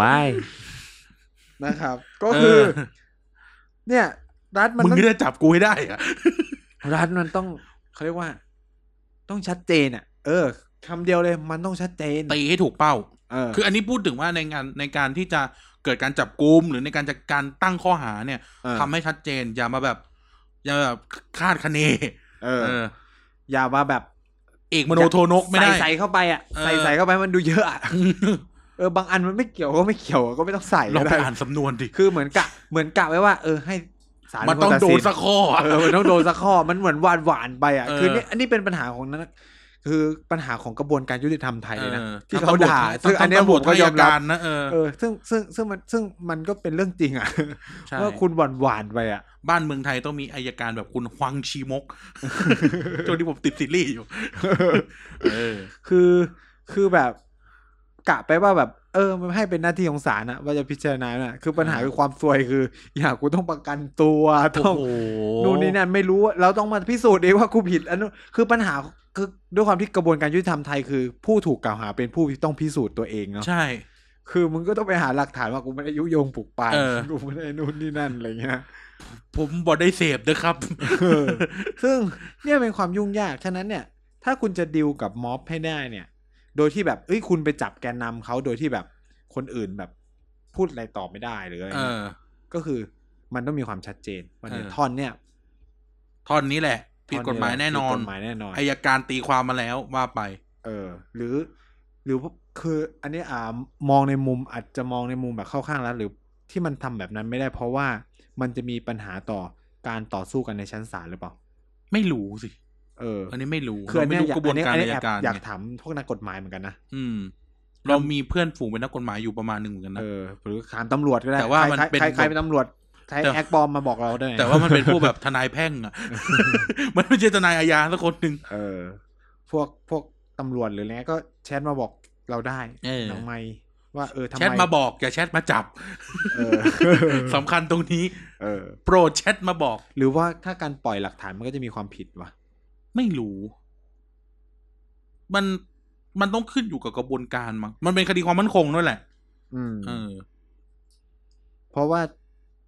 [SPEAKER 2] ว้าย
[SPEAKER 3] นะครับ ก็คือ
[SPEAKER 1] เออ
[SPEAKER 3] เนี่ย รัฐมัน
[SPEAKER 1] มึง
[SPEAKER 3] ต้อง
[SPEAKER 1] จะจับกูให้ได้อะ
[SPEAKER 3] รัฐมันต้องเขาเรียกว่า ต้องชัดเจนอ่ะ เออคำเดียวเลยมันต้องชัดเจน
[SPEAKER 1] ตีให้ถูกเป้า
[SPEAKER 3] เออ
[SPEAKER 1] คืออันนี้พูดถึงว่าในงานในการที่จะเกิดการจับกลุ่มหรือในการจะการตั้งข้อหาเนี่ย
[SPEAKER 3] เออ
[SPEAKER 1] ทำให้ชัดเจน อย่ามาแบบ อย่าแบบคาดคะเน
[SPEAKER 3] เออ
[SPEAKER 1] เออ
[SPEAKER 3] อย่ามาแบบ
[SPEAKER 1] เอกมโนโทนกไม่ได้
[SPEAKER 3] ใส่ใส่ เข้าไปอ่ะ
[SPEAKER 1] เออ
[SPEAKER 3] ใส่ใส่เข้าไปมันดูเยอะอะเออบางอันมันไม่เกี่ยวก็ไม่เกี่ยวก็ไม่ต้องใส่
[SPEAKER 1] ลอง
[SPEAKER 3] ก็
[SPEAKER 1] ไป
[SPEAKER 3] ด้
[SPEAKER 1] อ่านสำนวนดิ
[SPEAKER 3] คือเหมือนกะเหมือนกะไว้ว่า เออให้สารเป็
[SPEAKER 1] มัน
[SPEAKER 3] ค
[SPEAKER 1] ต้อง
[SPEAKER 3] ตั
[SPEAKER 1] โด
[SPEAKER 3] สิ
[SPEAKER 1] นสักข้ออะ
[SPEAKER 3] เออมันต้องโดนสักข้อ มันเหมือนหวานหวานๆไปอ่ะ
[SPEAKER 1] เออ
[SPEAKER 3] คือเนี่ยอันนี้เป็นปัญหาของนั้นนะคือปัญหาของกระบวนการยุติธรรมไทยเลยนะ
[SPEAKER 1] เออ
[SPEAKER 3] ที่เขาด่า
[SPEAKER 1] ทั้
[SPEAKER 3] ซึ่งอันเนี้ย
[SPEAKER 1] ตำร
[SPEAKER 3] ผ
[SPEAKER 1] วจ
[SPEAKER 3] มก็ยอมรับ
[SPEAKER 1] ทั้งานะเออ
[SPEAKER 3] เออ ซึ่งซึ่งซึ่งมันซึ่งมันก็เป็นเรื่องจริงอ่ะ
[SPEAKER 1] ใช่
[SPEAKER 3] ว่าคุณหวานหวานๆไปอ่ะ
[SPEAKER 1] บ้านเมืองไทยต้องมีอายการแบบคุณฮวังชี มก จนที่ผมติดซีรีส์อยู่ เออ
[SPEAKER 3] คือคือแบบกะไปว่าแบบ เออ มันให้เป็นหน้าที่ของศาลนะว่าจะพิจารณาน่ะ คือปัญหา
[SPEAKER 1] เออ
[SPEAKER 3] คือความซวยคือ อยากกูต้องประกันตัวต้อง
[SPEAKER 1] โอ้โห
[SPEAKER 3] นู่นนี่นั่นไม่รู้เราต้องมาพิสูจน์เองว่ากูผิดอันนู้นคือปัญหาคือด้วยความที่กระบวนการยุติธรรมไทยคือ ผู้ถูกกล่าวหาเป็นผู้ที่ต้องพิสูจน์ตัวเองเนาะ
[SPEAKER 1] ใช่
[SPEAKER 3] คือมึงก็ต้องไปหาหลักฐานว่ากูไม่ได้ยุยงปลุกปั่น
[SPEAKER 1] เออ
[SPEAKER 3] กูไม่ได้นู่นนี่นั่นอะไรเงี้ย
[SPEAKER 1] ผมบอได้เสพนะครับ
[SPEAKER 3] เออซึ่งเนี่ยเป็นความยุ่งยากฉะนั้นเนี่ย ถ้าคุณจะดิวกับม็อบให้ได้เนี่ย โดยที่แบบเอ้ยคุณไปจับแกนนำเขาโดยที่แบบคนอื่นแบบพูดอะไรตอบไม่ได้หรืออะไร
[SPEAKER 1] เอ
[SPEAKER 3] เงี้ย
[SPEAKER 1] อ
[SPEAKER 3] ก็คือมันต้องมีความชัดเจนว่าเนี่ย
[SPEAKER 1] เออ
[SPEAKER 3] ท่อนเนี่ย
[SPEAKER 1] ท่อนนี้แหละ ผิดกฎหมายแน่นอน
[SPEAKER 3] ผิดกฎหมายแน่นอน
[SPEAKER 1] อายการตีความมาแล้วว่าไป
[SPEAKER 3] เออหรือ หรือว่าคืออันนี้อ่ามองในมุมอาจจะมองในมุมแบบเข้าข้างรัฐหรือที่มันทำแบบนั้นไม่ได้เพราะว่ามันจะมีปัญหาต่อการต่อสู้กันในชั้นศาลหรือเปล่า
[SPEAKER 1] ไม่รู้สิ
[SPEAKER 3] เออ
[SPEAKER 1] อันนี้ไม่รู้
[SPEAKER 3] คืออัน
[SPEAKER 1] เราไม่
[SPEAKER 3] เนี้ย
[SPEAKER 1] รู้ก
[SPEAKER 3] อยาก
[SPEAKER 1] ระบวนการ
[SPEAKER 3] อัน
[SPEAKER 1] อาย
[SPEAKER 3] เนี้ยแอบ
[SPEAKER 1] การ
[SPEAKER 3] อยาก
[SPEAKER 1] ไง
[SPEAKER 3] ถามพวกนักกฎหมายเหมือนกันนะ
[SPEAKER 1] อืม เรามีเพื่อนฝูงเป็นนักกฎหมายอยู่ประมาณหนึ่งเหมือนกันนะ
[SPEAKER 3] เออหรือถามตำรวจก็ได้
[SPEAKER 1] แต่ว่า
[SPEAKER 3] ใคร
[SPEAKER 1] มัน
[SPEAKER 3] ใคร
[SPEAKER 1] เป็น
[SPEAKER 3] ใครใครเป็นตำรวจใช้
[SPEAKER 1] แต่
[SPEAKER 3] แอคบอมมาบอกเราได้ไง
[SPEAKER 1] แต่ว่ามันเป็นพวกแบบทนายแพ่ง อะ มันไม่ใช่ทนายอาญาสักคนหนึ่ง
[SPEAKER 3] เออ พวกพวกตำรวจหรืออะไรเงี้ยก็แชทมาบอกเราได้
[SPEAKER 1] เออ
[SPEAKER 3] ทำไมว่าเออทำไม
[SPEAKER 1] แชทมาบอกอย่าแชทมาจับ
[SPEAKER 3] เออ
[SPEAKER 1] สำคัญตรงนี้
[SPEAKER 3] เออ
[SPEAKER 1] โปรดแชทมาบอก
[SPEAKER 3] หรือว่าถ้าการปล่อยหลักฐานมันก็จะมีความผิดวะ
[SPEAKER 1] ไม่รู้ มันมันต้องขึ้นอยู่กับกระบวนการมั้งมันเป็นคดีความมั่นคงด้วยแหละ
[SPEAKER 3] อืม
[SPEAKER 1] เออ
[SPEAKER 3] เพราะว่า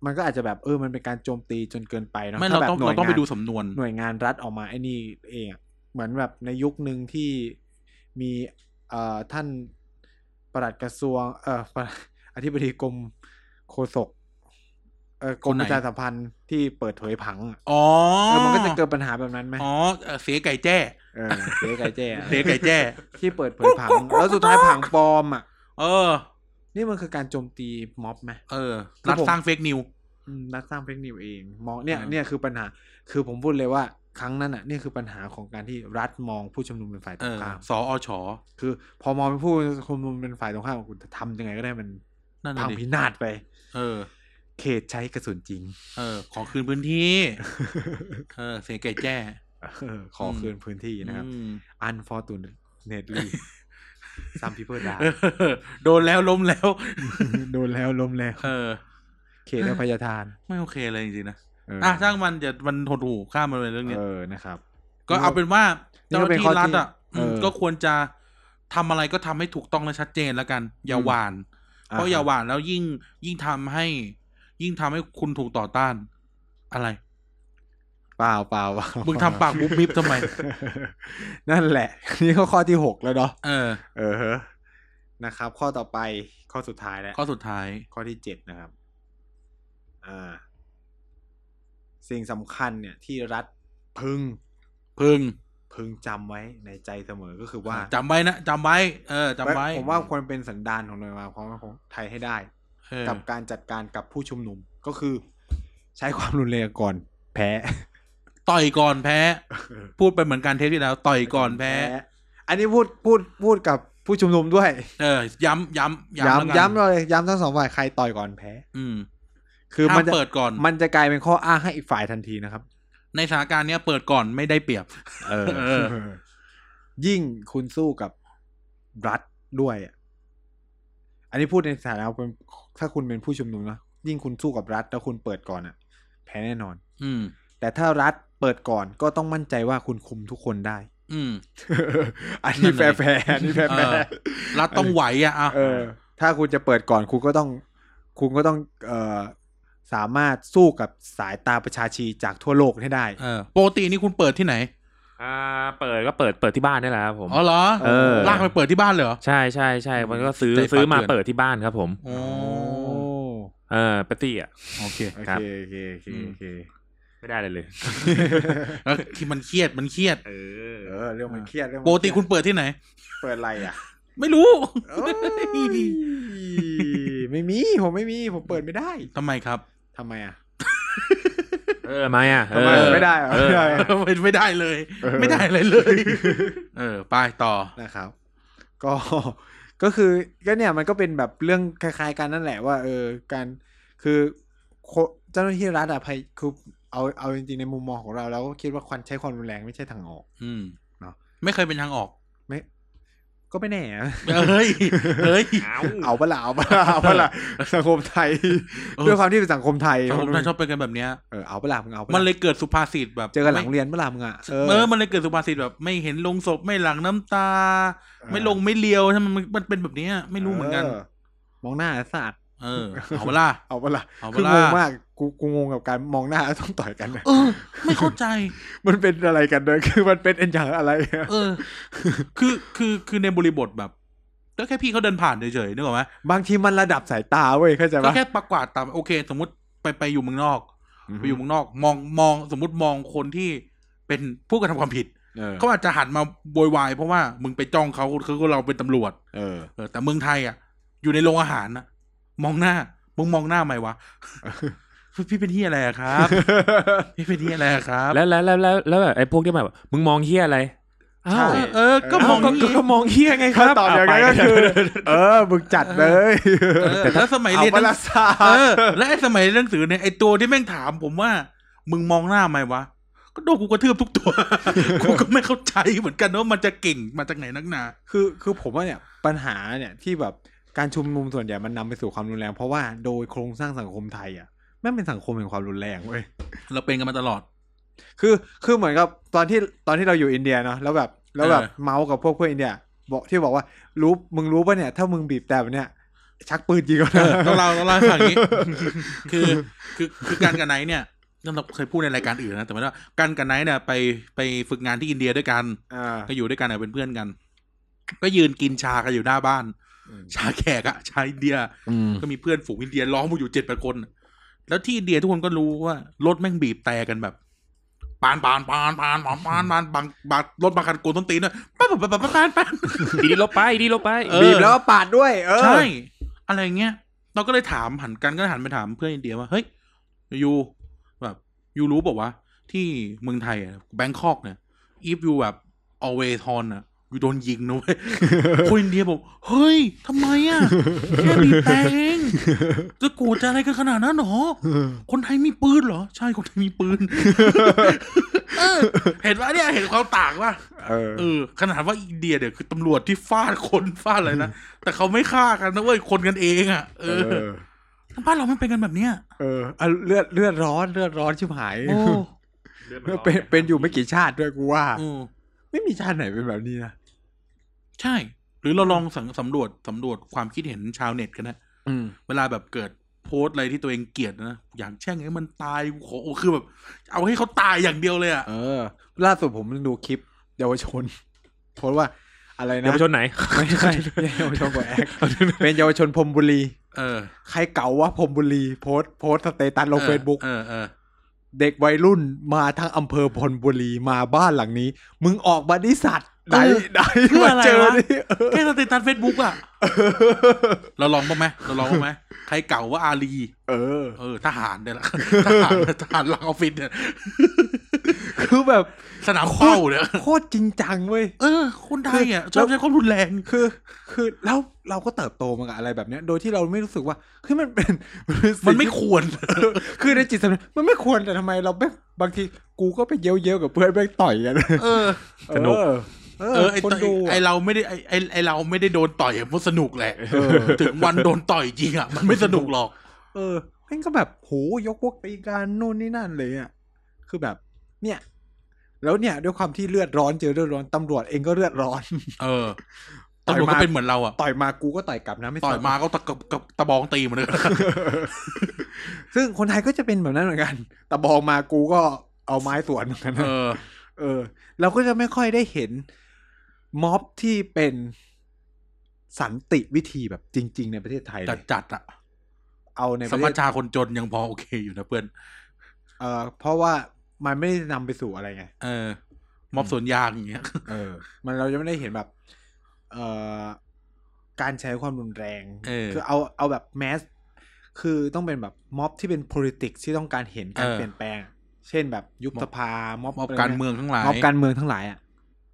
[SPEAKER 3] มันก็อาจจะแบบเออมันเป็นการโจมตีจนเกินไปเนาะ
[SPEAKER 1] ไม่
[SPEAKER 3] ถ้
[SPEAKER 1] เรา
[SPEAKER 3] แบบ
[SPEAKER 1] ต้อง
[SPEAKER 3] หน่วย
[SPEAKER 1] เราต้องไป
[SPEAKER 3] น
[SPEAKER 1] ดูสำนวน
[SPEAKER 3] หน่วยงานรัฐออกมาไอ้นี่เองอะเหมือนแบบในยุคหนึ่งที่มีเอ่อท่านประหลัดกระทรวง เอ่อประอธิบดีกรมโฆษกเอ่อกรม
[SPEAKER 1] คนไหน
[SPEAKER 3] ประชาสัมพันธ์ที่เปิดเผยผังอะ
[SPEAKER 1] อ๋อ
[SPEAKER 3] เออมันก็จะเกิดปัญหาแบบนั้นไหม
[SPEAKER 1] อ๋อเอ่อเสียไก่แจ้
[SPEAKER 3] เออเจ๊ไก่เจ๊อะ
[SPEAKER 1] เสียไก่แจ้
[SPEAKER 3] ที่เปิดเผยผัง แล้วสุดท้ายผังปลอมอ่ะ
[SPEAKER 1] เออ
[SPEAKER 3] นี่มันคือการโจมตีม็อบไหม
[SPEAKER 1] เออ
[SPEAKER 3] คือ
[SPEAKER 1] รัฐ
[SPEAKER 3] ผม
[SPEAKER 1] สร้างเฟกนิว
[SPEAKER 3] อืมนักสร้างเฟกนิวเองมองเนี่ย
[SPEAKER 1] อืม
[SPEAKER 3] เนี่ยคือปัญหา คือผมพูดเลยว่าครั้งนั้นอ่ะเนี่ยคือปัญหาของการที่รัฐมองผู้ชุมนุมเป็นฝ่ายต
[SPEAKER 1] เอ
[SPEAKER 3] รง
[SPEAKER 1] อ
[SPEAKER 3] ข้าม
[SPEAKER 1] สออชอ
[SPEAKER 3] คือ พอมองเป็นผู้ชุมนุมเป็นฝ่ายตรงข้ามคุณจะทำยังไงก็ได้มัน
[SPEAKER 1] นั่นน่ะ
[SPEAKER 3] พัง
[SPEAKER 1] ดิ
[SPEAKER 3] พินาศไป
[SPEAKER 1] เออ
[SPEAKER 3] เขตใช้กระสุนจริง
[SPEAKER 1] เออ ขอคืนพื้นที่ เออ เสียไก่แจ้
[SPEAKER 3] ขอคืนพื้นที่นะครับ
[SPEAKER 1] อืม
[SPEAKER 3] อันฟอร์ตู นเนตลีซัมพีเพิร์ดา
[SPEAKER 1] เออโดนแล้วล้มแล้ว
[SPEAKER 3] โดนแล้วล้มแล้ว
[SPEAKER 1] เออ
[SPEAKER 3] เขตอภัยทาน
[SPEAKER 1] ไม่โอเคเลยจริงๆนะ
[SPEAKER 3] เอออ
[SPEAKER 1] อ่ะช่างมันจะมันหดหูข้ามมาเลยเรื่องเนี้ย
[SPEAKER 3] เออนะครับ
[SPEAKER 1] ก็เอาเป็นว่า
[SPEAKER 3] นี่
[SPEAKER 1] เจ้าหน้า
[SPEAKER 3] ก็เป็น
[SPEAKER 1] ที่
[SPEAKER 3] ข้อที่
[SPEAKER 1] รัฐอ่ะ
[SPEAKER 3] เออ
[SPEAKER 1] ก็ควรจะ ทำอะไรก็ทำให้ถูกต้องและชัดเจนแล้วกัน อย่า
[SPEAKER 3] อืม
[SPEAKER 1] หวาน เพราะอย่าหวานแล้วยิ่งยิ่งทำให้ ยิ่งทำให้คุณถูกต่อต้าน อะไร
[SPEAKER 3] เปล่าเปล่าเปล่า
[SPEAKER 1] มึงทำปากบุ๊บมิบทำไม
[SPEAKER 3] นั่นแหละ นี่ก็ข้อที่หกแล้วเนาะ
[SPEAKER 1] เออ
[SPEAKER 3] เออฮะนะครับ ข้อต่อไปข้อสุดท้ายแล้ว
[SPEAKER 1] ข้อสุดท้าย
[SPEAKER 3] ข้อที่เจ็ดนะครับ อ่า สิ่งสำคัญเนี่ยที่รัฐพึง
[SPEAKER 1] พึง
[SPEAKER 3] พึงจำไว้ในใจเสมอก็คือว่า
[SPEAKER 1] จำไว้นะจำไว้ เออจำไว้
[SPEAKER 3] ผมว่าควรเป็นสันดานของหน่วยงานของของไทยให้ได้
[SPEAKER 1] เออ
[SPEAKER 3] กับการจัดการกับผู้ชุมนุมก็คือ ใช้ความรุนแรงก่อน แพ้
[SPEAKER 1] ต่อยก่อนแพ้ พูดไปเหมือนการเทปที่แล้ว ต่อยก่อนแพ้
[SPEAKER 3] อันนี้พูดพูดพูดกับผู้ชุมนุมด้วย
[SPEAKER 1] เออ ย้ำย้ำแล้วกัน
[SPEAKER 3] ย้ำย้ำเลยย้ำทั้งสองฝ่ายใครต่อยก่อนแพ้
[SPEAKER 1] อืม
[SPEAKER 3] คือ
[SPEAKER 1] ห้า
[SPEAKER 3] มัน
[SPEAKER 1] ม
[SPEAKER 3] จะ
[SPEAKER 1] เปิดก่อน
[SPEAKER 3] มันจะกลายเป็นข้ออ้างให้อีกฝ่ายทันทีนะครับ
[SPEAKER 1] ในสถานการณ์เนี้ยเปิดก่อนไม่ได้เปรียบ
[SPEAKER 3] เอ อ
[SPEAKER 1] เออ
[SPEAKER 3] ยิ่งคุณสู้กับรัฐด้วยอะอันนี้พูดในสถานะเป็นถ้าคุณเป็นผู้ชุมนุมนะยิ่งคุณสู้กับรัฐแล้วคุณเปิดก่อนอะแพ้แน่นอน
[SPEAKER 1] อืม
[SPEAKER 3] แต่ถ้ารัฐเปิดก่อนก็ต้องมั่นใจว่าคุณคุมทุกคนได้
[SPEAKER 1] อืม
[SPEAKER 3] อันนี้
[SPEAKER 1] นั่
[SPEAKER 3] แฟ
[SPEAKER 1] น
[SPEAKER 3] ร์
[SPEAKER 1] น่ะ
[SPEAKER 3] แฟร์อันนี้แฟร์แฟ
[SPEAKER 1] เออ
[SPEAKER 3] ร์
[SPEAKER 1] รัฐต้องไหวอ่ะอ่ะ
[SPEAKER 3] เออ ถ้าคุณจะเปิดก่อนคุณก็ต้อง คุณก็ต้องเออสามารถสู้กับสายตาประชาชีจากทั่วโลกให้ได้
[SPEAKER 1] เออปกตินี่คุณเปิดที่ไหน
[SPEAKER 2] อ่าเปิดก็เปิดเปิดที่บ้านนี่แหละครับผม
[SPEAKER 1] อ๋อเหรอ
[SPEAKER 2] เออ
[SPEAKER 1] ลากไปเปิดที่บ้านเลยเหรอ
[SPEAKER 2] ใช่ใช่ใช่มันก็ซื้อ
[SPEAKER 1] ใจปาก
[SPEAKER 2] ซื้อมา
[SPEAKER 1] เถื่อน
[SPEAKER 2] เปิดที่บ้านครับ ผม
[SPEAKER 1] โอ้
[SPEAKER 2] เออปาร์ตี้อ่ะ
[SPEAKER 1] โอเค
[SPEAKER 3] โอ
[SPEAKER 2] ครับ
[SPEAKER 3] เคโอเคโอเคโอเค
[SPEAKER 2] ไม่ได้เลยเลย
[SPEAKER 1] แล้วที่มันเครียดมันเครียด
[SPEAKER 2] เออ
[SPEAKER 3] เออเรื่องมันเครียดเรื่องมัน
[SPEAKER 1] ปกติคุณเปิดที่ไหน
[SPEAKER 3] เปิดอะไรอ่ะ
[SPEAKER 1] ไม่รู้
[SPEAKER 3] โอ้ยไม่มี ผมไม่มี ผมเปิดไม่ได้
[SPEAKER 1] ทำไมครับ
[SPEAKER 3] ทำไมอ่ะ
[SPEAKER 2] เออไม่อ่ะ
[SPEAKER 3] ทำไม
[SPEAKER 2] เออ
[SPEAKER 3] ไม่ได้เหรอ
[SPEAKER 2] เออ
[SPEAKER 3] ไม่ได้เหรอ
[SPEAKER 1] ไม่ไม่ได้เลย
[SPEAKER 3] เออ
[SPEAKER 1] ไม่ได้อะไรเลย เออไปต่อ
[SPEAKER 3] นะครับ ก็ ก็คือก็เนี่ยมันก็เป็นแบบเรื่องคล้ายๆกันนั่นแหละว่า เออการคือโคเจ้าหน้าที่รัฐอะพยคือเอาเอาจริงๆในมุมมองของเราเราก็คิดว่าควันใช้ความรุนแรงไม่ใช่ทางออก
[SPEAKER 1] อืม
[SPEAKER 3] เนอะ
[SPEAKER 1] ไม่เคยเป็นทางออก
[SPEAKER 3] ไม่ ก็ไม่แน่ อะ
[SPEAKER 1] เฮ้ยเฮ้ย
[SPEAKER 3] เอาปะล่ะเอาปะ ล่ะเอาปะล่ะสังคมไทย
[SPEAKER 1] เออ
[SPEAKER 3] ด้วยความที่เป็นสังคมไทย
[SPEAKER 1] สังคมไทยชอบเป็นกันแบบเนี้ย
[SPEAKER 3] เออเอาปะล่ะมึงเอาปะะ
[SPEAKER 1] มันเลยเกิดสุภาษิตแบบ
[SPEAKER 3] เจอกันหลัง
[SPEAKER 1] ไม่
[SPEAKER 3] เรียนเมื่อไหร่มึงอ่ะ
[SPEAKER 1] เออมันเลยเกิดสุภาษิตแบบ ไม่เห็นลงศพไม่หลังน้ำตา ไม่ลงไม่เลียวใช่ไหมมันมันเป็นแบบเนี้ย ไม่รู้เหมือนกัน
[SPEAKER 3] มองหน้าไอ้สัตว์
[SPEAKER 1] เออเอาเวล่ะ
[SPEAKER 3] เอาเวลา
[SPEAKER 1] เอาปะ
[SPEAKER 3] คื
[SPEAKER 1] ล่ะ
[SPEAKER 3] งงมากกูกูงงกับการมองหน้า แล้วต้องต่อยกันนะ
[SPEAKER 1] เออ ไม่เข้าใจ
[SPEAKER 3] มันเป็นอะไร กันเนี่ยคือมันเป็นอันอย่างอะไรอะ
[SPEAKER 1] เออ คือคือคือในบริบทแบบก็แค่พี่เขาเดินผ่านเฉยๆนึกออกไหม
[SPEAKER 3] บางทีมันระดับสายตาเว้ยเข้าใจ
[SPEAKER 1] ก็
[SPEAKER 3] ปะ
[SPEAKER 1] แค่ประกวาดตามโอเค สมมติไปไปอยู่เมืองนอก ไปอยู่เมืองนอก มองมองสมมติมองคนที่เป็นผู้กระทำความผิด
[SPEAKER 3] เออ
[SPEAKER 1] เขาอาจจะหันมาโวยวายเพราะว่ามึงไปจ้องเขาคือเราเป็นตำรวจ
[SPEAKER 3] เออ
[SPEAKER 1] เออแต่เมืองไทยอ่ะ อยู่ในโรงอาหารนะมองหน้า มึงมองหน้าไหมวะ พี่เป็นที่อะไรอะครับ พี่เป็นที่อะไรอะครับ
[SPEAKER 2] แล้วแล้วแล้วแล้วแล้วแบบไอ้พวกที่แบบมึงมองเฮียอะไรอ้าว
[SPEAKER 3] ใช่
[SPEAKER 1] เออ ก็
[SPEAKER 2] ก็
[SPEAKER 1] ม
[SPEAKER 2] ม
[SPEAKER 1] อ
[SPEAKER 2] อง ง
[SPEAKER 1] อย่างงี้
[SPEAKER 2] ก็มองเฮียไงค
[SPEAKER 3] ถ้า
[SPEAKER 2] รับ
[SPEAKER 3] ตอบอย่างนั้น
[SPEAKER 2] เไป
[SPEAKER 3] ก็คือ เออมึงจัดเลย
[SPEAKER 1] เออแล้วสมัย
[SPEAKER 3] เอา
[SPEAKER 1] เรียน
[SPEAKER 3] ปะละสัต
[SPEAKER 1] เอ
[SPEAKER 3] ว์
[SPEAKER 1] อ และไอ้สมัยเรียนหนังสือเนี่ยไอ้ตัวที่แม่งถามผมว่า มึงมองหน้าไหมวะ ก็โดนกูกระทืบทุกตัว กูก็ไม่เข้าใจเหมือนกันว่ามันจะเก่งมาจากไหนนักหนา
[SPEAKER 3] คือคือผมว่าเนี่ยปัญหาเนี่ยที่แบบการชุมนุมส่วนใหญ่มันนำไปสู่ความรุนแรง เพราะว่าโดยโครงสร้างสังคมไทยอ่ะแม่งเป็นสังคมแห่งความรุนแรงเว้ย
[SPEAKER 1] เราเป็นกันมาตลอด
[SPEAKER 3] คือคือเหมือนกับตอนที่ตอนที่เราอยู่อินเดียเนาะแล้วแบบแล้วแบบ
[SPEAKER 1] เออ
[SPEAKER 3] เมาส์กับพวกเพื่อนอินเดีย บอกที่บอกว่ารู้มึงรู้ป่ะเนี่ยถ้ามึงบีบแต่แบบเนี้ยชักปืนยิงกัน
[SPEAKER 1] เออต้องเล่าต้องเล่าให้ฟังอย่างนี้ คือคือคือการกับไนท์เนี่ยเราเคยพูดในรายการอื่นนะแต่หมายว่าการกับไนท์เนี่ยไปไปฝึกงานที่อินเดียด้วยกัน
[SPEAKER 3] อ่า
[SPEAKER 1] ก็อยู่ด้วยกันอะเป็นเพื่อนกัน ก็ยืนกินชากันอยู่หน้าบ้าน ชาแขกอะชาอินเดีย
[SPEAKER 3] อืม
[SPEAKER 1] ก็มีเพื่อนฝูงอินเดียล้อมมาอยู่เจ็ดแปดคน แล้วที่อินเดียทุกคนก็รู้ว่ารถแม่งบีบแต่กันแบบปานปานปานปานปานปานปานบางบางรถบางคันโกนต้นตีนด้วยปานปานปานปานปานปาน
[SPEAKER 2] อีดีลบไปอีดีลบไป
[SPEAKER 1] เออ
[SPEAKER 3] บีบแล้วก็ปาดด้วย เออ
[SPEAKER 1] ใช่ อะไรเงี้ย เราก็เลยถามหันกันก็หันไปถามเพื่อนอินเดียว่า เฮ้ยยูแบบยูรู้บอกว่าวะที่เมืองไทยอะแบงคอกเนี่ย if you แบบ always on อะยูโดนยิงนะเว้ย คนอินเดียบอก เฮ้ยทำไมอะแค่มีแตงจะโกรธจะอะไรกันขนาดนั้นหรอ คนไทยมีปืนเหรอ ใช่คนไทยมีปืน เออ เห็นว่าเนี่ยเห็นความต่างว่า
[SPEAKER 3] เออ
[SPEAKER 1] เออขนาดว่าอินเดียเนี่ยคือตำรวจที่ฟาดคนฟาดอะไรนะ แต่เขาไม่ฆ่ากันนะเว้ยคนกันเองอ่ะเอ
[SPEAKER 3] เอ
[SPEAKER 1] อ
[SPEAKER 3] อ
[SPEAKER 1] บ้านเราไม่เป็นกันแบบเนี้ย
[SPEAKER 3] เอออ่ะเลือดเลือดร้อนเลือดร้อนชิบหาย
[SPEAKER 1] โอ้
[SPEAKER 3] เป็นเป็นอยู่ไม่กี่ชาติด้วยกูว่า
[SPEAKER 1] โอ้
[SPEAKER 3] ไม่มีชาติไหนเป็นแบบนี้นะ
[SPEAKER 1] ใช่ หรือเราลองสังสำรวจสำรวจความคิดเห็นชาวเน็ตกันนะ
[SPEAKER 3] อืม
[SPEAKER 1] เวลาแบบเกิดโพสต์อะไรที่ตัวเองเกลียดนะ อย่างแช่งให้มันตายโอ้โหคือแบบ เอาให้เขาตายอย่างเดียวเลยอะ
[SPEAKER 3] เออ ล่าสุดผมดูคลิปเยาวชนโพสต์ว่าอะไรนะ
[SPEAKER 2] เยาวชนไหน
[SPEAKER 3] ไม่ใช่ไม่ใช่เยาวชนกว่าแอคเป็นเยาวชนพรหมบุรี
[SPEAKER 1] เออ
[SPEAKER 3] ใครเก่าวะพรหมบุรีโพสต์โพสต์สเตตัสลงเฟซบุ๊ก
[SPEAKER 1] เออเออ
[SPEAKER 3] เด็กวัยรุ่นมาทั้งอำเภอพรหมบุรีมาบ้านหลังนี้ มึงออกมาดิสัตว์ไหนไหนมาเจอดิเออ
[SPEAKER 1] แค่สเตตัสเฟซบุ๊กอะเราลองบ้างไหมเราลองบ้างไหมใครเก่าว่าอารี
[SPEAKER 3] เออ
[SPEAKER 1] เออ ทหารเนี่ยแหละ ทหารทหารหลังออฟฟิศเนี่ย
[SPEAKER 3] คือแบบ
[SPEAKER 1] สนามเป้าเนี่ย
[SPEAKER 3] โคตรจริงจังเว้ย
[SPEAKER 1] เออ คนไทยอ่ะชอบใช้ความรุน แรง
[SPEAKER 3] คือคือแล้วเราก็เติบโตมากับอะไรแบบเนี้ย โดยที่เราไม่รู้สึกว่าคือมันเป็น เป็สิ่ง
[SPEAKER 1] มันไม่ควร
[SPEAKER 3] คือในจิตสำนึกมันไม่ควรแต่ทำไมเราแบบบางทีกูก็ไปเย้ยวๆ กับเพื่อนไปต่อยกัน
[SPEAKER 1] เออ
[SPEAKER 2] สนุก
[SPEAKER 3] เออเอ
[SPEAKER 1] เออ
[SPEAKER 3] อ
[SPEAKER 1] ไอ้
[SPEAKER 3] คน
[SPEAKER 1] ตัว
[SPEAKER 3] ดู
[SPEAKER 1] ไอเราไม่ได้ไอไอ้ไอเราไม่ได้โดนต่อยเพราะสนุกแหละ
[SPEAKER 3] เออ
[SPEAKER 1] ถึงวันโดนต่อยจริงอ่ะ มันไม่สนุกหรอก
[SPEAKER 3] เออแม่งก็แบบโหยกพวกตีกันนู่นนี่นั่นเลยอ่ะคือแบบ เนี่ย แล้วเนี่ยด้วยความที่เลือดร้อนเจอเลือดร้อนตำรวจเองก็เลือดร้อน
[SPEAKER 1] เออ
[SPEAKER 3] ต่อย
[SPEAKER 1] ตำรวจก็
[SPEAKER 3] มา
[SPEAKER 1] เป็นเหมือนเราอ่ะ
[SPEAKER 3] ต่อยมากูก็ต่อยกลับนะไม่สน
[SPEAKER 1] ต่อยมาก็ตะกับกับตะบองตีเหมันเลย
[SPEAKER 3] ซึ่งคนไทยก็จะเป็นแบบนั้นเหมือน กันแต่บองมากูก็เอาไม้สวนเหมือนกันนะ
[SPEAKER 1] เออ
[SPEAKER 3] เออเราก็จะไม่ค่อยได้เห็นม็อบที่เป็นสันติวิธีแบบจริง ๆ ในประเทศไทยเล
[SPEAKER 1] จัด
[SPEAKER 3] ย
[SPEAKER 1] จัดๆอ่ะ
[SPEAKER 3] เอาในป
[SPEAKER 1] ส
[SPEAKER 3] ระเท
[SPEAKER 1] มัช
[SPEAKER 3] ศ
[SPEAKER 1] ชาคนจนยังพอโอเคอยู่นะเพื่อน
[SPEAKER 3] เออเพราะว่ามันไม่ได้นำไปสู่อะไรไง
[SPEAKER 1] เออ มอบสวนยางอย่างเงี้ย
[SPEAKER 3] เออ มันเราจะไม่ได้เห็นแบบ เอ่อการใช้ความรุนแรง
[SPEAKER 1] เออ
[SPEAKER 3] คือเอาเอาแบบแมสคือต้องเป็นแบบม็อบที่เป็น politics ที่ต้องการเห็นการ
[SPEAKER 1] เออ
[SPEAKER 3] เปลี่ยนแปลง เช่นแบบยุบสภาม็อ
[SPEAKER 1] มอบ
[SPEAKER 3] บะไ
[SPEAKER 1] การเมืองทั้งหลาย
[SPEAKER 3] ม็อบการเมืองทั้งหลายอ่ะ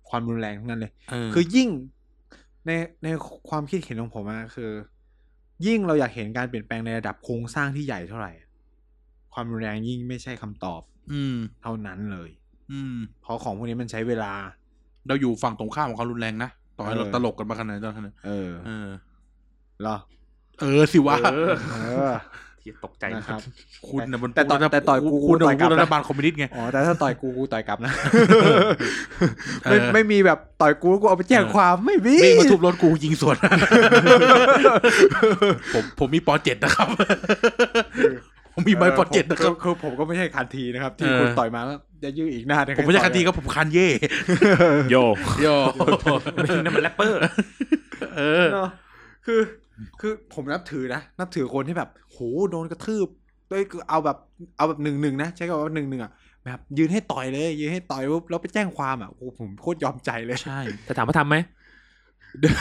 [SPEAKER 3] ความรุนแรงทั้งนั้นเลย
[SPEAKER 1] เออ
[SPEAKER 3] คือยิ่งในในความคิดเห็นของผมอะคือ ยิ่งเราอยากเห็นการเปลี่ยนแปลงในระดับโครงสร้างที่ใหญ่เท่าไหร่อะความรุนแรงยิ่งไม่ใช่คำตอบ
[SPEAKER 1] อืม
[SPEAKER 3] เท่านั้นเลย
[SPEAKER 1] อืม
[SPEAKER 3] เพราะของพวกนี้มันใช้เวลา
[SPEAKER 1] เราอยู่ฝั่งตรงข้ามของความรุนแรงนะ ต่อให้เรา
[SPEAKER 3] เออ
[SPEAKER 1] ตลกกันมาขนาดไหนตอนนั้น
[SPEAKER 3] เออ
[SPEAKER 1] เออ
[SPEAKER 3] เหรอ
[SPEAKER 1] เออสิวะ
[SPEAKER 3] เออ
[SPEAKER 2] ที่ตกใจ
[SPEAKER 3] นะครับ
[SPEAKER 1] คุณนะมัน
[SPEAKER 3] แต่ต่อแต่ต่อยกู
[SPEAKER 1] คุณ
[SPEAKER 3] ต่
[SPEAKER 1] ต่
[SPEAKER 3] อ
[SPEAKER 1] อย ย
[SPEAKER 3] กลับนะ
[SPEAKER 1] รัฐบาลคอมมิวนิสต์ไง
[SPEAKER 3] อ๋อแต่ถ้าต่อยกูกูต่อยกลับนะ
[SPEAKER 1] เออ
[SPEAKER 3] ไม่ไม่มีแบบต่อยกูกูเอาไปแจ้งความไม่มี
[SPEAKER 1] วิ่งมาทุบรถกูยิงสวน ผมผมมีปอเจ็ดนะครับ ผมมีใบปอเจ็ดนะครับ
[SPEAKER 3] ออคือผมก็ไม่ใช่คันทีนะครับ ที่
[SPEAKER 1] เออ
[SPEAKER 3] คุณต่อยมาแล้วจะยื้ออีกหน้าหง
[SPEAKER 1] ผมไม่ใช่
[SPEAKER 3] ต่
[SPEAKER 1] คั
[SPEAKER 3] อน ย
[SPEAKER 1] ทีครับผมคันเย่
[SPEAKER 2] โย
[SPEAKER 1] โย
[SPEAKER 2] นั่นมันแรปเปอร์
[SPEAKER 1] เออ
[SPEAKER 3] เนอะคือ คือผมนับถือนะ นับถือคนที่แบบโหโดนกระทืบด้วยคือเอาแบบเอาแบบหนึ่งหนึ่งนะใช้คำว่าหนึ่งหนึ่งอ่ะแบบยืนให้ต่อยเลย ยืนให้ต่อยปุ๊บแล้วไปแจ้งความอ่ะโอ้ผมโคตรยอมใจเลย
[SPEAKER 1] ใช่
[SPEAKER 2] แต่ถามว่าทำไหม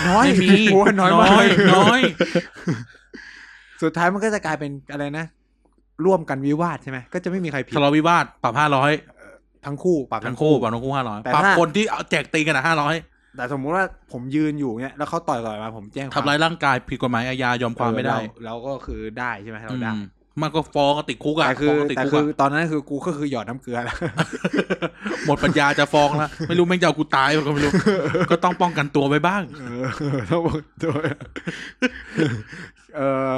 [SPEAKER 3] น้อย
[SPEAKER 1] ไม่มี
[SPEAKER 3] โอ้ยน้อยมาก
[SPEAKER 1] น้อย
[SPEAKER 3] สุดท้ายมันก็จะกลายเป็นอะไรนะ ร่วมกันวิวาทใช่ไหมก็จะไม่มีใครผิด
[SPEAKER 1] ทะเลาะวิวาทปรับห้าร้อย
[SPEAKER 3] ทั้งคู่ปรับ
[SPEAKER 1] ทั้
[SPEAKER 3] ทั้
[SPEAKER 1] ง
[SPEAKER 3] ง
[SPEAKER 1] คู่
[SPEAKER 3] คู่
[SPEAKER 1] ปรับทั้งคู่ห้าร้อย
[SPEAKER 3] แต่
[SPEAKER 1] ปรับ
[SPEAKER 3] ถ้า
[SPEAKER 1] คนที่เอาแจกตีกันนะห้าร้อย
[SPEAKER 3] แต่สมมุติว่าผมยืนอยู่เนี้ยแล้วเขาต่อยต่อยมาผมแจ้งความ
[SPEAKER 1] ทำร้ายร่างกายผิดกฎหมายอาญายอมความไม่ได้
[SPEAKER 3] เออเราเราก็คือได้ใช่ไหมเรา
[SPEAKER 1] อื
[SPEAKER 3] ได้
[SPEAKER 1] มมันก็ฟ้องก็ติดคุกอะ
[SPEAKER 3] แต่คือ
[SPEAKER 1] ฟ้องก็ติด
[SPEAKER 3] แต่
[SPEAKER 1] คุก
[SPEAKER 3] คือ
[SPEAKER 1] อะ
[SPEAKER 3] ตอนนั้นคือกูก็คือหยอดน้ำเกลือแล้ว
[SPEAKER 1] หมดปัญญาจะฟ้องแล้วไม่รู้แม่งจะเอากูตายก็ไม่รู้ ก็ต้องป้องกันตัวไว้บ้าง
[SPEAKER 3] เออต้องบอกตัวเออ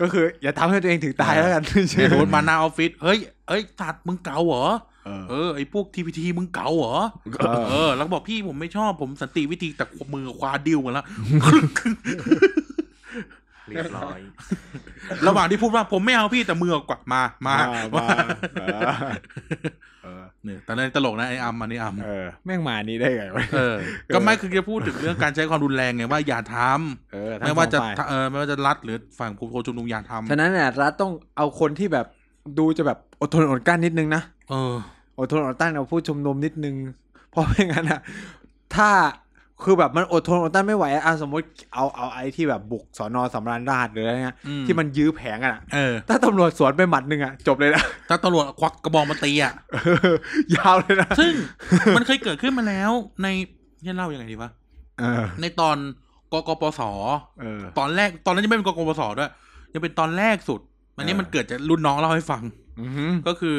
[SPEAKER 3] ก็คือ อย่าทำให้ตัวเองถึงตาย แล้วกัน
[SPEAKER 1] เนี่ยสมมติมาหน้าออฟฟิศ เฮ้ย เอ้ยตัดมึงเก๋าเหรอ
[SPEAKER 3] เออ
[SPEAKER 1] เออ ไอ้พวกทีพีทีมึงเก๋าเหรอ
[SPEAKER 3] เออ
[SPEAKER 1] เออ แล้วก็บอกพี่ผมไม่ชอบผมสันติวิธีแต่มือคว้าดิ้วกันแล้ว
[SPEAKER 2] เรียบร้อย
[SPEAKER 1] ระหว่างที่พูดว่าผมไม่เอาพี่แต่มือกวักมา มา
[SPEAKER 3] มา
[SPEAKER 1] มา
[SPEAKER 3] มาเออ
[SPEAKER 1] เนี่ยแต่ในตลกนะไอ้อัมอันนี้อัม
[SPEAKER 3] เออ แม่งมานี้ได้ไงวะ
[SPEAKER 1] เออ ก็ไม่คือจะพูดถึงเรื่องการใช้ความรุนแรงไงว่าอย่าท
[SPEAKER 3] เออ
[SPEAKER 1] ำ
[SPEAKER 3] ทั้ง
[SPEAKER 1] ไม่ว่าจะ
[SPEAKER 3] สองฝ่ย
[SPEAKER 1] เออไม่ว่าจะรัฐหรือฝั่งผู้ชุมนุมอย่าท
[SPEAKER 3] ฉะนั้นเนี่ยรัฐต้องเอาคนที่แบบดูจะแบบอดทนอดกลั้นนิดนึงนะ
[SPEAKER 1] ำเออ
[SPEAKER 3] อดทนอดกลั้นเอาผู้ชุมนุมนิดนึง เพราะไม่งั้นอ่ะถ้าคือแบบมันอดทนอดกลั้นไม่ไหวอะอ่ะสมมติเอาเอาไอ้ที่แบบบุกสอนอสำราญราชหรืออะไรเงี้ย
[SPEAKER 1] อืม
[SPEAKER 3] ที่มันยื้อแผงกันอ่ะ
[SPEAKER 1] เออ
[SPEAKER 3] ถ้าตำรวจสวนไปหมัดหนึ่งอ่ะ จบเลยนะ
[SPEAKER 1] ถ้าตำรวจควักกระบองมาตีอ่ะ
[SPEAKER 3] ยาวเลยนะ
[SPEAKER 1] ซึ่งมันเคยเกิดขึ้นมาแล้วในเนี่ยเล่ายังไงดีวะ
[SPEAKER 3] เออ
[SPEAKER 1] ในตอนกกปส
[SPEAKER 3] เออ
[SPEAKER 1] ตอนแรกตอนนั้นยังไม่เป็นกกปสด้วยยังเป็นตอนแรกสุด อันนี้
[SPEAKER 3] เออ
[SPEAKER 1] มันเกิดจากรุ่นน้องเล่าให้ฟัง
[SPEAKER 3] อือหือ
[SPEAKER 1] ก็คือ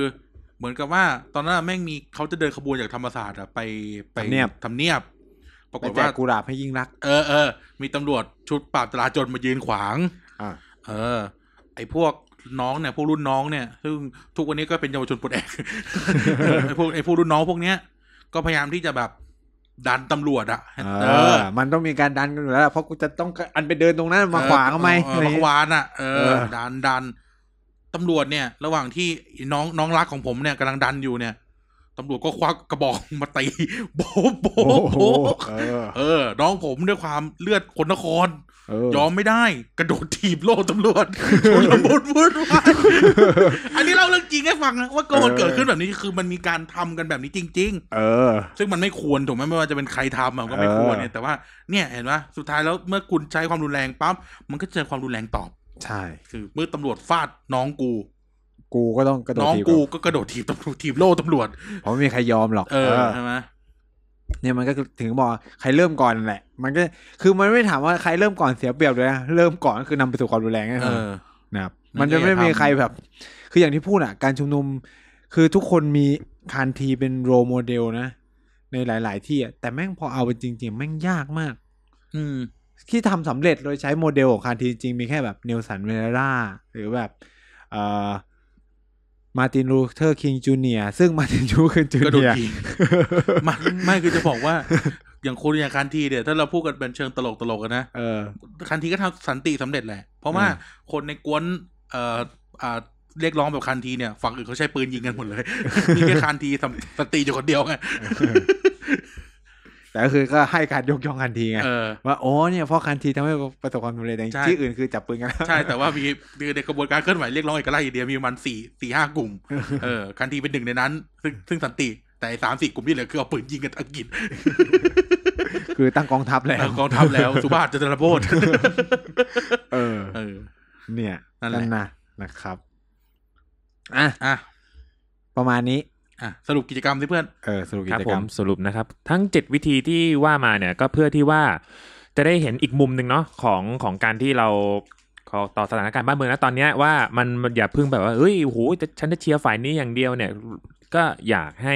[SPEAKER 1] เหมือนกับว่า ตอนนั้นแม่งมีเขาจะเดินขบวนจากธรรมศาสตร์อะไปไป
[SPEAKER 3] ทำเนียบ
[SPEAKER 1] ทำเนียบ ปรา
[SPEAKER 3] ไป
[SPEAKER 1] กฏ
[SPEAKER 3] แจ
[SPEAKER 1] ว่าก
[SPEAKER 3] กุหลาบให้ยิ่งรักษณ์
[SPEAKER 1] เออเออมีตำรวจชุดปราบจราจนมายืนขวาง
[SPEAKER 3] อ่ะ
[SPEAKER 1] เออ ไอพวกน้องเนี่ย พวกรุ่นน้องเนี่ย ซึ่งทุกวัน นี้ก็เป็นเยาวชนปลดแอก ไอพวกไอพวกรุ่นน้องพวกเนี้ย ก็พยายามที่จะแบบ ดันตำรวจอะ
[SPEAKER 3] เออ มันต้องมีการดันกันอยู่แล้วล่ะเพราะกูจะต้องอันไปเดินตรงนั้นมาขวางทำไม
[SPEAKER 1] เอ
[SPEAKER 3] อะ
[SPEAKER 1] อ
[SPEAKER 3] ไรอ
[SPEAKER 1] มา
[SPEAKER 3] ย่าง
[SPEAKER 1] ข
[SPEAKER 3] เงี้ย
[SPEAKER 1] วานอะเอ
[SPEAKER 3] เอ
[SPEAKER 1] อ
[SPEAKER 3] อ
[SPEAKER 1] ดันดันตำรวจเนี่ย ระหว่างที่น้องน้องรักของผมเนี่ยกำลังดันอยู่เนี่ยตำรวจก็ควักกระบอกมาตี โบ๊ะโบ๊ะ
[SPEAKER 3] โอ้โห
[SPEAKER 1] โบ๊ะ
[SPEAKER 3] เออ
[SPEAKER 1] เออ น้องผมด้วยความเลือดคนนคร
[SPEAKER 3] เออ
[SPEAKER 1] ยอมไม่ได้ กระโดดถีบโลกตำรวจชนละมุนวุ่นวายอันนี้เล่าเรื่องจริงให้ฟังนะว่าก็มัน
[SPEAKER 3] เออ
[SPEAKER 1] เกิดขึ้นแบบนี้คือมันมีการทำกันแบบนี้จริง
[SPEAKER 3] เออ
[SPEAKER 1] ๆ ซึ่งมันไม่ควรถูกไหมไม่ว่าจะเป็นใครทำอะก็ไม่
[SPEAKER 3] เออ
[SPEAKER 1] ควรเนี่ยแต่ว่าเนี่ยเห็นปะสุดท้ายแล้วเมื่อคุณใช้ความรุนแรงปั๊บมันก็เจอความรุนแรงตอบ
[SPEAKER 3] ใช่
[SPEAKER 1] คือเมื่อตำรวจฟาดน้องกู
[SPEAKER 3] กูก็ต้องกระโดด
[SPEAKER 1] น้อง
[SPEAKER 3] ที
[SPEAKER 1] กูก็กระโดดถีบตำรวจถีบโล่ตำรวจ
[SPEAKER 3] เพราะไม่มีใครยอมหรอก
[SPEAKER 1] เออ
[SPEAKER 3] เออ
[SPEAKER 1] ใช่ไหม
[SPEAKER 3] เนี่ยมันก็คือถึงบอกใครเริ่มก่อนแหละ มันก็คือมันไม่ถามว่าใครเริ่มก่อนเสียเปรียบเลยนะเริ่มก่อนก็คือนำไปสู่ความรุนแรงนะ
[SPEAKER 1] เออ
[SPEAKER 3] นะครับ
[SPEAKER 1] มั
[SPEAKER 3] มัน น
[SPEAKER 1] จะ
[SPEAKER 3] จะ
[SPEAKER 1] ไม่
[SPEAKER 3] ไม่มี
[SPEAKER 1] ทำ
[SPEAKER 3] ใครแบบ คืออย่างที่พูดอ่ะ การชุมนุม คือทุกคนมีคานทีเป็นโรโมเดลนะ ในหลาย ๆ ที่อะแต่แม่งพอเอาไปจริง ๆ แม่งยากมาก
[SPEAKER 1] อืม
[SPEAKER 3] ที่ทำสำเร็จโดยใช้โมเดลของคานทีจริงๆมีแค่แบบเนลสันเมเดล่าหรือแบบเอ่อมาตินลูเทอร์คิงจูเนียซึ่งมาตินลูเทอร์คิงจู
[SPEAKER 1] กระโด
[SPEAKER 3] เนี
[SPEAKER 1] ด
[SPEAKER 3] ย
[SPEAKER 1] ถีบ ไม่ไม่คือจะบอกว่า อย่างคนอย่างคันทีเนี่ยถ้าเราพูดกันเป็นเชิงตลกตลกๆอะนะ
[SPEAKER 3] เออ
[SPEAKER 1] คันทีก็ทำสันติสำเร็จแหละ เพราะว่า
[SPEAKER 3] อืม
[SPEAKER 1] คนในกวนเอ่ออ่าเรียกร้องแบบคันทีเนี่ยฝั่งอื่นเขาใช้ปืนยิงกันหมดเลย มีแค่คันทีสันสันติอยู่คนเดียวไง
[SPEAKER 3] แต่ก็คือก็ให้การยกย่องคานทีไง
[SPEAKER 1] เออ
[SPEAKER 3] ว่าโอ้เนี่ยพ่อคันทีทำให้ประสบความสำเร็จแต่
[SPEAKER 1] ใช่
[SPEAKER 3] ที่อื่นคือจับปืนกันแล้ว
[SPEAKER 1] ใช่แต่ว่ามีคือในกระบวนการเคลื่อนไหวเรียกร้องเอกราชอินเดียมีประมันสี่สี่ห้ากลุ่มเออคันทีเป็นหนึ่งในนั้น ซึ่งซึ่งสันติแต่สามสี่กลุ่มที่เหลือคือเอาปืนยิงกันอังกฤษ
[SPEAKER 3] คือตั้งกองทัพแล้ว
[SPEAKER 1] เออกองทัพแล้วสุภาพจะระโบ ด
[SPEAKER 3] เออ
[SPEAKER 1] เออ
[SPEAKER 3] เนี่ย
[SPEAKER 1] นั่นแหละ
[SPEAKER 3] นะนะครับอ่ะ
[SPEAKER 1] อ่ะ
[SPEAKER 3] ประมาณนี้
[SPEAKER 1] อ่ะสรุปกิจกรรมสิเพื่อน
[SPEAKER 3] เออสรุปกิ
[SPEAKER 2] ครับ
[SPEAKER 3] จ
[SPEAKER 2] ผ
[SPEAKER 3] กรร
[SPEAKER 2] ม
[SPEAKER 3] ม
[SPEAKER 2] สรุปนะครับ ทั้ง 7 วิธีที่ว่ามาเนี่ยก็เพื่อที่ว่าจะได้เห็นอีกมุมหนึ่งเนาะของของการที่เราขอต่อสถานการณ์บ้านเมืองนะตอนเนี้ยว่ามันมันอย่าเพิ่งแบบว่าเฮ้ยโอ้โหจะฉันจะเชียร์ฝ่ายนี้อย่างเดียวเนี่ยก็อยากให้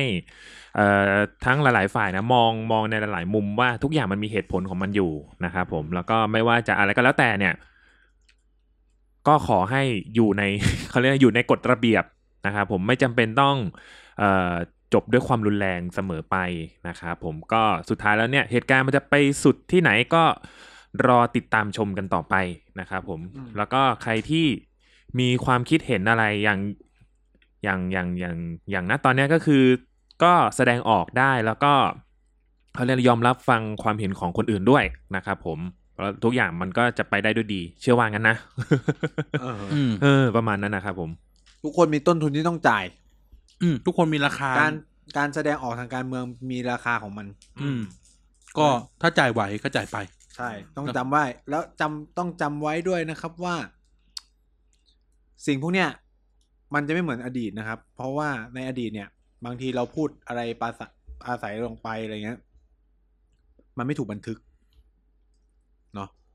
[SPEAKER 2] เอ่อทั้งหลายๆฝ่ายนะมองมองในหลายๆมุมว่าทุกอย่างมันมีเหตุผลของมันอยู่นะครับผมแล้วก็ไม่ว่าจะอะไรก็แล้วแต่เนี่ย ก็ขอให้อยู่ใน เขาเรียกว่าอยู่ในกฎระเบียบนะครับผมไม่จำเป็นต้อง เอ่อจบด้วยความรุนแรงเสมอไปนะครับผมก็สุดท้ายแล้วเนี่ย เหตุการณ์มันจะไปสุดที่ไหนก็รอติดตามชมกันต่อไปนะครับผมแล้วก็ใครที่มีความคิดเห็นอะไรอย่างอย่างอย่างอย่างอย่างณตอนเนี้ยก็คือก็แสดงออกได้แล้วก็เขาเรียกยอมรับฟังความเห็นของคนอื่นด้วยนะครับผมแล้วทุกอย่างมันก็จะไปได้ด้วยดี เชื่อว่างั้นนะ
[SPEAKER 3] เออ
[SPEAKER 1] อืม
[SPEAKER 2] เออประมาณนั้นนะครับผม
[SPEAKER 3] ทุกคนมีต้นทุนที่ต้องจ่าย
[SPEAKER 1] อืมทุกคนมีราคา
[SPEAKER 3] การการแสดงออกทางการเมืองมีราคาของมัน
[SPEAKER 1] อืม ก็ถ้าจ่ายไหวก็จ่ายไป
[SPEAKER 3] ใช่ ต้อง
[SPEAKER 1] ครับ
[SPEAKER 3] จำไว้ แล้วจำต้องจำไว้ด้วยนะครับว่า สิ่งพวกเนี้ยมันจะไม่เหมือนอดีตนะครับ เพราะว่าในอดีตเนี่ย บางทีเราพูดอะไรปาศอาศัยลงไปอะไรเงี้ย มันไม่ถูกบันทึก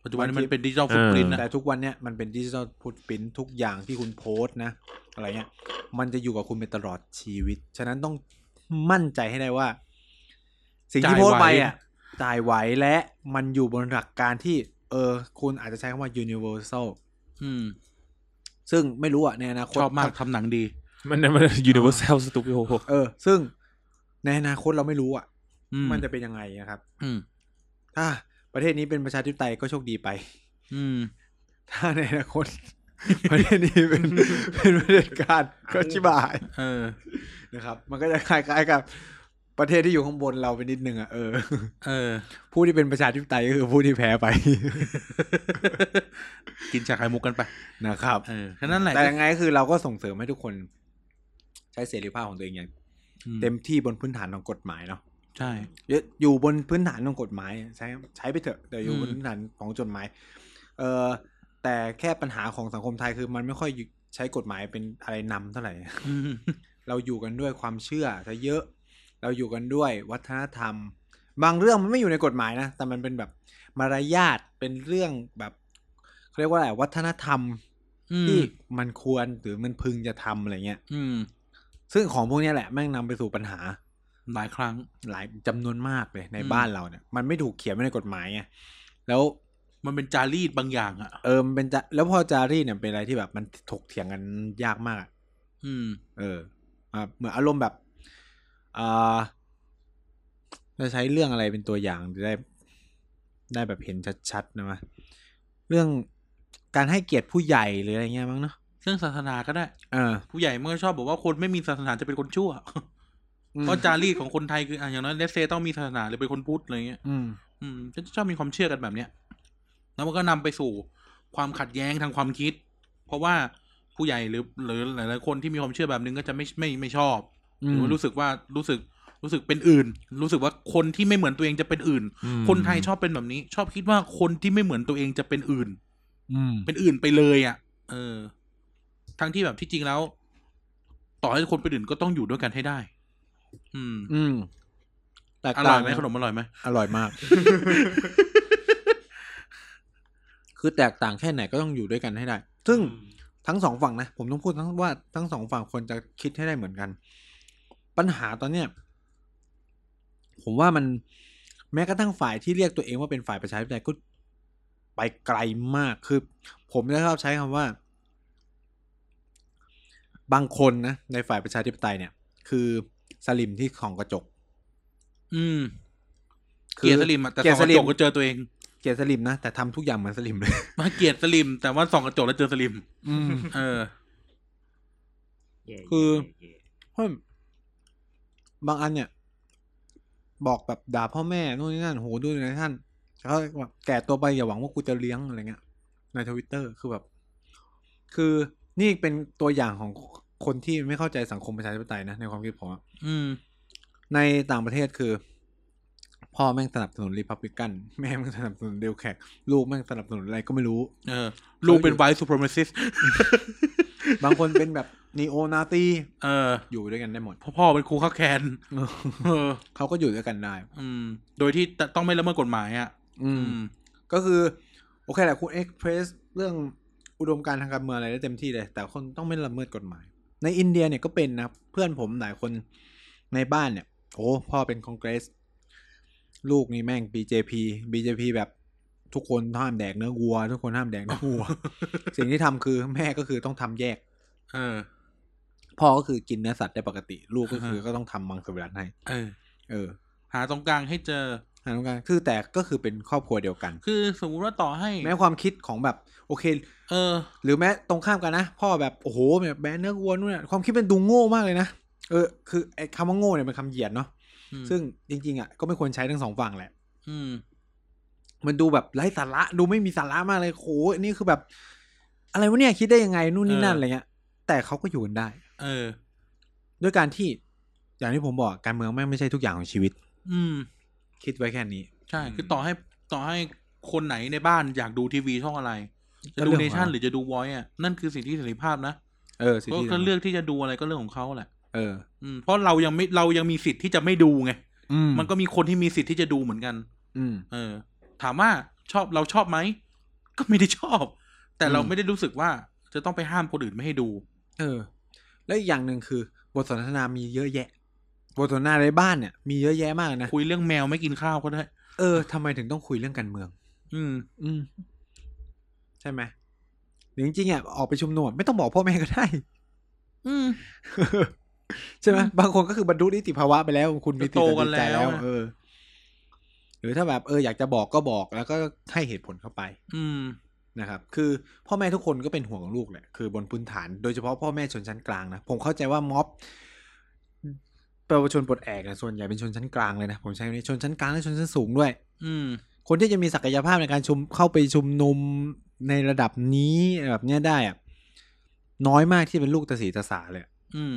[SPEAKER 1] ปัจจุบันนี้
[SPEAKER 3] บางที
[SPEAKER 1] มันเป็นดิจิทัลฟุตปรินต์นะ
[SPEAKER 3] แต่ทุกวันเนี่ยมันเป็นดิจิทัลพุทปินทุกอย่างที่คุณโพสต์นะ อะไรเงี้ย มันจะอยู่กับคุณไปตลอดชีวิต ฉะนั้นต้องมั่นใจให้ได้ว่า สิ่งที่โพสต์ไปอ่ะจ่ายไหวและมันอยู่บนหลักการที่ เออ คุณอาจจะใช้คำว่า universal
[SPEAKER 1] อืม
[SPEAKER 3] ซึ่งไม่รู้อ่ะในอนาคต
[SPEAKER 1] ชอบมากทำหนังดี
[SPEAKER 2] มันมัน universal studio
[SPEAKER 3] เออ ซึ่งในอนาคตเราไม่รู้อ่ะ
[SPEAKER 1] อืม
[SPEAKER 3] มันจะเป็นยังไงนะครับ
[SPEAKER 1] อืม
[SPEAKER 3] ถ้าประเทศนี้เป็นประชาธิปไตยก็โชคดีไป
[SPEAKER 1] อืม
[SPEAKER 3] ถ้าในอนาคต ประเทศนี้เป็น เป็นประเผด็จการก็ชิบหาย
[SPEAKER 1] เออ
[SPEAKER 3] นะครับมันก็จะคล้ายๆกับประเทศที่อยู่ข้างบนเราไปนิดนึงอ่ะเออ
[SPEAKER 1] เออ
[SPEAKER 3] ผู้ที่เป็นประชาธิปไตยก็คือผู้ที่แพ้ไป
[SPEAKER 1] กินชาไข่มุกกันไป
[SPEAKER 3] นะครับ
[SPEAKER 1] เออ แค่นั้นแหละ
[SPEAKER 3] แต่ยังไงก็คือเราก็ส่งเสริมให้ทุกคน ใช้เสรีภาพของตัวเองอย่าง
[SPEAKER 1] อืม
[SPEAKER 3] เต็มที่บนพื้นฐานของกฎหมายเนาะ
[SPEAKER 1] ใช่
[SPEAKER 3] อยู่บนพื้นฐานของกฎหมาย ใช้ใช้ไปเถอะแต่อยู่
[SPEAKER 1] อืม
[SPEAKER 3] บนพื้นฐานของกฎหมาย เออแต่แค่ปัญหาของสังคมไทยคือมันไม่ค่อยใช้กฎหมายเป็นอะไรนำเท่าไหร่
[SPEAKER 1] อืม
[SPEAKER 3] เราอยู่กันด้วยความเชื่อซะเยอะ เราอยู่กันด้วยวัฒนธรรม บางเรื่องมันไม่อยู่ในกฎหมายนะ แต่มันเป็นแบบมารยาท เป็นเรื่องแบบเขาเรียกว่าอะไร วัฒนธรรม
[SPEAKER 1] อืม
[SPEAKER 3] ที่มันควรหรือมันพึงจะทำอะไรเงี้ย
[SPEAKER 1] อืม
[SPEAKER 3] ซึ่งของพวกเนี้ยแหละแม่งนำไปสู่ปัญหา
[SPEAKER 1] หลายครั้ง
[SPEAKER 3] หลายจำนวนมากเลยใน
[SPEAKER 1] อืม
[SPEAKER 3] บ้านเราเนี่ย มันไม่ถูกเขียนไว้ในกฎหมายไง แล้ว
[SPEAKER 1] มันเป็นจารีตบางอย่างอ่ะ
[SPEAKER 3] เออมันเป็นจะแล้วพอจารีตเนี่ยเป็นอะไรที่แบบมันถกเถียงกันยากมากอะ
[SPEAKER 1] อืม
[SPEAKER 3] เอออ่ะเหมือนอารมณ์แบบอ่า จะใช้เรื่องอะไรเป็นตัวอย่างจะได้ได้แบบเห็นชัดๆนะมะเรื่องการให้เกียรติผู้ใหญ่หรืออะไรเงี้ยมั้งเนาะ
[SPEAKER 1] เรื่องศาสนาก็ได้
[SPEAKER 3] เออ
[SPEAKER 1] ผู้ใหญ่เมื่อชอบบอกว่าคนไม่มีศาสนาจะเป็นคนชั่ว
[SPEAKER 3] อืม
[SPEAKER 1] เพราะจารีตของคนไทยคืออ่ะอย่างน้อยเลสเซต้องมีศาสนาหรือเป็นคนพุทธอะไรเงี้ย
[SPEAKER 3] อืม
[SPEAKER 1] อืมก็ชอบมีความเชื่อกันแบบเนี้ย แล้วมันก็นำไปสู่ความขัดแย้งทางความคิด เพราะว่าผู้ใหญ่หรือหรือหลายๆคนที่มีความเชื่อแบบนึงก็จะไม่ไม่ไม่ชอบ
[SPEAKER 3] อื
[SPEAKER 1] ห
[SPEAKER 3] ม
[SPEAKER 1] รือว่ารู้สึกว่ารู้สึกรู้สึกเป็นอื่น รู้สึกว่าคนที่ไม่เหมือนตัวเองจะเป็นอื่น
[SPEAKER 2] อืม
[SPEAKER 1] คนไทยชอบเป็นแบบนี้ ชอบคิดว่าคนที่ไม่เหมือนตัวเองจะเป็นอื่น
[SPEAKER 3] อืม
[SPEAKER 1] เป็นอื่นไปเลยอ่ะ เออ ทั้งที่แบบที่จริงแล้ว ต่อให้คนเป็นอื่นก็ต้องอยู่ด้วยกันให้ได้ อืม
[SPEAKER 3] อืมแตก
[SPEAKER 1] อร่
[SPEAKER 3] ต่า
[SPEAKER 1] อง ยไหมขนมอร่อยไหม
[SPEAKER 3] อร่อยมาก คือแตกต่างแค่ไหนก็ต้องอยู่ด้วยกันให้ได้ ซึ่งทั้งสองฝั่งนะ ผมต้องพูดทั้งว่าทั้งสองฝั่งควรจะคิดให้ได้เหมือนกัน ปัญหาตอนเนี้ย ผมว่ามันแม้กระทั่งฝ่ายที่เรียกตัวเองว่าเป็นฝ่ายประชาธิปไตยก็ไปไกลมากคือ ผมจะชอบใช้คำว่า บางคนนะในฝ่ายประชาธิปไตยเนี่ย คือสลิมที่ของกระจก
[SPEAKER 1] อืม
[SPEAKER 3] คือ
[SPEAKER 1] เกียร์สลิมอะแต่
[SPEAKER 3] เกีย
[SPEAKER 1] ส่
[SPEAKER 3] ร์
[SPEAKER 1] องก
[SPEAKER 3] ส
[SPEAKER 1] ระ
[SPEAKER 3] ลิ
[SPEAKER 1] จ
[SPEAKER 3] ม
[SPEAKER 1] กก็เจอตัวเอง
[SPEAKER 3] เกียรติสลิมนะแต่ทำทุกอย่างเหมือนสลิมเลย
[SPEAKER 1] มาเกียร์สลิม แต่ว่าส่องกระจกแล้วเจอสลิม เออ
[SPEAKER 3] คือ เพราะบางอันเนี่ย บอกแบบด่าพ่อแม่นู่นนี่นั่นโหดูหนะท่านเขาแบบแก่ตัวไปอย่าหวังว่ากูจะเลี้ยงอะไรเงี้ยในทวิตเตอร์คือแบบ คือนี่เป็นตัวอย่างของคนที่ไม่เข้าใจสังคมประชาธิปไตยนะในความคิดผมอะ
[SPEAKER 1] อืม
[SPEAKER 3] ในต่างประเทศคือ พ่อแม่งสนับสนุนรีพับลิกัน แม่แม่งสนับสนุนเดลแขกลูกแม่งสนับสนุนอะไรก็ไม่รู้
[SPEAKER 1] เออ ลูกเป็นไวท์ซูเปอร์มิซิส
[SPEAKER 3] บางคนเป็นแบบนีโอนาตี
[SPEAKER 1] เออ
[SPEAKER 3] อยู่ด้วยกันได้หมด
[SPEAKER 1] พ่อพ่อเป็นครูข้าวแคน เออ
[SPEAKER 3] เขาก็อยู่ด้วยกันได้
[SPEAKER 1] อืม โดยที่ต้องไม่ละเมิดกฎหมายอ่ะ
[SPEAKER 3] อื
[SPEAKER 1] อื
[SPEAKER 3] ม
[SPEAKER 1] ม
[SPEAKER 3] ก็คือ โอเคแหละคุณเอ็กเพรสเรื่องอุดมการณ์ทางการเมืองอะไรได้เต็มที่เลย แต่คนต้องไม่ละเมิดกฎหมาย ในอินเดียเนี่ยก็เป็นนะ เพื่อนผมหลายคนในบ้านเนี่ยโอ้พ่อเป็นคอนเกรส ลูกนี่แม่ง BJP BJP แบบทุกคนห้ามแดกเนื้อวัว ทุกคนห้ามแดกเนื้อวัว สิ่งที่ทำคือแม่ก็คือต้องทำแยก
[SPEAKER 1] เออ
[SPEAKER 3] พ่อก็คือกินเนื้อสัตว์ได้ปกติ ลูกก็คือ
[SPEAKER 1] ฮะ
[SPEAKER 3] ก็ต้องทำมังสวิรัติให้
[SPEAKER 1] เออ
[SPEAKER 3] เออ
[SPEAKER 1] หาตรงกลางให้เจอ
[SPEAKER 3] ทางการคือแต่ก็คือเป็นครอบครัวเดียวกัน
[SPEAKER 1] คือสมมติว่าต่อให้
[SPEAKER 3] แม้ความคิดของแบบโอเค
[SPEAKER 1] เออ
[SPEAKER 3] หรือแม้ตรงข้ามกันนะ พ่อแบบโอ้โหแบบแบนเนื้อวัวนู่นน่ะความคิดเป็นดูโง่มากเลยนะเออคือไอ้คำว่าโง่เนี่ยเป็นคำเหยียดเนาะ
[SPEAKER 1] อืม
[SPEAKER 3] ซึ่งจริงๆอ่ะก็ไม่ควรใช้ทั้งสองฝั่งแหละ
[SPEAKER 1] อืม
[SPEAKER 3] มันดูแบบไร้สาระดูไม่มีสาระมากเลยโหอันนี่คือแบบ อะไรวะเนี่ยคิดได้ยังไงนู่นนี่นั่น
[SPEAKER 1] เอออ
[SPEAKER 3] อะไรเงี้ย แต่เขาก็อยู่กันได้
[SPEAKER 1] เออ
[SPEAKER 3] ด้วยการที่อย่างที่ผมบอกการเมืองแม่งไม่ใช่ทุกอย่างของชีวิต
[SPEAKER 1] อืม
[SPEAKER 3] คิดไว้แค่นี้
[SPEAKER 1] ใช่
[SPEAKER 2] อืม
[SPEAKER 1] คือต่อให้ต่อให้คนไหนในบ้านอยากดูทีวีช่องอะไร จะดู
[SPEAKER 3] ก็เรื่องของ
[SPEAKER 1] เนชั่น
[SPEAKER 3] เรา
[SPEAKER 1] หรือจะดูวอยอ่ะ นั่นคือสิทธิเสรีภาพนะ
[SPEAKER 3] เออสิงที่
[SPEAKER 1] ก็เลือกที่จะดูอะไรก็เรื่องของเขาแหละ
[SPEAKER 3] เออ
[SPEAKER 1] อืมเพราะเรายังไม่เรายังมีสิทธิ์ที่จะไม่ดูไง
[SPEAKER 3] อืม
[SPEAKER 1] มันก็มีคนที่มีสิทธิ์ที่จะดูเหมือนกัน
[SPEAKER 3] อืม
[SPEAKER 1] เออ ถามว่าชอบเราชอบไหม ก็ไม่ได้ชอบ แต่เรา
[SPEAKER 3] อืม
[SPEAKER 1] ไม่ได้รู้สึกว่า จะต้องไปห้ามคนอื่นไม่ให้ดู
[SPEAKER 3] เออ แล้วอีกอย่างหนึ่งคือบทสนทนามีเยอะแยะ บทสนทนาในบ้านเนี่ยมีเยอะแยะมากเลยนะ
[SPEAKER 1] คุยเรื่องแมวไม่กินข้าวก็ได้
[SPEAKER 3] เออทำไมถึงต้องคุยเรื่องการเมือง
[SPEAKER 1] อืม
[SPEAKER 3] อืม ใช่ไหมหรือจริงๆอ่ะออกไปชุมนุมอะไม่ต้องบอกพ่อแม่ก็ได้
[SPEAKER 1] อืม
[SPEAKER 3] ใช่ไหม
[SPEAKER 1] อืม
[SPEAKER 3] บางคนก็คือบรรลุนิติภาวะไปแล้ว คุณมี
[SPEAKER 1] โตกัน
[SPEAKER 3] สติ
[SPEAKER 1] แล้วนะ
[SPEAKER 3] เออ หรือถ้าแบบเอออยากจะบอกก็บอกแล้วก็ให้เหตุผลเข้าไป
[SPEAKER 1] อืม
[SPEAKER 3] นะครับ คือพ่อแม่ทุกคนก็เป็นห่วงลูกแหละคือบนพื้นฐานโดยเฉพาะพ่อแม่ชนชั้นกลางนะผมเข้าใจว่าม็อบประชาชนปลดแอกนะส่วนใหญ่เป็นชนชั้นกลางเลยนะผมใช้คำนี้ชนชั้นกลางและชนชั้นสูงด้วย
[SPEAKER 1] อืม
[SPEAKER 3] คนที่จะมีศักยภาพในการชุมเข้าไปชุมนุมในระดับนี้แบบเนี้ยได้อะน้อยมากที่เป็นลูกตาสีตาสาเลยอะ
[SPEAKER 1] อืม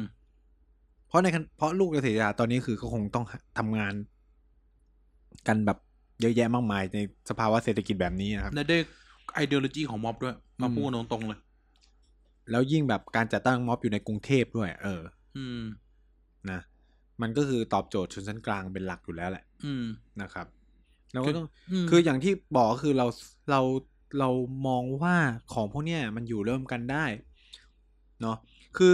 [SPEAKER 3] เพราะในขณะเพราะลูกตาสีตาสาตอนนี้คือก็คงต้องทำงาน กันแบบเยอะแยะมากมายในสภาวะเศรษฐกิจแบบนี้นะครับ
[SPEAKER 1] และด้วยไอเด o โลจีของม็อบด้วย มา
[SPEAKER 3] อืม
[SPEAKER 1] พูดตรงๆเลย
[SPEAKER 3] แล้วยิ่งแบบการจัดตั้งม็อบอยู่ในกรุงเทพด้วย เออ
[SPEAKER 1] อืม
[SPEAKER 3] นะมันก็คือตอบโจทย์ชนชั้นกลางเป็นหลักอยู่แล้วแหละ
[SPEAKER 1] อืม
[SPEAKER 3] นะครับเราก็ต้อง
[SPEAKER 1] ม
[SPEAKER 3] คืออย่างที่บอกก็คือเราเราเรามองว่าของพวกเนี้ยมันอยู่เริ่วมกันได้เนาะคือ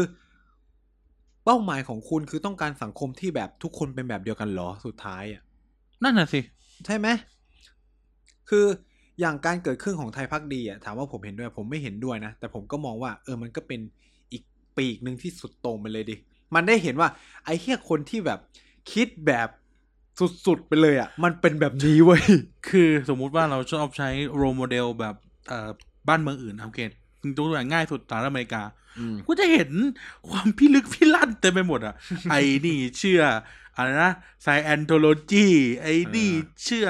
[SPEAKER 3] เป้าหมายของคุณคือต้องการสังคมที่แบบทุกคนเป็นแบบเดียวกันเหรอสุดท้ายอ่ะ
[SPEAKER 1] นั่นน่ะสิ
[SPEAKER 3] ใช่ไหมคืออย่างการเกิดขึ้นของไทยพักดีอ่ะถามว่าผมเห็นด้วย ผมไม่เห็นด้วยนะ แต่ผมก็มองว่า เออมันก็เป็นอีกปีกหนึ่งที่สุดโต่งไปเลยดิ มันได้เห็นว่า ไอ้เหี้ยคนที่แบบคิดแบบ สุดๆไปเลยอ่ะ มันเป็นแบบนี้เว้ย
[SPEAKER 1] คือสมมุติว่าเราชอบใช้โรโมเดลแบบเอ่อบ้านเมืองอื่นนะโอเคตัวอย่างง่ายสุดสหรัฐอเมริกา กูจะเห็นความพิลึกพิลั่นเต็มไปหมด อ่ะ ไอ้นี่เชื่ออะไรนะไซแอนโทโลจีไอ้นี่เชื่อ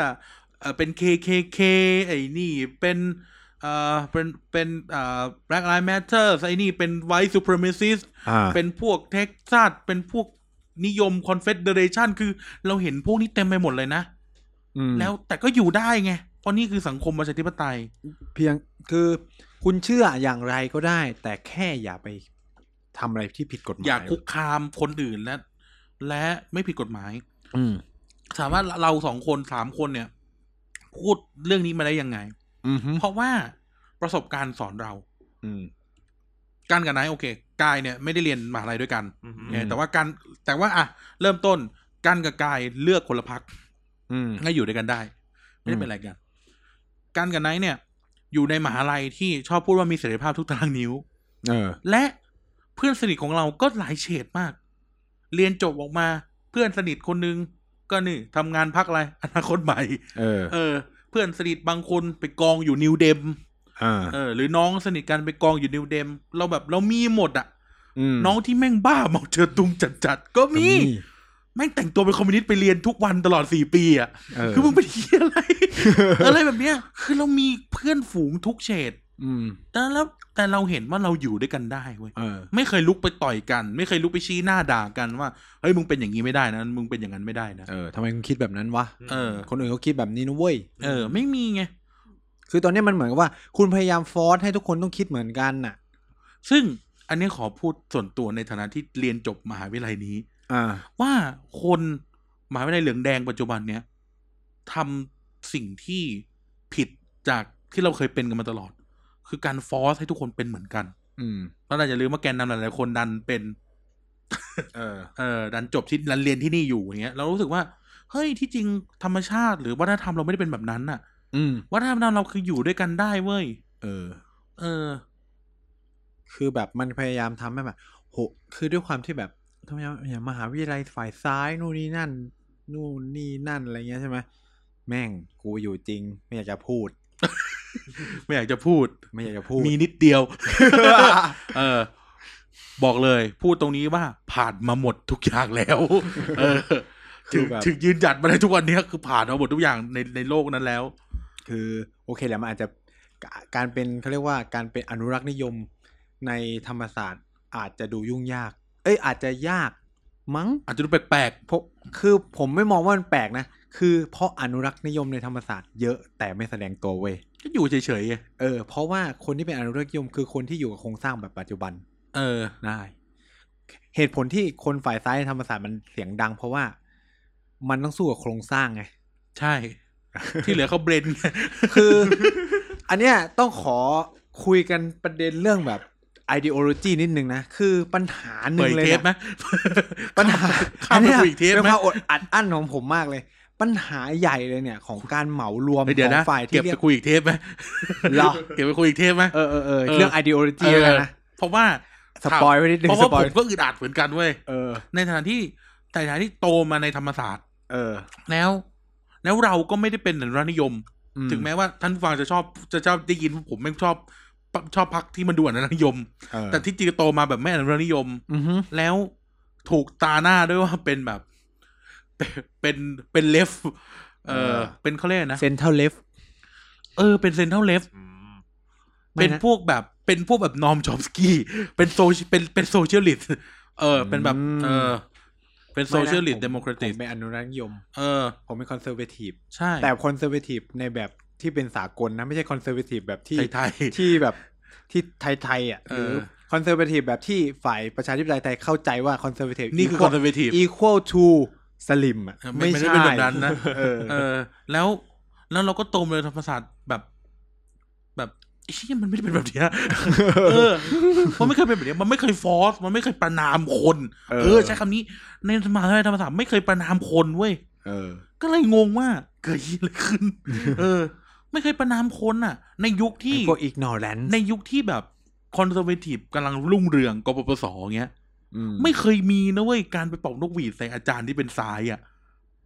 [SPEAKER 1] เอ่อเป็น KKK ไอ้นี่เป็นเอ่อเป็นเป็นเอ่อ Black Lives Matter ไอ้นี่เป็น White Supremacist
[SPEAKER 3] อ่า
[SPEAKER 1] เป็นพวกเท็กซัสเป็นพวกนิยม Confederation คือเราเห็นพวกนี้เต็มไปหมดเลยนะ แล้วแต่ก็อยู่ได้ไง เพราะนี่คือสังคมประชาธิปไตย
[SPEAKER 3] เพียงคือคุณเชื่ออย่างไรก็ได้ แต่แค่อย่าไปทำอะไรที่ผิดกฎหมาย
[SPEAKER 1] อย่าคุกคามคนอื่นและและไม่ผิดกฎหมาย
[SPEAKER 3] อืม
[SPEAKER 1] ถามว่าเราสองคนสามคนเนี่ย พูดเรื่องนี้มาได้ยังไง
[SPEAKER 3] อืมฮึ
[SPEAKER 1] เพราะว่าประสบการณ์สอนเรา
[SPEAKER 3] อืม
[SPEAKER 1] การกับนายโอเคกายเนี่ยไม่ได้เรียนมหาลัยด้วยกัน
[SPEAKER 2] อืม
[SPEAKER 1] โอเคแต่ว่าการแต่ว่าอ่ะเริ่มต้นการกับกายเลือกคนละพัก
[SPEAKER 3] อืม
[SPEAKER 1] ก็อยู่ด้วยกันได้ ไม่ได้เป็นอะไรกัน การกับนายเนี่ย อยู่ในมหาลัยที่ชอบพูดว่ามีเสรีภาพทุกตารางนิ้ว
[SPEAKER 3] เออ
[SPEAKER 1] และเพื่อนสนิทของเราก็หลายเฉดมาก เรียนจบออกมาเพื่อนสนิทคนนึงก็นี่ทำงานพักอะไร อนาคตใหม่
[SPEAKER 3] เออ
[SPEAKER 1] เออเพื่อนสนิทบางคนไปกองอยู่นิวเดม
[SPEAKER 3] อ่า
[SPEAKER 1] เออหรือน้องสนิทกันไปกองอยู่นิวเดม เราแบบเรามีหมดอะ
[SPEAKER 3] ม
[SPEAKER 1] น้องที่แม่งบ้าเมาเจอตุงจัดๆก็มีแม่งแต่งตัวเป็นคอมมิวนิสต์ไปเรียนทุกวันตลอดสี่ปีอะ
[SPEAKER 3] เออ
[SPEAKER 1] คือมึงเป็นเหียอะไร อะไรแบบเนี้ย คือเรามีเพื่อนฝูงทุกเฉด
[SPEAKER 3] อืม
[SPEAKER 1] แต่แล้วแต่เราเห็นว่าเราอยู่ด้วยกันได้เว้ย
[SPEAKER 3] เออ
[SPEAKER 1] ไม่เคยลุกไปต่อยกัน ไม่เคยลุกไปชี้หน้าด่ากันว่าเฮ้ยมึงเป็นอย่างนี้ไม่ได้นะมึงเป็นอย่างนั้นไม่ได้นะ
[SPEAKER 3] เออทำไมคุณคิดแบบนั้นวะ
[SPEAKER 1] เออ
[SPEAKER 3] คนอื่นเขาคิดแบบนี้นะเว้ย
[SPEAKER 1] เออ ไม่มีไง
[SPEAKER 3] คือตอนนี้มันเหมือนกับว่า คุณพยายามฟอร์สให้ทุกคนต้องคิดเหมือนกันน่ะ
[SPEAKER 1] ซึ่งอันนี้ขอพูดส่วนตัวในฐานะที่เรียนจบมหาวิทยาลัยนี้
[SPEAKER 3] อ่า
[SPEAKER 1] ว่าคนมหาวิทยาลัยเหลืองแดงปัจจุบันเนี้ยทำสิ่งที่ผิดจากที่เราเคยเป็นกันมาตลอด คือการฟอร์สให้ทุกคนเป็นเหมือนกัน
[SPEAKER 3] อืม
[SPEAKER 1] เพราะเราอย่าลืมว่าแกนนำหลายๆคนดันเป็น
[SPEAKER 3] เออ
[SPEAKER 1] เอ่อดันจบที่ดันเรียนที่นี่อยู่อย่างเงี้ยเรารู้สึกว่าเฮ้ยที่จริงธรรมชาติ หรือวัฒนธรรมเราไม่ได้เป็นแบบนั้นน่ะ
[SPEAKER 3] อืม
[SPEAKER 1] วัฒนธรรมเราคืออยู่ด้วยกันได้เว้ย
[SPEAKER 3] เออ
[SPEAKER 1] เออ
[SPEAKER 3] คือแบบมันพยายามทำให้แบบโหคือด้วยความที่แบบทำไมอย่างมหาวิทยาลัยฝ่ายซ้ายนู่นนี่นั่น นู่นนี่นั่นอะไรเงี้ยใช่ไหมแม่งกูอยู่จริง ไม่อยากจะพูด
[SPEAKER 1] ไม่อยากจะพูด
[SPEAKER 3] ไม่อยากจะพูด
[SPEAKER 1] มีนิดเดียว เออ บอกเลย พูดตรงนี้ว่าผ่านมาหมดทุกอย่างแล้ว เออ
[SPEAKER 3] คื
[SPEAKER 1] ถึ
[SPEAKER 3] อง แบบ
[SPEAKER 1] ถึงยืนหยัดมาได้ทุกวันเนี้ยคือผ่านมาหมดทุกอย่างในในโลกนั้นแล้ว
[SPEAKER 3] คือโอเคแหละมันอาจจะกะการเป็นเขาเรียกว่าการเป็นอนุรักษ์นิยมในธรรมศาสตร์อาจจะดูยุ่งยาก เอ้ยอาจจะยากมั้ง
[SPEAKER 1] อาจจะดูแปลก
[SPEAKER 3] เพราะคือผมไม่มองว่ามันแปลกนะ คือเพราะอนุรักษ์นิยมในธรรมศาสตร์เยอะแต่ไม่แสดงตัวเว้ย
[SPEAKER 1] ๆก็อยู่เฉยๆไง
[SPEAKER 3] เออเพราะว่าคนที่เป็นอนุรักษ์นิยมคือคนที่อยู่กับโครงสร้างแบบปัจจุบัน
[SPEAKER 1] เออ
[SPEAKER 3] ได้เหตุผลที่คนฝ่ายซ้ายในธรรมศาสตร์มันเสียงดัง เพราะว่ามันต้องสู้กับโครงสร้างไง
[SPEAKER 1] ใช่ ที่เหลือเขาเบร น
[SPEAKER 3] คือ อันเนี้ยต้องขอคุยกันประเด็นเรื่องแบบ ideology นิดนึงนะ คือปัญหาหนึ่
[SPEAKER 1] เปิ
[SPEAKER 3] ง
[SPEAKER 1] ด
[SPEAKER 3] เลย
[SPEAKER 1] เทปไหม
[SPEAKER 3] นะ ปัญหา
[SPEAKER 1] ข้ามไป
[SPEAKER 3] เนี้ย
[SPEAKER 1] คุยอีก เทป
[SPEAKER 3] เป็น
[SPEAKER 1] ไหม
[SPEAKER 3] ความอดอัดอั้นของผมมากเลย ปัญหาใหญ่เลยเนี่ย ของการเหมารวม
[SPEAKER 1] เดี๋ยว
[SPEAKER 3] ของ
[SPEAKER 1] นะ
[SPEAKER 3] ฝ่าย
[SPEAKER 1] เก็
[SPEAKER 3] ที่
[SPEAKER 1] บ
[SPEAKER 3] เรีย
[SPEAKER 1] ไป
[SPEAKER 3] ก
[SPEAKER 1] คุยอีกเทปไหม
[SPEAKER 3] เหรอ
[SPEAKER 1] เก็บไปคุยอีกเทปไหม
[SPEAKER 3] เออเออเออ
[SPEAKER 1] เออ
[SPEAKER 3] เรื่อง ideology
[SPEAKER 1] เออ
[SPEAKER 3] แล้วกันนะ
[SPEAKER 1] เพราะว่า
[SPEAKER 3] สปอยไว้นิดนึง
[SPEAKER 1] เพราะ
[SPEAKER 3] ส
[SPEAKER 1] ว่า
[SPEAKER 3] ปอ
[SPEAKER 1] ผ
[SPEAKER 3] ย
[SPEAKER 1] มก็อึดอัดเหมือนกันเว้ย
[SPEAKER 3] เออ
[SPEAKER 1] ในฐานะที่แต่ฐานะที่โตมาในธรรมศาสตร์
[SPEAKER 3] เออ
[SPEAKER 1] แล้ว แล้วเราก็ไม่ได้เป็นอนุรักษ์นิยม
[SPEAKER 3] อื
[SPEAKER 1] ถึงแม้ว่าท่านผู้ฟังจะชอบจะชอบได้ยินว่าผมไม่งชอบปะชอบพักที่มันดูอนุรักษ์นิยม
[SPEAKER 3] เออ
[SPEAKER 1] แต่ที่จริงโตมาแบบไม่อนุรักษ์นิยม
[SPEAKER 3] อือฮึ
[SPEAKER 1] แล้วถูกตาหน้าด้วยว่าเป็นแบบ เป็นเป็นเลฟเออเป็นเขาเรียกอะไรนะ
[SPEAKER 3] เซนเทอร์เลฟ
[SPEAKER 1] เออเป็นเซนเทลเลฟเป็นพวกแบบเป็นพวกแบบนอมชอมสกี้เป็นโซเป็นเป็นโซเชียลิสต์เออ เป็นแบบ
[SPEAKER 3] อืม
[SPEAKER 1] เออเป็นโซเชียลิสต์เดโมแครติก
[SPEAKER 3] ผมเป็นอนุรักษ์นิยม
[SPEAKER 1] เออ
[SPEAKER 3] ผมเป็นคอนเซอร์เวทีฟ
[SPEAKER 1] ใช่
[SPEAKER 3] แต่คอนเซอร์เวทีฟในแบบที่เป็นสากลนะ ไม่ใช่คอนเซอร์เวทีฟแบบที่
[SPEAKER 1] ไทย
[SPEAKER 3] ที่แบบที่ไทยๆอ่ะห
[SPEAKER 1] เออ
[SPEAKER 3] รือคอนเซอร์เวทีฟแบบที่ฝ่ายประชาธิปไตยไทยเข้าใจว่าคอนเซอร์เวทีฟ
[SPEAKER 1] ๆนี่คือคอนเซอร์เวทีฟ
[SPEAKER 3] อีควอลทูสลิมอ่ะ
[SPEAKER 1] เออไม่
[SPEAKER 3] ไม่
[SPEAKER 1] ไม่ได้
[SPEAKER 3] ใช่
[SPEAKER 1] เป็นแบบนั้นนะ
[SPEAKER 3] เออ
[SPEAKER 1] เออแล้วแล้วเราก็โตมาเลยธรรมศาสตร์แบบ แบบไอ้เชี่ยมันไม่ได้เป็นแบบเนี้ยเออมันไม่เคยเป็นแบบเนี้ยมันไม่เคยฟอร์สมันไม่เคยประนามคน เออใช้คำนี้ในมหาวิทยาลัยธรรมศาสตร์ไม่เคยประนามคนเว้ย
[SPEAKER 3] เออ
[SPEAKER 1] ก็เลยงงว่าเกิดอะไรขึ้น เออ ไม่เคยประนามคนอ่ะ ในยุคที่
[SPEAKER 3] พวกอีกนอแลน
[SPEAKER 1] ในยุคที่แบบคอนเซอร์เวทีฟกำลังรุ่งเรืองกปปสเงี้ย ไม่เคยมีนะเว้ยการไปเป่านกหวีดใส่อาจารย์ที่เป็นซ้ายอ่ะ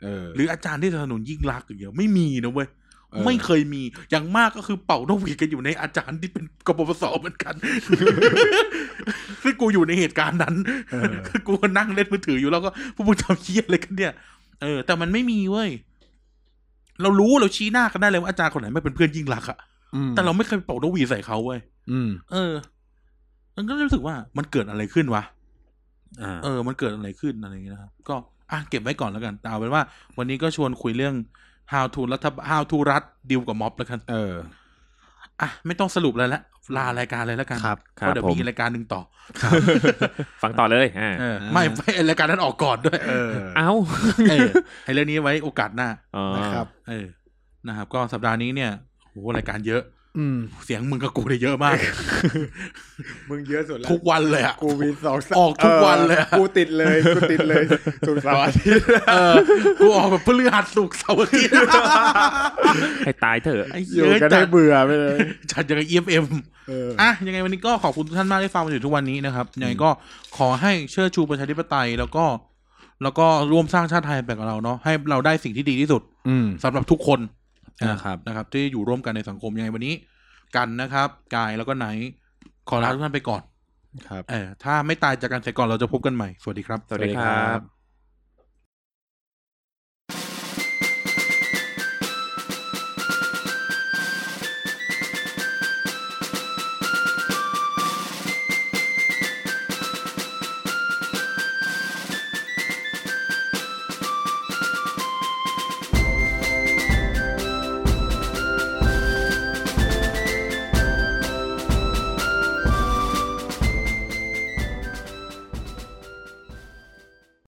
[SPEAKER 3] เออ
[SPEAKER 1] หรืออาจารย์ที่สนับสนุนยิ่งรักษณ์อย่างเดียวไม่มีนะเว้ย
[SPEAKER 3] เออ
[SPEAKER 1] ไม่เคยมีอย่างมากก็คือเป่านกหวีดกันอยู่ในอาจารย์ที่เป็นกบพศเหมือนกัน ซึ่งกูอยู่ในเหตุการณ์นั้น
[SPEAKER 3] เออ
[SPEAKER 1] คือกูก็นั่งเล่นมือถืออยู่แล้วก็พวกมึงทำเชี่ยอะไรกันเนี่ย เออ แต่มันไม่มีเว้ยเรารู้เราชี้หน้ากันได้เลยว่าอาจารย์คนไหนไม่เป็นเพื่อนยิ่งรักษณ์อะ
[SPEAKER 3] อืม
[SPEAKER 1] แต่เราไม่เคยเป่านกหวีดใส่เขาเว้ย
[SPEAKER 3] อืม
[SPEAKER 1] เออมันก็เลยรู้สึกว่ามันเกิดอะไรขึ้นวะ
[SPEAKER 3] อ่า
[SPEAKER 1] เออ มันเกิดอะไรขึ้นอะไรอย่างเงี้ยนะครับ ก็อ่ะเก็บไว้ก่อนแล้วกันแต่เอาเป็นว่า วันนี้ก็ชวนคุยเรื่อง how to รัฐบ how to รัฐดิวกับม็อบแล้วกัน
[SPEAKER 3] เออ
[SPEAKER 1] อ่ะ ไม่ต้องสรุปเลยละ ลารายการเลยแล้วกัน
[SPEAKER 3] ครับ
[SPEAKER 1] เพราะเดี๋ยว
[SPEAKER 2] ครับผม
[SPEAKER 1] มีรายการหนึ่งต่อ
[SPEAKER 2] ฟังต่อเลยอ่า
[SPEAKER 1] เออ
[SPEAKER 3] อ่า
[SPEAKER 1] ไม่ไม่รายการนั้นออกก่อนด้วย
[SPEAKER 3] เออ
[SPEAKER 2] เอ้า
[SPEAKER 1] เออ ให้เรื่องนี้ไว้โอกาสหน้า
[SPEAKER 2] อ๋อ
[SPEAKER 3] นะครับ
[SPEAKER 1] เออ นะครับ ก็สัปดาห์นี้เนี่ยโหรายการเยอะ
[SPEAKER 3] อืม
[SPEAKER 1] เสียงมึงกับกูเนี่ยเยอะมาก
[SPEAKER 3] มึงเยอะสุดแล้ว
[SPEAKER 1] ทุกวันเลยอ่ะ
[SPEAKER 3] กูมีสองสาม
[SPEAKER 1] ออกทุกวันเลยอะ
[SPEAKER 3] กูติดเลยกูติดเลยสุดสัปดาห์
[SPEAKER 1] เออ กูออกแบบพฤหัสศุกร์เสาร์อาทิตย์
[SPEAKER 2] ให้ตายเถอะ
[SPEAKER 1] ไอ้
[SPEAKER 3] อยู่
[SPEAKER 1] เหี้ย
[SPEAKER 3] กัน
[SPEAKER 1] จั
[SPEAKER 3] ได้
[SPEAKER 1] ด
[SPEAKER 3] เบื่อ ไปเลย
[SPEAKER 1] จัดอย่างกับ EFM
[SPEAKER 3] เออ
[SPEAKER 1] อ่ะยังไงวันนี้ก็ขอบคุณทุกท่านมากที่ฟังมาถึงทุกวันนี้นะครับยังไงก็ขอให้เชื่อชูประชาธิปไตยแล้วก็ แล้วก็ร่วมสร้างชาติไทยไปกับเราเนาะให้เราได้สิ่งที่ดีที่สุด
[SPEAKER 3] อืม
[SPEAKER 1] สำหรับทุกคน
[SPEAKER 3] นะครับ
[SPEAKER 1] นะครับ ที่อยู่ร่วมกันในสังคมยังไงวันนี้กันนะครับกายแล้วก็ไหนขอลาทุกท่านไปก่อน
[SPEAKER 3] ครับ
[SPEAKER 1] เออถ้าไม่ตายจากกันเสียก่อนเราจะพบกันใหม่สวัสดีครับ
[SPEAKER 2] สวัสดีครับ